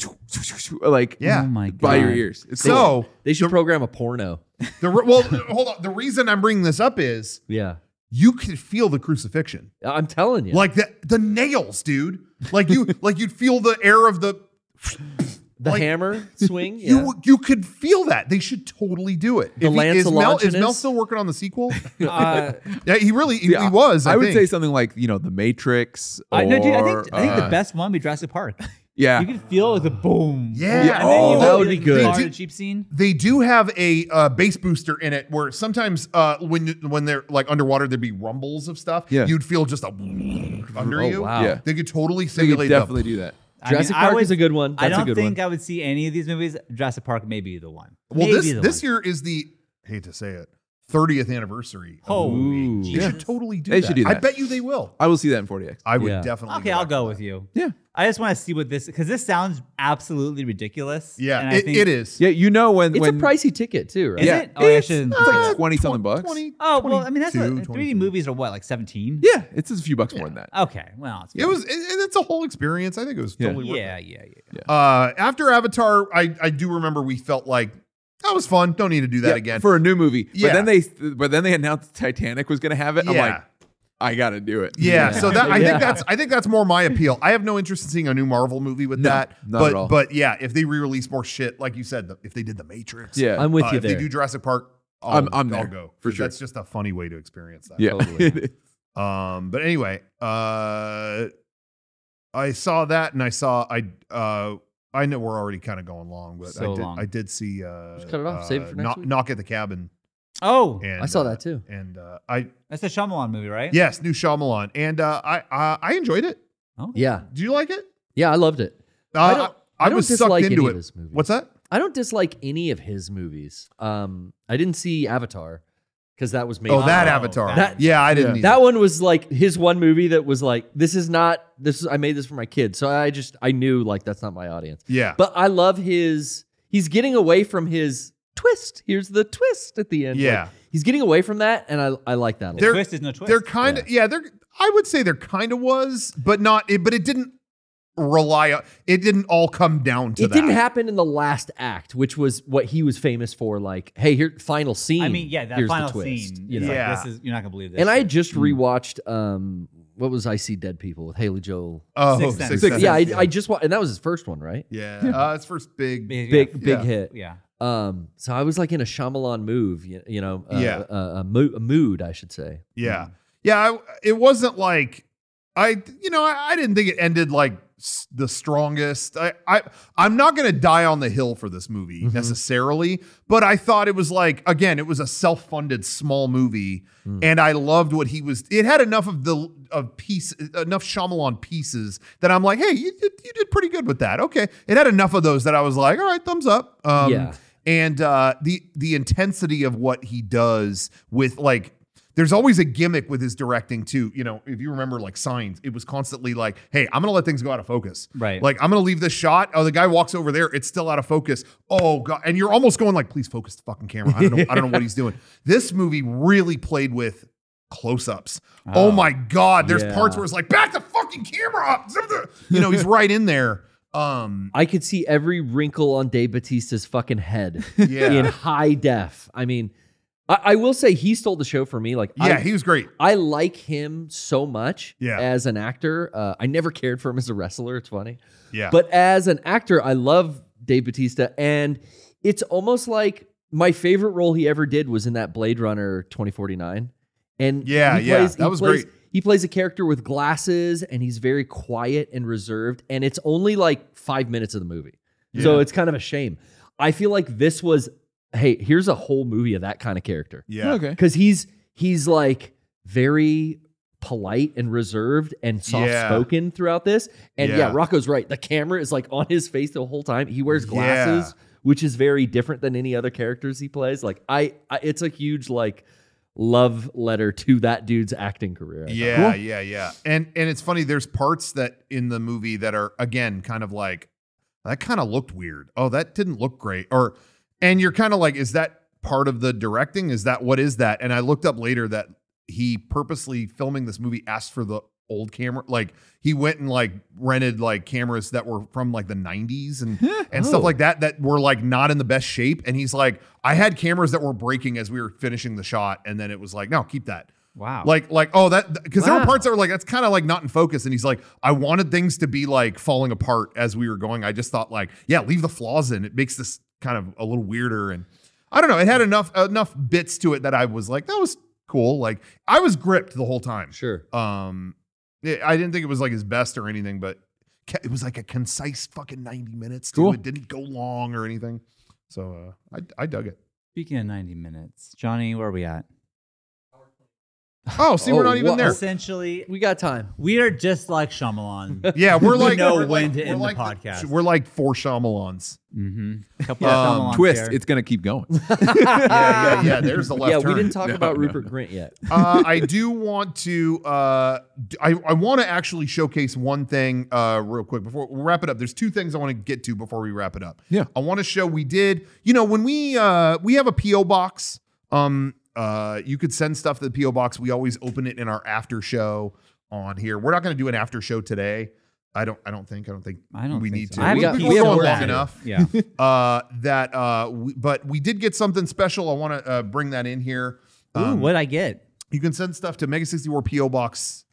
S4: like
S1: Yeah. Oh
S2: my
S4: by your
S2: God.
S4: ears it's cool.
S1: so
S3: They should program a porno.
S1: the re- well, hold on. The reason I'm bringing this up is
S3: Yeah,
S1: you could feel the crucifixion,
S3: I'm telling you,
S1: like the the nails, dude. Like you, like you'd feel the air of the.
S3: the
S1: like-
S3: hammer swing. Yeah.
S1: You you could feel that. They should totally do it.
S3: The
S1: If he- is, Mel, is Mel
S3: Lancelotianus?
S1: still working on the sequel?
S2: Uh,
S1: Yeah, he really he,
S4: Yeah,
S1: he was. I,
S4: I, would
S1: think.
S4: say something like you know the Matrix or
S2: I, no, dude, I think, I think
S4: uh,
S2: the best one would be Jurassic Park.
S4: yeah
S2: You can feel the boom.
S1: Yeah.
S2: And then you
S1: Oh,
S2: would
S1: that
S2: do
S3: would be
S2: the
S3: good.
S2: car
S1: They
S2: to
S1: do-
S2: Jeep scene.
S1: They do have a uh, bass booster in it where sometimes uh, when when they're like underwater, there'd be rumbles of stuff.
S4: Yeah.
S1: you'd feel just a under
S3: Oh,
S1: you.
S3: wow.
S4: Yeah.
S1: They could totally
S4: they could
S1: simulate definitely.
S4: definitely do that
S3: Jurassic Park is a good one.
S2: I
S3: That's a
S2: don't
S3: good
S2: think
S3: one.
S2: I would see any of these movies. Jurassic Park may be the one.
S1: Well,
S2: May
S1: this
S2: be the
S1: this
S2: one.
S1: year is the hate to say it. 30th anniversary. of the movie.
S2: Holy
S1: They
S2: Jesus.
S1: should totally do,
S4: They
S1: that.
S4: should do
S1: I
S4: that.
S1: bet you they will.
S4: I will see that in 40x
S1: I would
S3: Yeah.
S1: definitely.
S2: Okay, I'll
S1: back
S2: go
S1: to
S2: with
S1: that.
S2: you.
S4: yeah
S2: I just want to see what this because this sounds absolutely ridiculous.
S1: Yeah,
S2: and I
S1: it,
S2: think-
S1: it is.
S4: yeah you know when
S3: It's
S4: when
S3: a pricey ticket too, right?
S2: Is
S4: Yeah.
S2: it? Oh, yeah, I
S1: It's,
S2: shouldn't-
S1: uh,
S4: it's like 20 something bucks
S1: 20
S2: oh well, I mean that's what,
S1: 22,
S2: 3D
S1: 23.
S2: movies are what like 17.
S4: yeah it's just a few bucks more than that
S2: Okay, well, it's
S1: It was, it, it's a whole experience. I think it was
S4: Yeah.
S1: totally worth it.
S2: yeah, yeah, yeah.
S1: Uh, after Avatar, I, I do remember we felt like that was fun. Don't need to do that
S4: Yeah,
S1: again.
S4: for a new movie
S1: Yeah.
S4: but then they but then they announced Titanic was gonna have it I'm
S1: Yeah.
S4: like I gotta do it
S1: yeah, so that I
S3: Yeah.
S1: think that's I think that's more my appeal. I have no interest in seeing a new Marvel movie with
S4: No,
S1: that.
S4: not
S1: but
S4: at all.
S1: but yeah, if they re-release more shit, like you said, the, if they did the Matrix,
S4: yeah
S3: I'm with
S1: uh,
S3: you
S1: if
S3: there.
S1: they do Jurassic Park, I'll,
S4: I'm- I'm
S1: I'll
S4: there,
S1: go
S4: for
S1: 'cause
S4: sure.
S1: That's just a funny way to experience that.
S4: yeah
S3: Totally.
S1: Um, but anyway, uh, I saw that and I saw I uh I know we're already kind of going long, but
S2: So
S1: I did
S2: long.
S1: I did see uh
S3: Just cut it off, save it
S1: uh,
S3: for next
S1: knock,
S3: week.
S1: knock at the cabin.
S2: Oh,
S1: And
S3: I saw
S1: uh,
S3: that too.
S1: And uh, I
S2: that's the Shyamalan movie, right?
S1: yes, new Shyamalan, and uh, I uh, I enjoyed it.
S3: Yeah,
S1: Do you like it?
S3: yeah, I loved it.
S1: Uh,
S3: I don't-
S1: I,
S3: don't
S1: was
S3: dislike
S1: sucked
S3: any
S1: into
S3: Of
S1: it.
S3: his movies.
S1: What's that?
S3: I don't dislike any of his movies. Um, I didn't see Avatar because that was made.
S1: Oh, that
S2: Oh,
S1: Avatar.
S2: that-
S1: yeah, I didn't.
S4: Yeah.
S1: either.
S3: that one was like his one movie that was like, this is not this. Is, I made this for my kids, so I just I knew like that's not my audience.
S1: Yeah.
S3: But I love his. He's getting away from his twist. Here's the twist at the end. Like,
S1: Yeah.
S3: he's getting away from that, and I I like that. A lot.
S1: There-
S2: twist is no twist.
S1: There kind of yeah. There I would say there kind of was, but not. It, but it didn't rely. on It didn't all come down to
S3: It
S1: that.
S3: didn't happen in the last act, which was what he was famous for. Like, hey, here final scene.
S2: I mean, yeah, that
S3: here's the
S2: final
S3: twist,
S2: scene.
S3: you
S2: is
S3: know?
S2: like,
S1: Yeah. Hmm.
S2: this is you're not gonna believe this.
S3: And I
S2: shit.
S3: just rewatched um what was I see dead people with Haley Joel?
S1: Oh,
S2: Sixth
S1: Sixth
S2: Sense.
S1: Sense,
S3: yeah, I,
S1: yeah.
S3: I just wa- and that was his first one, right?
S1: yeah. Uh, it's first big.
S3: Big big
S1: Yeah.
S3: hit.
S2: Yeah.
S3: Um, so I was like in a Shyamalan move, you, you know, uh,
S1: Yeah.
S3: uh, a, mo- a mood, I should say.
S1: Yeah. Yeah. I, it wasn't like I, you know, I, I didn't think it ended like s- the strongest. I, I, I'm not going to die on the hill for this movie
S3: Mhm.
S1: necessarily, but I thought it was like, again, it was a self funded small movie.
S3: Mm.
S1: And I loved what he was, it had enough of the, of piece, enough Shyamalan pieces that I'm like, hey, you did, you did pretty good with that. Okay. It had enough of those that I was like, all right, thumbs up. Um,
S3: Yeah.
S1: and uh, the the intensity of what he does with like there's always a gimmick with his directing too you know if you remember like signs it was constantly like hey i'm gonna let things go out of focus
S2: Right.
S1: like i'm gonna leave this shot oh the guy walks over there it's still out of focus oh god and you're almost going like please focus the fucking camera i don't know i don't know what he's doing this movie really played with close-ups oh,
S2: Oh.
S1: my god there's
S3: Yeah.
S1: parts where it's like back the fucking camera up you know he's right in there um
S3: I could see every wrinkle on Dave Batista's fucking head in
S1: yeah
S3: high def. I mean, I, I will say he stole the show for me. Like, I,
S1: yeah he was great
S3: I like him so much
S1: Yeah.
S3: as an actor. Uh, I never cared for him as a wrestler. It's funny.
S1: yeah
S3: But as an actor, I love Dave Bautista. And it's almost like my favorite role he ever did was in that Blade Runner 2049. And
S1: Yeah,
S3: he
S1: yeah,
S3: plays-
S1: that
S3: he
S1: was
S3: plays-
S1: great.
S3: He plays a character with glasses and he's very quiet and reserved. And it's only like five minutes of the movie. So
S1: Yeah.
S3: it's kind of a shame. I feel like this was, hey, here's a whole movie of that kind of character
S1: yeah
S4: Okay.
S3: because he's he's like very polite and reserved and soft spoken throughout this. And yeah.
S1: Yeah.
S3: Rocco's right. The camera is like on his face the whole time. He wears glasses, which is very different than any other characters he plays. Like I, I it's a huge like love letter to that dude's acting career. I thought.
S1: Yeah, yeah, yeah. And and it's funny. There's parts that in the movie that are again kind of like that kind of looked weird. Oh, that didn't look great. Or and you're kind of like, is that part of the directing? Is that what is that? And I looked up later that he purposely filming this movie asked for the old camera like he went and like rented like cameras that were from like the 90s and and stuff
S3: Oh.
S1: like that that were like not in the best shape and he's like i had cameras that were breaking as we were finishing the shot and then it was like no keep that
S2: Wow.
S1: like, like, oh, that because there were
S3: Wow.
S1: parts that were like that's kind of like not in focus, and he's like, I wanted things to be like falling apart as we were going. I just thought like, yeah, leave the flaws in. It makes this kind of a little weirder, and I don't know. It
S3: Hmm.
S1: had enough enough bits to it that I was like, that was cool. Like, I was gripped the whole time.
S3: Sure.
S1: Um, it- I didn't think it was like his best or anything, but ca- it was like a concise fucking ninety minutes. Too.
S4: Cool.
S1: It didn't go long or anything, so uh, I I dug it.
S2: Speaking of 90 minutes, Johnny, where are we at?
S1: Oh, see, we're
S3: Oh,
S1: not even
S3: wha-
S1: there.
S2: Essentially,
S3: We got time.
S2: we are just like Shyamalan.
S1: Yeah, we're
S2: We
S1: like
S2: know
S1: we're
S2: when
S1: like-
S2: to
S1: we're
S2: end the
S1: like
S2: podcast.
S1: we're like four Shyamalans.
S2: mm-hmm. Couple
S1: Um,
S2: of Shyamalans
S4: Twist.
S2: here.
S4: It's gonna keep going.
S1: yeah, yeah, yeah. There's the left
S3: yeah, we
S1: turn.
S3: didn't talk
S4: No,
S3: about
S4: no,
S3: Rupert Grint yet.
S1: uh, I do want to. Uh, d- I I want to actually showcase one thing uh, real quick before we wrap it up. There's two things I want to get to before we wrap it up.
S4: Yeah.
S1: I want to show we did. You know, when we uh, we have a PO box. Um, uh, you could send stuff to the PO box. We always open it in our after show on here. We're not going to do an after show today. I don't. I don't think. I don't think.
S2: I don't
S1: we
S2: think
S1: need
S2: so.
S1: to.
S2: I have
S1: We
S2: a
S1: got-
S2: piece
S1: we're
S2: of
S1: going
S2: work
S1: long
S2: to do.
S1: enough
S2: Yeah.
S1: uh, that uh, we, but we did get something special. I want to uh, bring that in here.
S2: Ooh,
S1: Um,
S2: what I get?
S1: You can send stuff to Mega 64 PO Box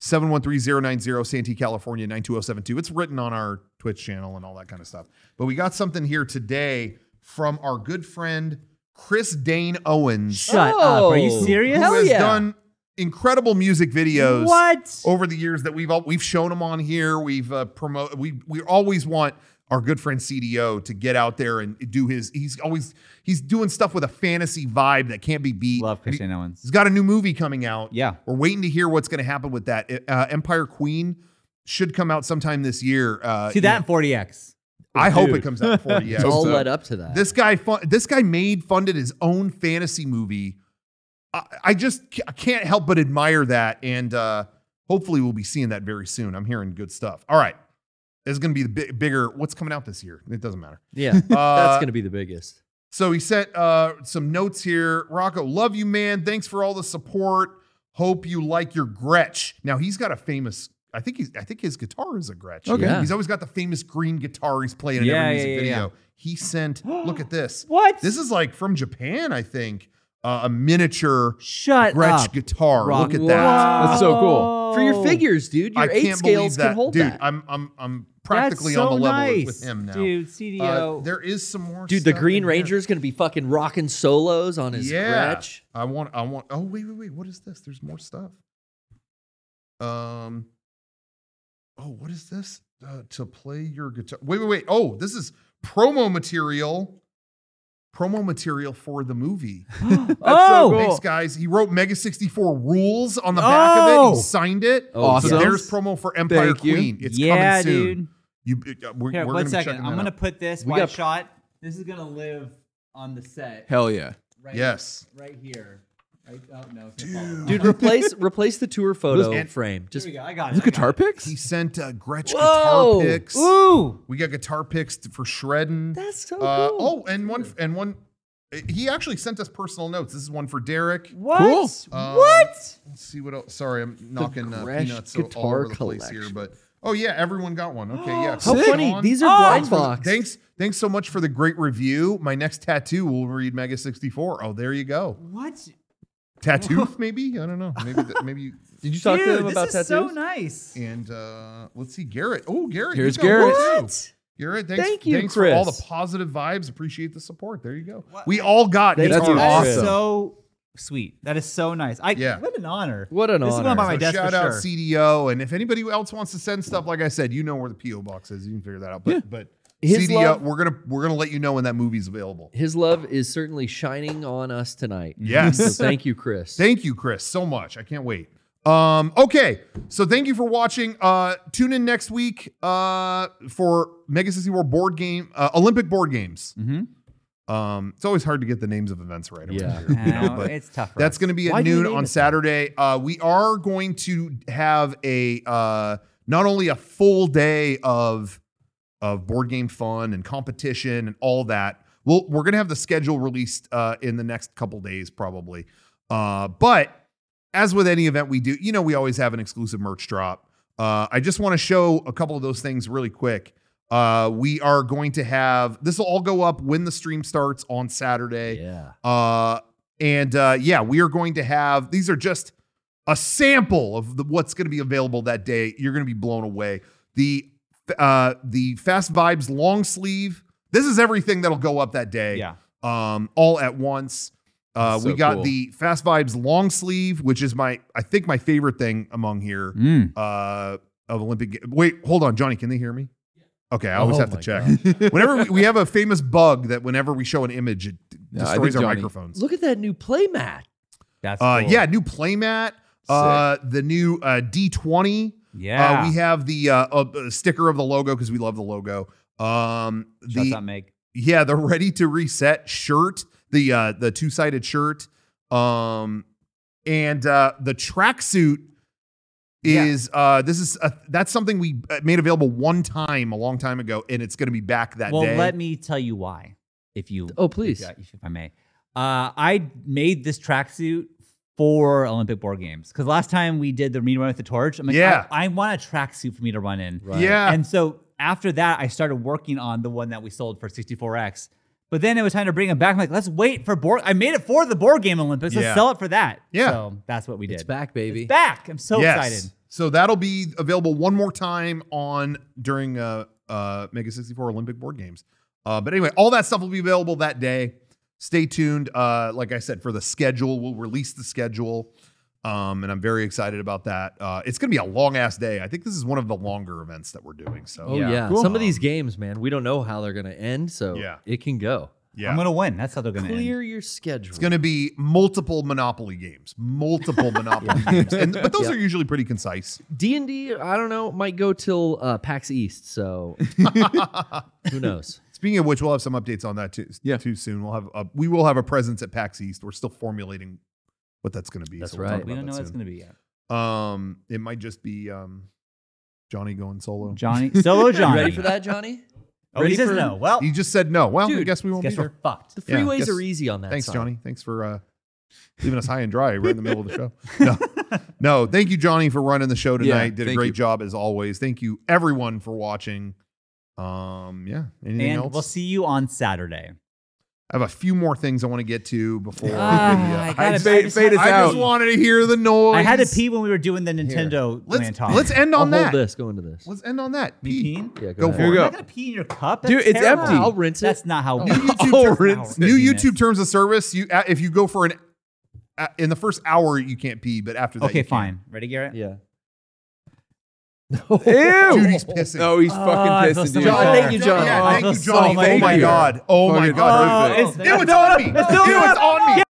S1: 713090 Santee, California 92072. It's written on our Twitch channel and all that kind of stuff. But we got something here today from our good friend Chris Dane Owens,
S2: Shut up. Uh, Are you
S3: Oh,
S2: serious?
S1: who
S3: hell
S1: has
S3: yeah.
S1: done incredible music videos
S2: What?
S1: over the years that we've all we've shown them on here. We've uh, promote we we always want our good friend CDO to get out there and do his. He's always he's doing stuff with a fantasy vibe that can't be beat.
S2: Love
S1: And he-
S2: Christian Owens.
S1: He's got a new movie coming out.
S2: Yeah.
S1: We're waiting to hear what's going to happen with that. Uh, Empire Queen should come out sometime this year. Uh,
S2: See that in 40X.
S1: I hope it
S4: Dude.
S1: comes out before
S3: It's
S1: yeah.
S4: Hope
S3: all
S4: so.
S3: led up to that.
S1: This guy fun, this guy made funded his own fantasy movie. I, I just ca- I can't help but admire that and uh hopefully we'll be seeing that very soon. I'm hearing good stuff. All right. This is going to be the bi- bigger what's coming out this year. It doesn't matter.
S3: yeah, that's
S1: Uh,
S3: gonna be the biggest.
S1: so he sent uh, some notes here. Rocco, love you, man. Thanks for all the support. Hope you like your Gretsch. Now he's got a famous. I think he's. I think his guitar is a Gretsch.
S4: Okay.
S3: Yeah.
S1: He's always got the famous green guitar he's playing in
S2: Yeah,
S1: every
S2: yeah,
S1: music
S2: yeah,
S1: video. He sent. look at this.
S2: What?
S1: This is like from Japan, I think. Uh, a miniature
S2: Shut
S1: Gretsch
S2: up.
S1: guitar.
S2: Rock-
S1: Look at that.
S4: That's so cool.
S3: for your figures, dude. Your
S1: Oh. I
S3: eight
S1: can't
S3: scales
S1: believe that,
S3: can hold
S1: dude.
S3: that.
S1: I'm I'm I'm
S2: That's
S1: practically
S2: so
S1: on the level with-
S2: nice,
S1: with him now.
S2: dude.
S1: Uh,
S2: CDO,
S1: there is some more.
S3: Dude, the
S1: stuff in
S3: Green
S1: here.
S3: Ranger is going to be fucking rocking solos on his
S1: Yeah.
S3: Gretsch.
S1: I want. I want. Oh wait, wait, wait. What is this? There's more stuff. Um. Oh, what is this? Uh, to play your guitar. Wait, wait, wait. Oh, this is promo material. Promo material for the movie.
S2: oh,
S5: cool.
S1: Thanks, guys. He wrote Mega 64 rules on the back of it.
S4: Oh!
S1: He signed it.
S3: Oh,
S1: So
S4: Awesome.
S1: there's promo for Empire
S4: Thank you.
S1: Queen. It's
S2: yeah,
S1: coming soon.
S2: dude.
S1: You, uh, we're,
S2: Here,
S1: we're
S2: one
S1: gonna be
S2: second.
S1: checking
S2: I'm
S1: that
S2: gonna
S1: out.
S2: put this
S3: We
S2: wide
S3: got-
S2: shot. This is gonna live on the set.
S4: Hell yeah.
S2: Right
S1: Yes.
S2: Right here. Right. Oh no. it's gonna fall off.
S3: Dude, replace replace the tour photo
S1: And-
S3: frame.
S2: Here
S3: Just
S2: we go. I got it.
S4: Those
S2: I got
S4: guitar picks?
S1: He sent uh, Gretsch
S3: Whoa!
S1: guitar picks.
S2: it. Ooh.
S1: We got guitar picks for shredding.
S3: that's so
S1: Uh,
S3: cool.
S1: oh, and one and one. eh, He actually sent us personal notes. This is one for Derek.
S2: What?
S4: Cool.
S1: Um,
S2: what?
S1: Let's see what else. Sorry, I'm knocking uh,
S3: Gresh
S1: peanuts all
S3: guitar
S1: over the place here,
S3: collection.
S1: but oh yeah, everyone got one. Okay, yeah.
S3: How
S1: Sean,
S3: funny. These are
S2: Oh!
S3: blind
S1: for the-
S3: box.
S1: Thanks, thanks so much for the great review. My next tattoo will read Mega sixty four. Oh, there you go.
S2: What?
S1: Tattoo, maybe I don't know. Maybe that, maybe.
S3: Did you talk
S2: Dude,
S3: to them
S2: this
S3: about
S2: is
S3: tattoos?
S2: so nice.
S1: And uh, let's see, Garrett. Oh, Garrett. you
S4: Here's
S1: got one
S4: Garrett.
S1: too. Garrett, thanks,
S3: Thank you,
S1: thanks for all
S3: Chris.
S1: the positive vibes. Appreciate the support. There you go. We all got
S3: Thank
S1: guitars.
S3: you, Chris.
S2: That is
S3: Awesome.
S2: So sweet. That is so nice. I
S1: Yeah.
S2: what an honor.
S3: What an
S2: This is one of
S3: honor.
S2: my
S1: So
S2: desk for
S1: shout out
S2: sure.
S1: CDO, and if anybody else wants to send stuff, like I said, you know where the PO box is. You can figure that out. But but
S3: His
S1: CDO,
S3: love-
S1: we're gonna we're gonna let you know when that movie's available.
S3: His love is certainly shining on us tonight. So
S1: Yes.
S3: thank you, Chris.
S1: Thank you, Chris, so much. I can't wait. Um, okay, so thank you for watching. Uh, tune in next week uh, for Mega 64 board game, uh, Olympic board games.
S2: Mhm.
S1: Um, it's always hard to get the names of events right. around
S3: Mm-hmm. Yeah.
S1: here, you know,
S2: No,
S1: but-
S2: it's tough. for
S1: That's
S2: us.
S1: going to be at
S3: Why do you
S1: noon
S3: name
S1: on
S3: it that?
S1: Saturday. Uh, we are going to have a uh, not only a full day of of board game fun and competition and all that. We'll, we're going to have the schedule released uh, in the next couple days, probably. Uh, but as with any event we do, you know, we always have an exclusive merch drop. Uh, I just want to show a couple of those things really quick. Uh, we are going to have this will all go up when the stream starts on Saturday.
S3: Yeah.
S1: Uh, and uh, yeah, we are going to have these are just a sample of the, what's going to be available that day. You're going to be blown away. The uh, the Fast Vibes long sleeve. This is everything that'll go up that day.
S2: Yeah.
S1: Um, all at once. Uh,
S4: That's
S1: we
S4: so
S1: got
S4: cool.
S1: the Fast Vibes long sleeve, which is my I think my favorite thing among here
S2: Mm.
S1: uh, of Olympic. Ga- Wait, hold on, Johnny. Can they hear me? Okay, I always
S3: Oh
S1: have to
S3: my
S1: check. whenever we, we have a famous bug that whenever we show an image, it d-
S4: No,
S1: destroys
S4: I
S1: our
S4: think Johnny- Oh.
S1: microphones.
S3: Look at that new playmat.
S2: That's
S1: Uh,
S2: cool.
S1: yeah, new playmat. Uh, the new uh, D20.
S2: Yeah.
S1: Uh, we have the uh, uh, sticker of the logo because we love the logo. Um,
S2: Shut
S1: the
S2: up, Meg.
S1: yeah, the ready to reset shirt, the uh, the two sided shirt, um, and uh, the tracksuit
S2: Yeah.
S1: is uh, this is uh that's something we uh, made available one time a long time ago, and it's going to be back that
S2: well,
S1: day.
S2: let me tell you why, if you.
S3: Oh, please.
S2: If, if I may. Uh, I made this tracksuit for Olympic board games because last time we did the meet and run with the torch. I'm like,
S1: Yeah.
S2: I, I want a tracksuit for me to run in.
S1: Yeah,
S2: And so after that, I started working on the one that we sold for 64X. But then it was time to bring it back. I'm like, let's wait for board. I made it for the board game Olympics. Let's
S1: Yeah.
S2: sell it for that.
S1: Yeah.
S2: So that's what we did.
S3: It's back, baby.
S2: It's back. I'm so
S1: Yes.
S2: excited.
S1: So that'll be available one more time on during uh uh Mega 64 Olympic board games. Uh but anyway, all that stuff will be available that day. Stay tuned. Uh like I said, for the schedule. We'll release the schedule. Um, and I'm very excited about that. Uh it's gonna be a long ass day. I think this is one of the longer events that we're doing. So
S3: Oh yeah.
S4: Cool.
S3: Some of these games, man, we don't know how they're going to end, so
S1: Yeah.
S3: it can go.
S1: yeah.
S2: I'm going to win. That's how they're going to
S3: Clear your schedule.
S1: it's going to be multiple Monopoly games, multiple Monopoly games, and but those
S3: Yeah.
S1: are usually pretty concise.
S3: D&D, I don't know, might go till uh, PAX East, so who knows.
S1: Speaking of which, we'll have some updates on that too.
S4: Yeah.
S1: too soon. We'll have a, we will have a presence at PAX East. We're still formulating what that's going to be.
S3: That's
S1: we'll talk
S3: right.
S2: We don't
S1: about
S2: know what
S1: that
S2: it's going to be yet.
S1: soon. Um, it might just be um, Johnny going solo.
S2: Johnny, solo Johnny.
S3: You ready for that, Johnny?
S2: Oh, he
S3: Ready
S2: says
S3: for-
S2: no. Well,
S1: He just said no. Well, I
S3: Dude,
S1: guess we won't be
S2: guess we're
S1: there.
S2: fucked.
S3: The
S1: Yeah,
S3: freeways
S1: guess-
S3: are easy on that
S1: Thanks,
S3: side.
S1: Johnny. Thanks for uh, leaving us high and dry right in the middle of the show. No, no. Thank you, Johnny, for running the show
S4: Yeah,
S1: tonight. Did a
S4: thank
S1: great
S4: you.
S1: job as always. Thank you, everyone, for watching. Um, yeah. Anything
S2: and
S1: else?
S2: we'll see you on Saturday.
S1: I have a few more things I want to get to before.
S2: Ah,
S1: the uh, video.
S2: I
S1: I,
S2: gotta-
S1: just-
S4: fade-
S2: just
S4: fade
S2: had-
S4: us
S1: I
S4: out.
S1: just wanted to hear the noise.
S2: I had to pee when we were doing the Nintendo land
S1: Let's,
S2: talk.
S1: let's end
S3: I'll
S1: on that.
S3: hold this. Go into this.
S1: Let's end on that.
S2: Me
S1: Pee.
S2: peeing?
S3: Yeah,
S1: Go
S3: ahead.
S1: for it.
S4: Here we
S2: I'm
S4: go.
S2: not gonna pee in your cup. That's
S4: Dude, it's
S2: terrible.
S4: empty. I'll
S3: rinse it.
S2: That's not how.
S1: New YouTube,
S2: Oh,
S1: ter-
S2: rinse it.
S1: new
S2: Goodness.
S1: YouTube terms of service. You uh, if you go for an uh, in the first hour you can't pee, but after that
S2: Okay,
S1: you can.
S2: fine. Ready, Garrett?
S3: Yeah.
S4: Ew.
S1: Dude, he's pissing.
S4: No, he's
S2: Oh, I
S4: fucking
S2: feel
S4: pissing.
S2: so much
S4: dude. John,
S2: better.
S4: thank you, John.
S1: Yeah, thank
S2: Oh, I
S1: you,
S2: feel so
S1: John.
S2: much
S1: Oh my
S4: better.
S1: god. Oh my
S4: Fucking
S1: god.
S4: perfect.
S1: Ew, it's on me. Ew, it's on me.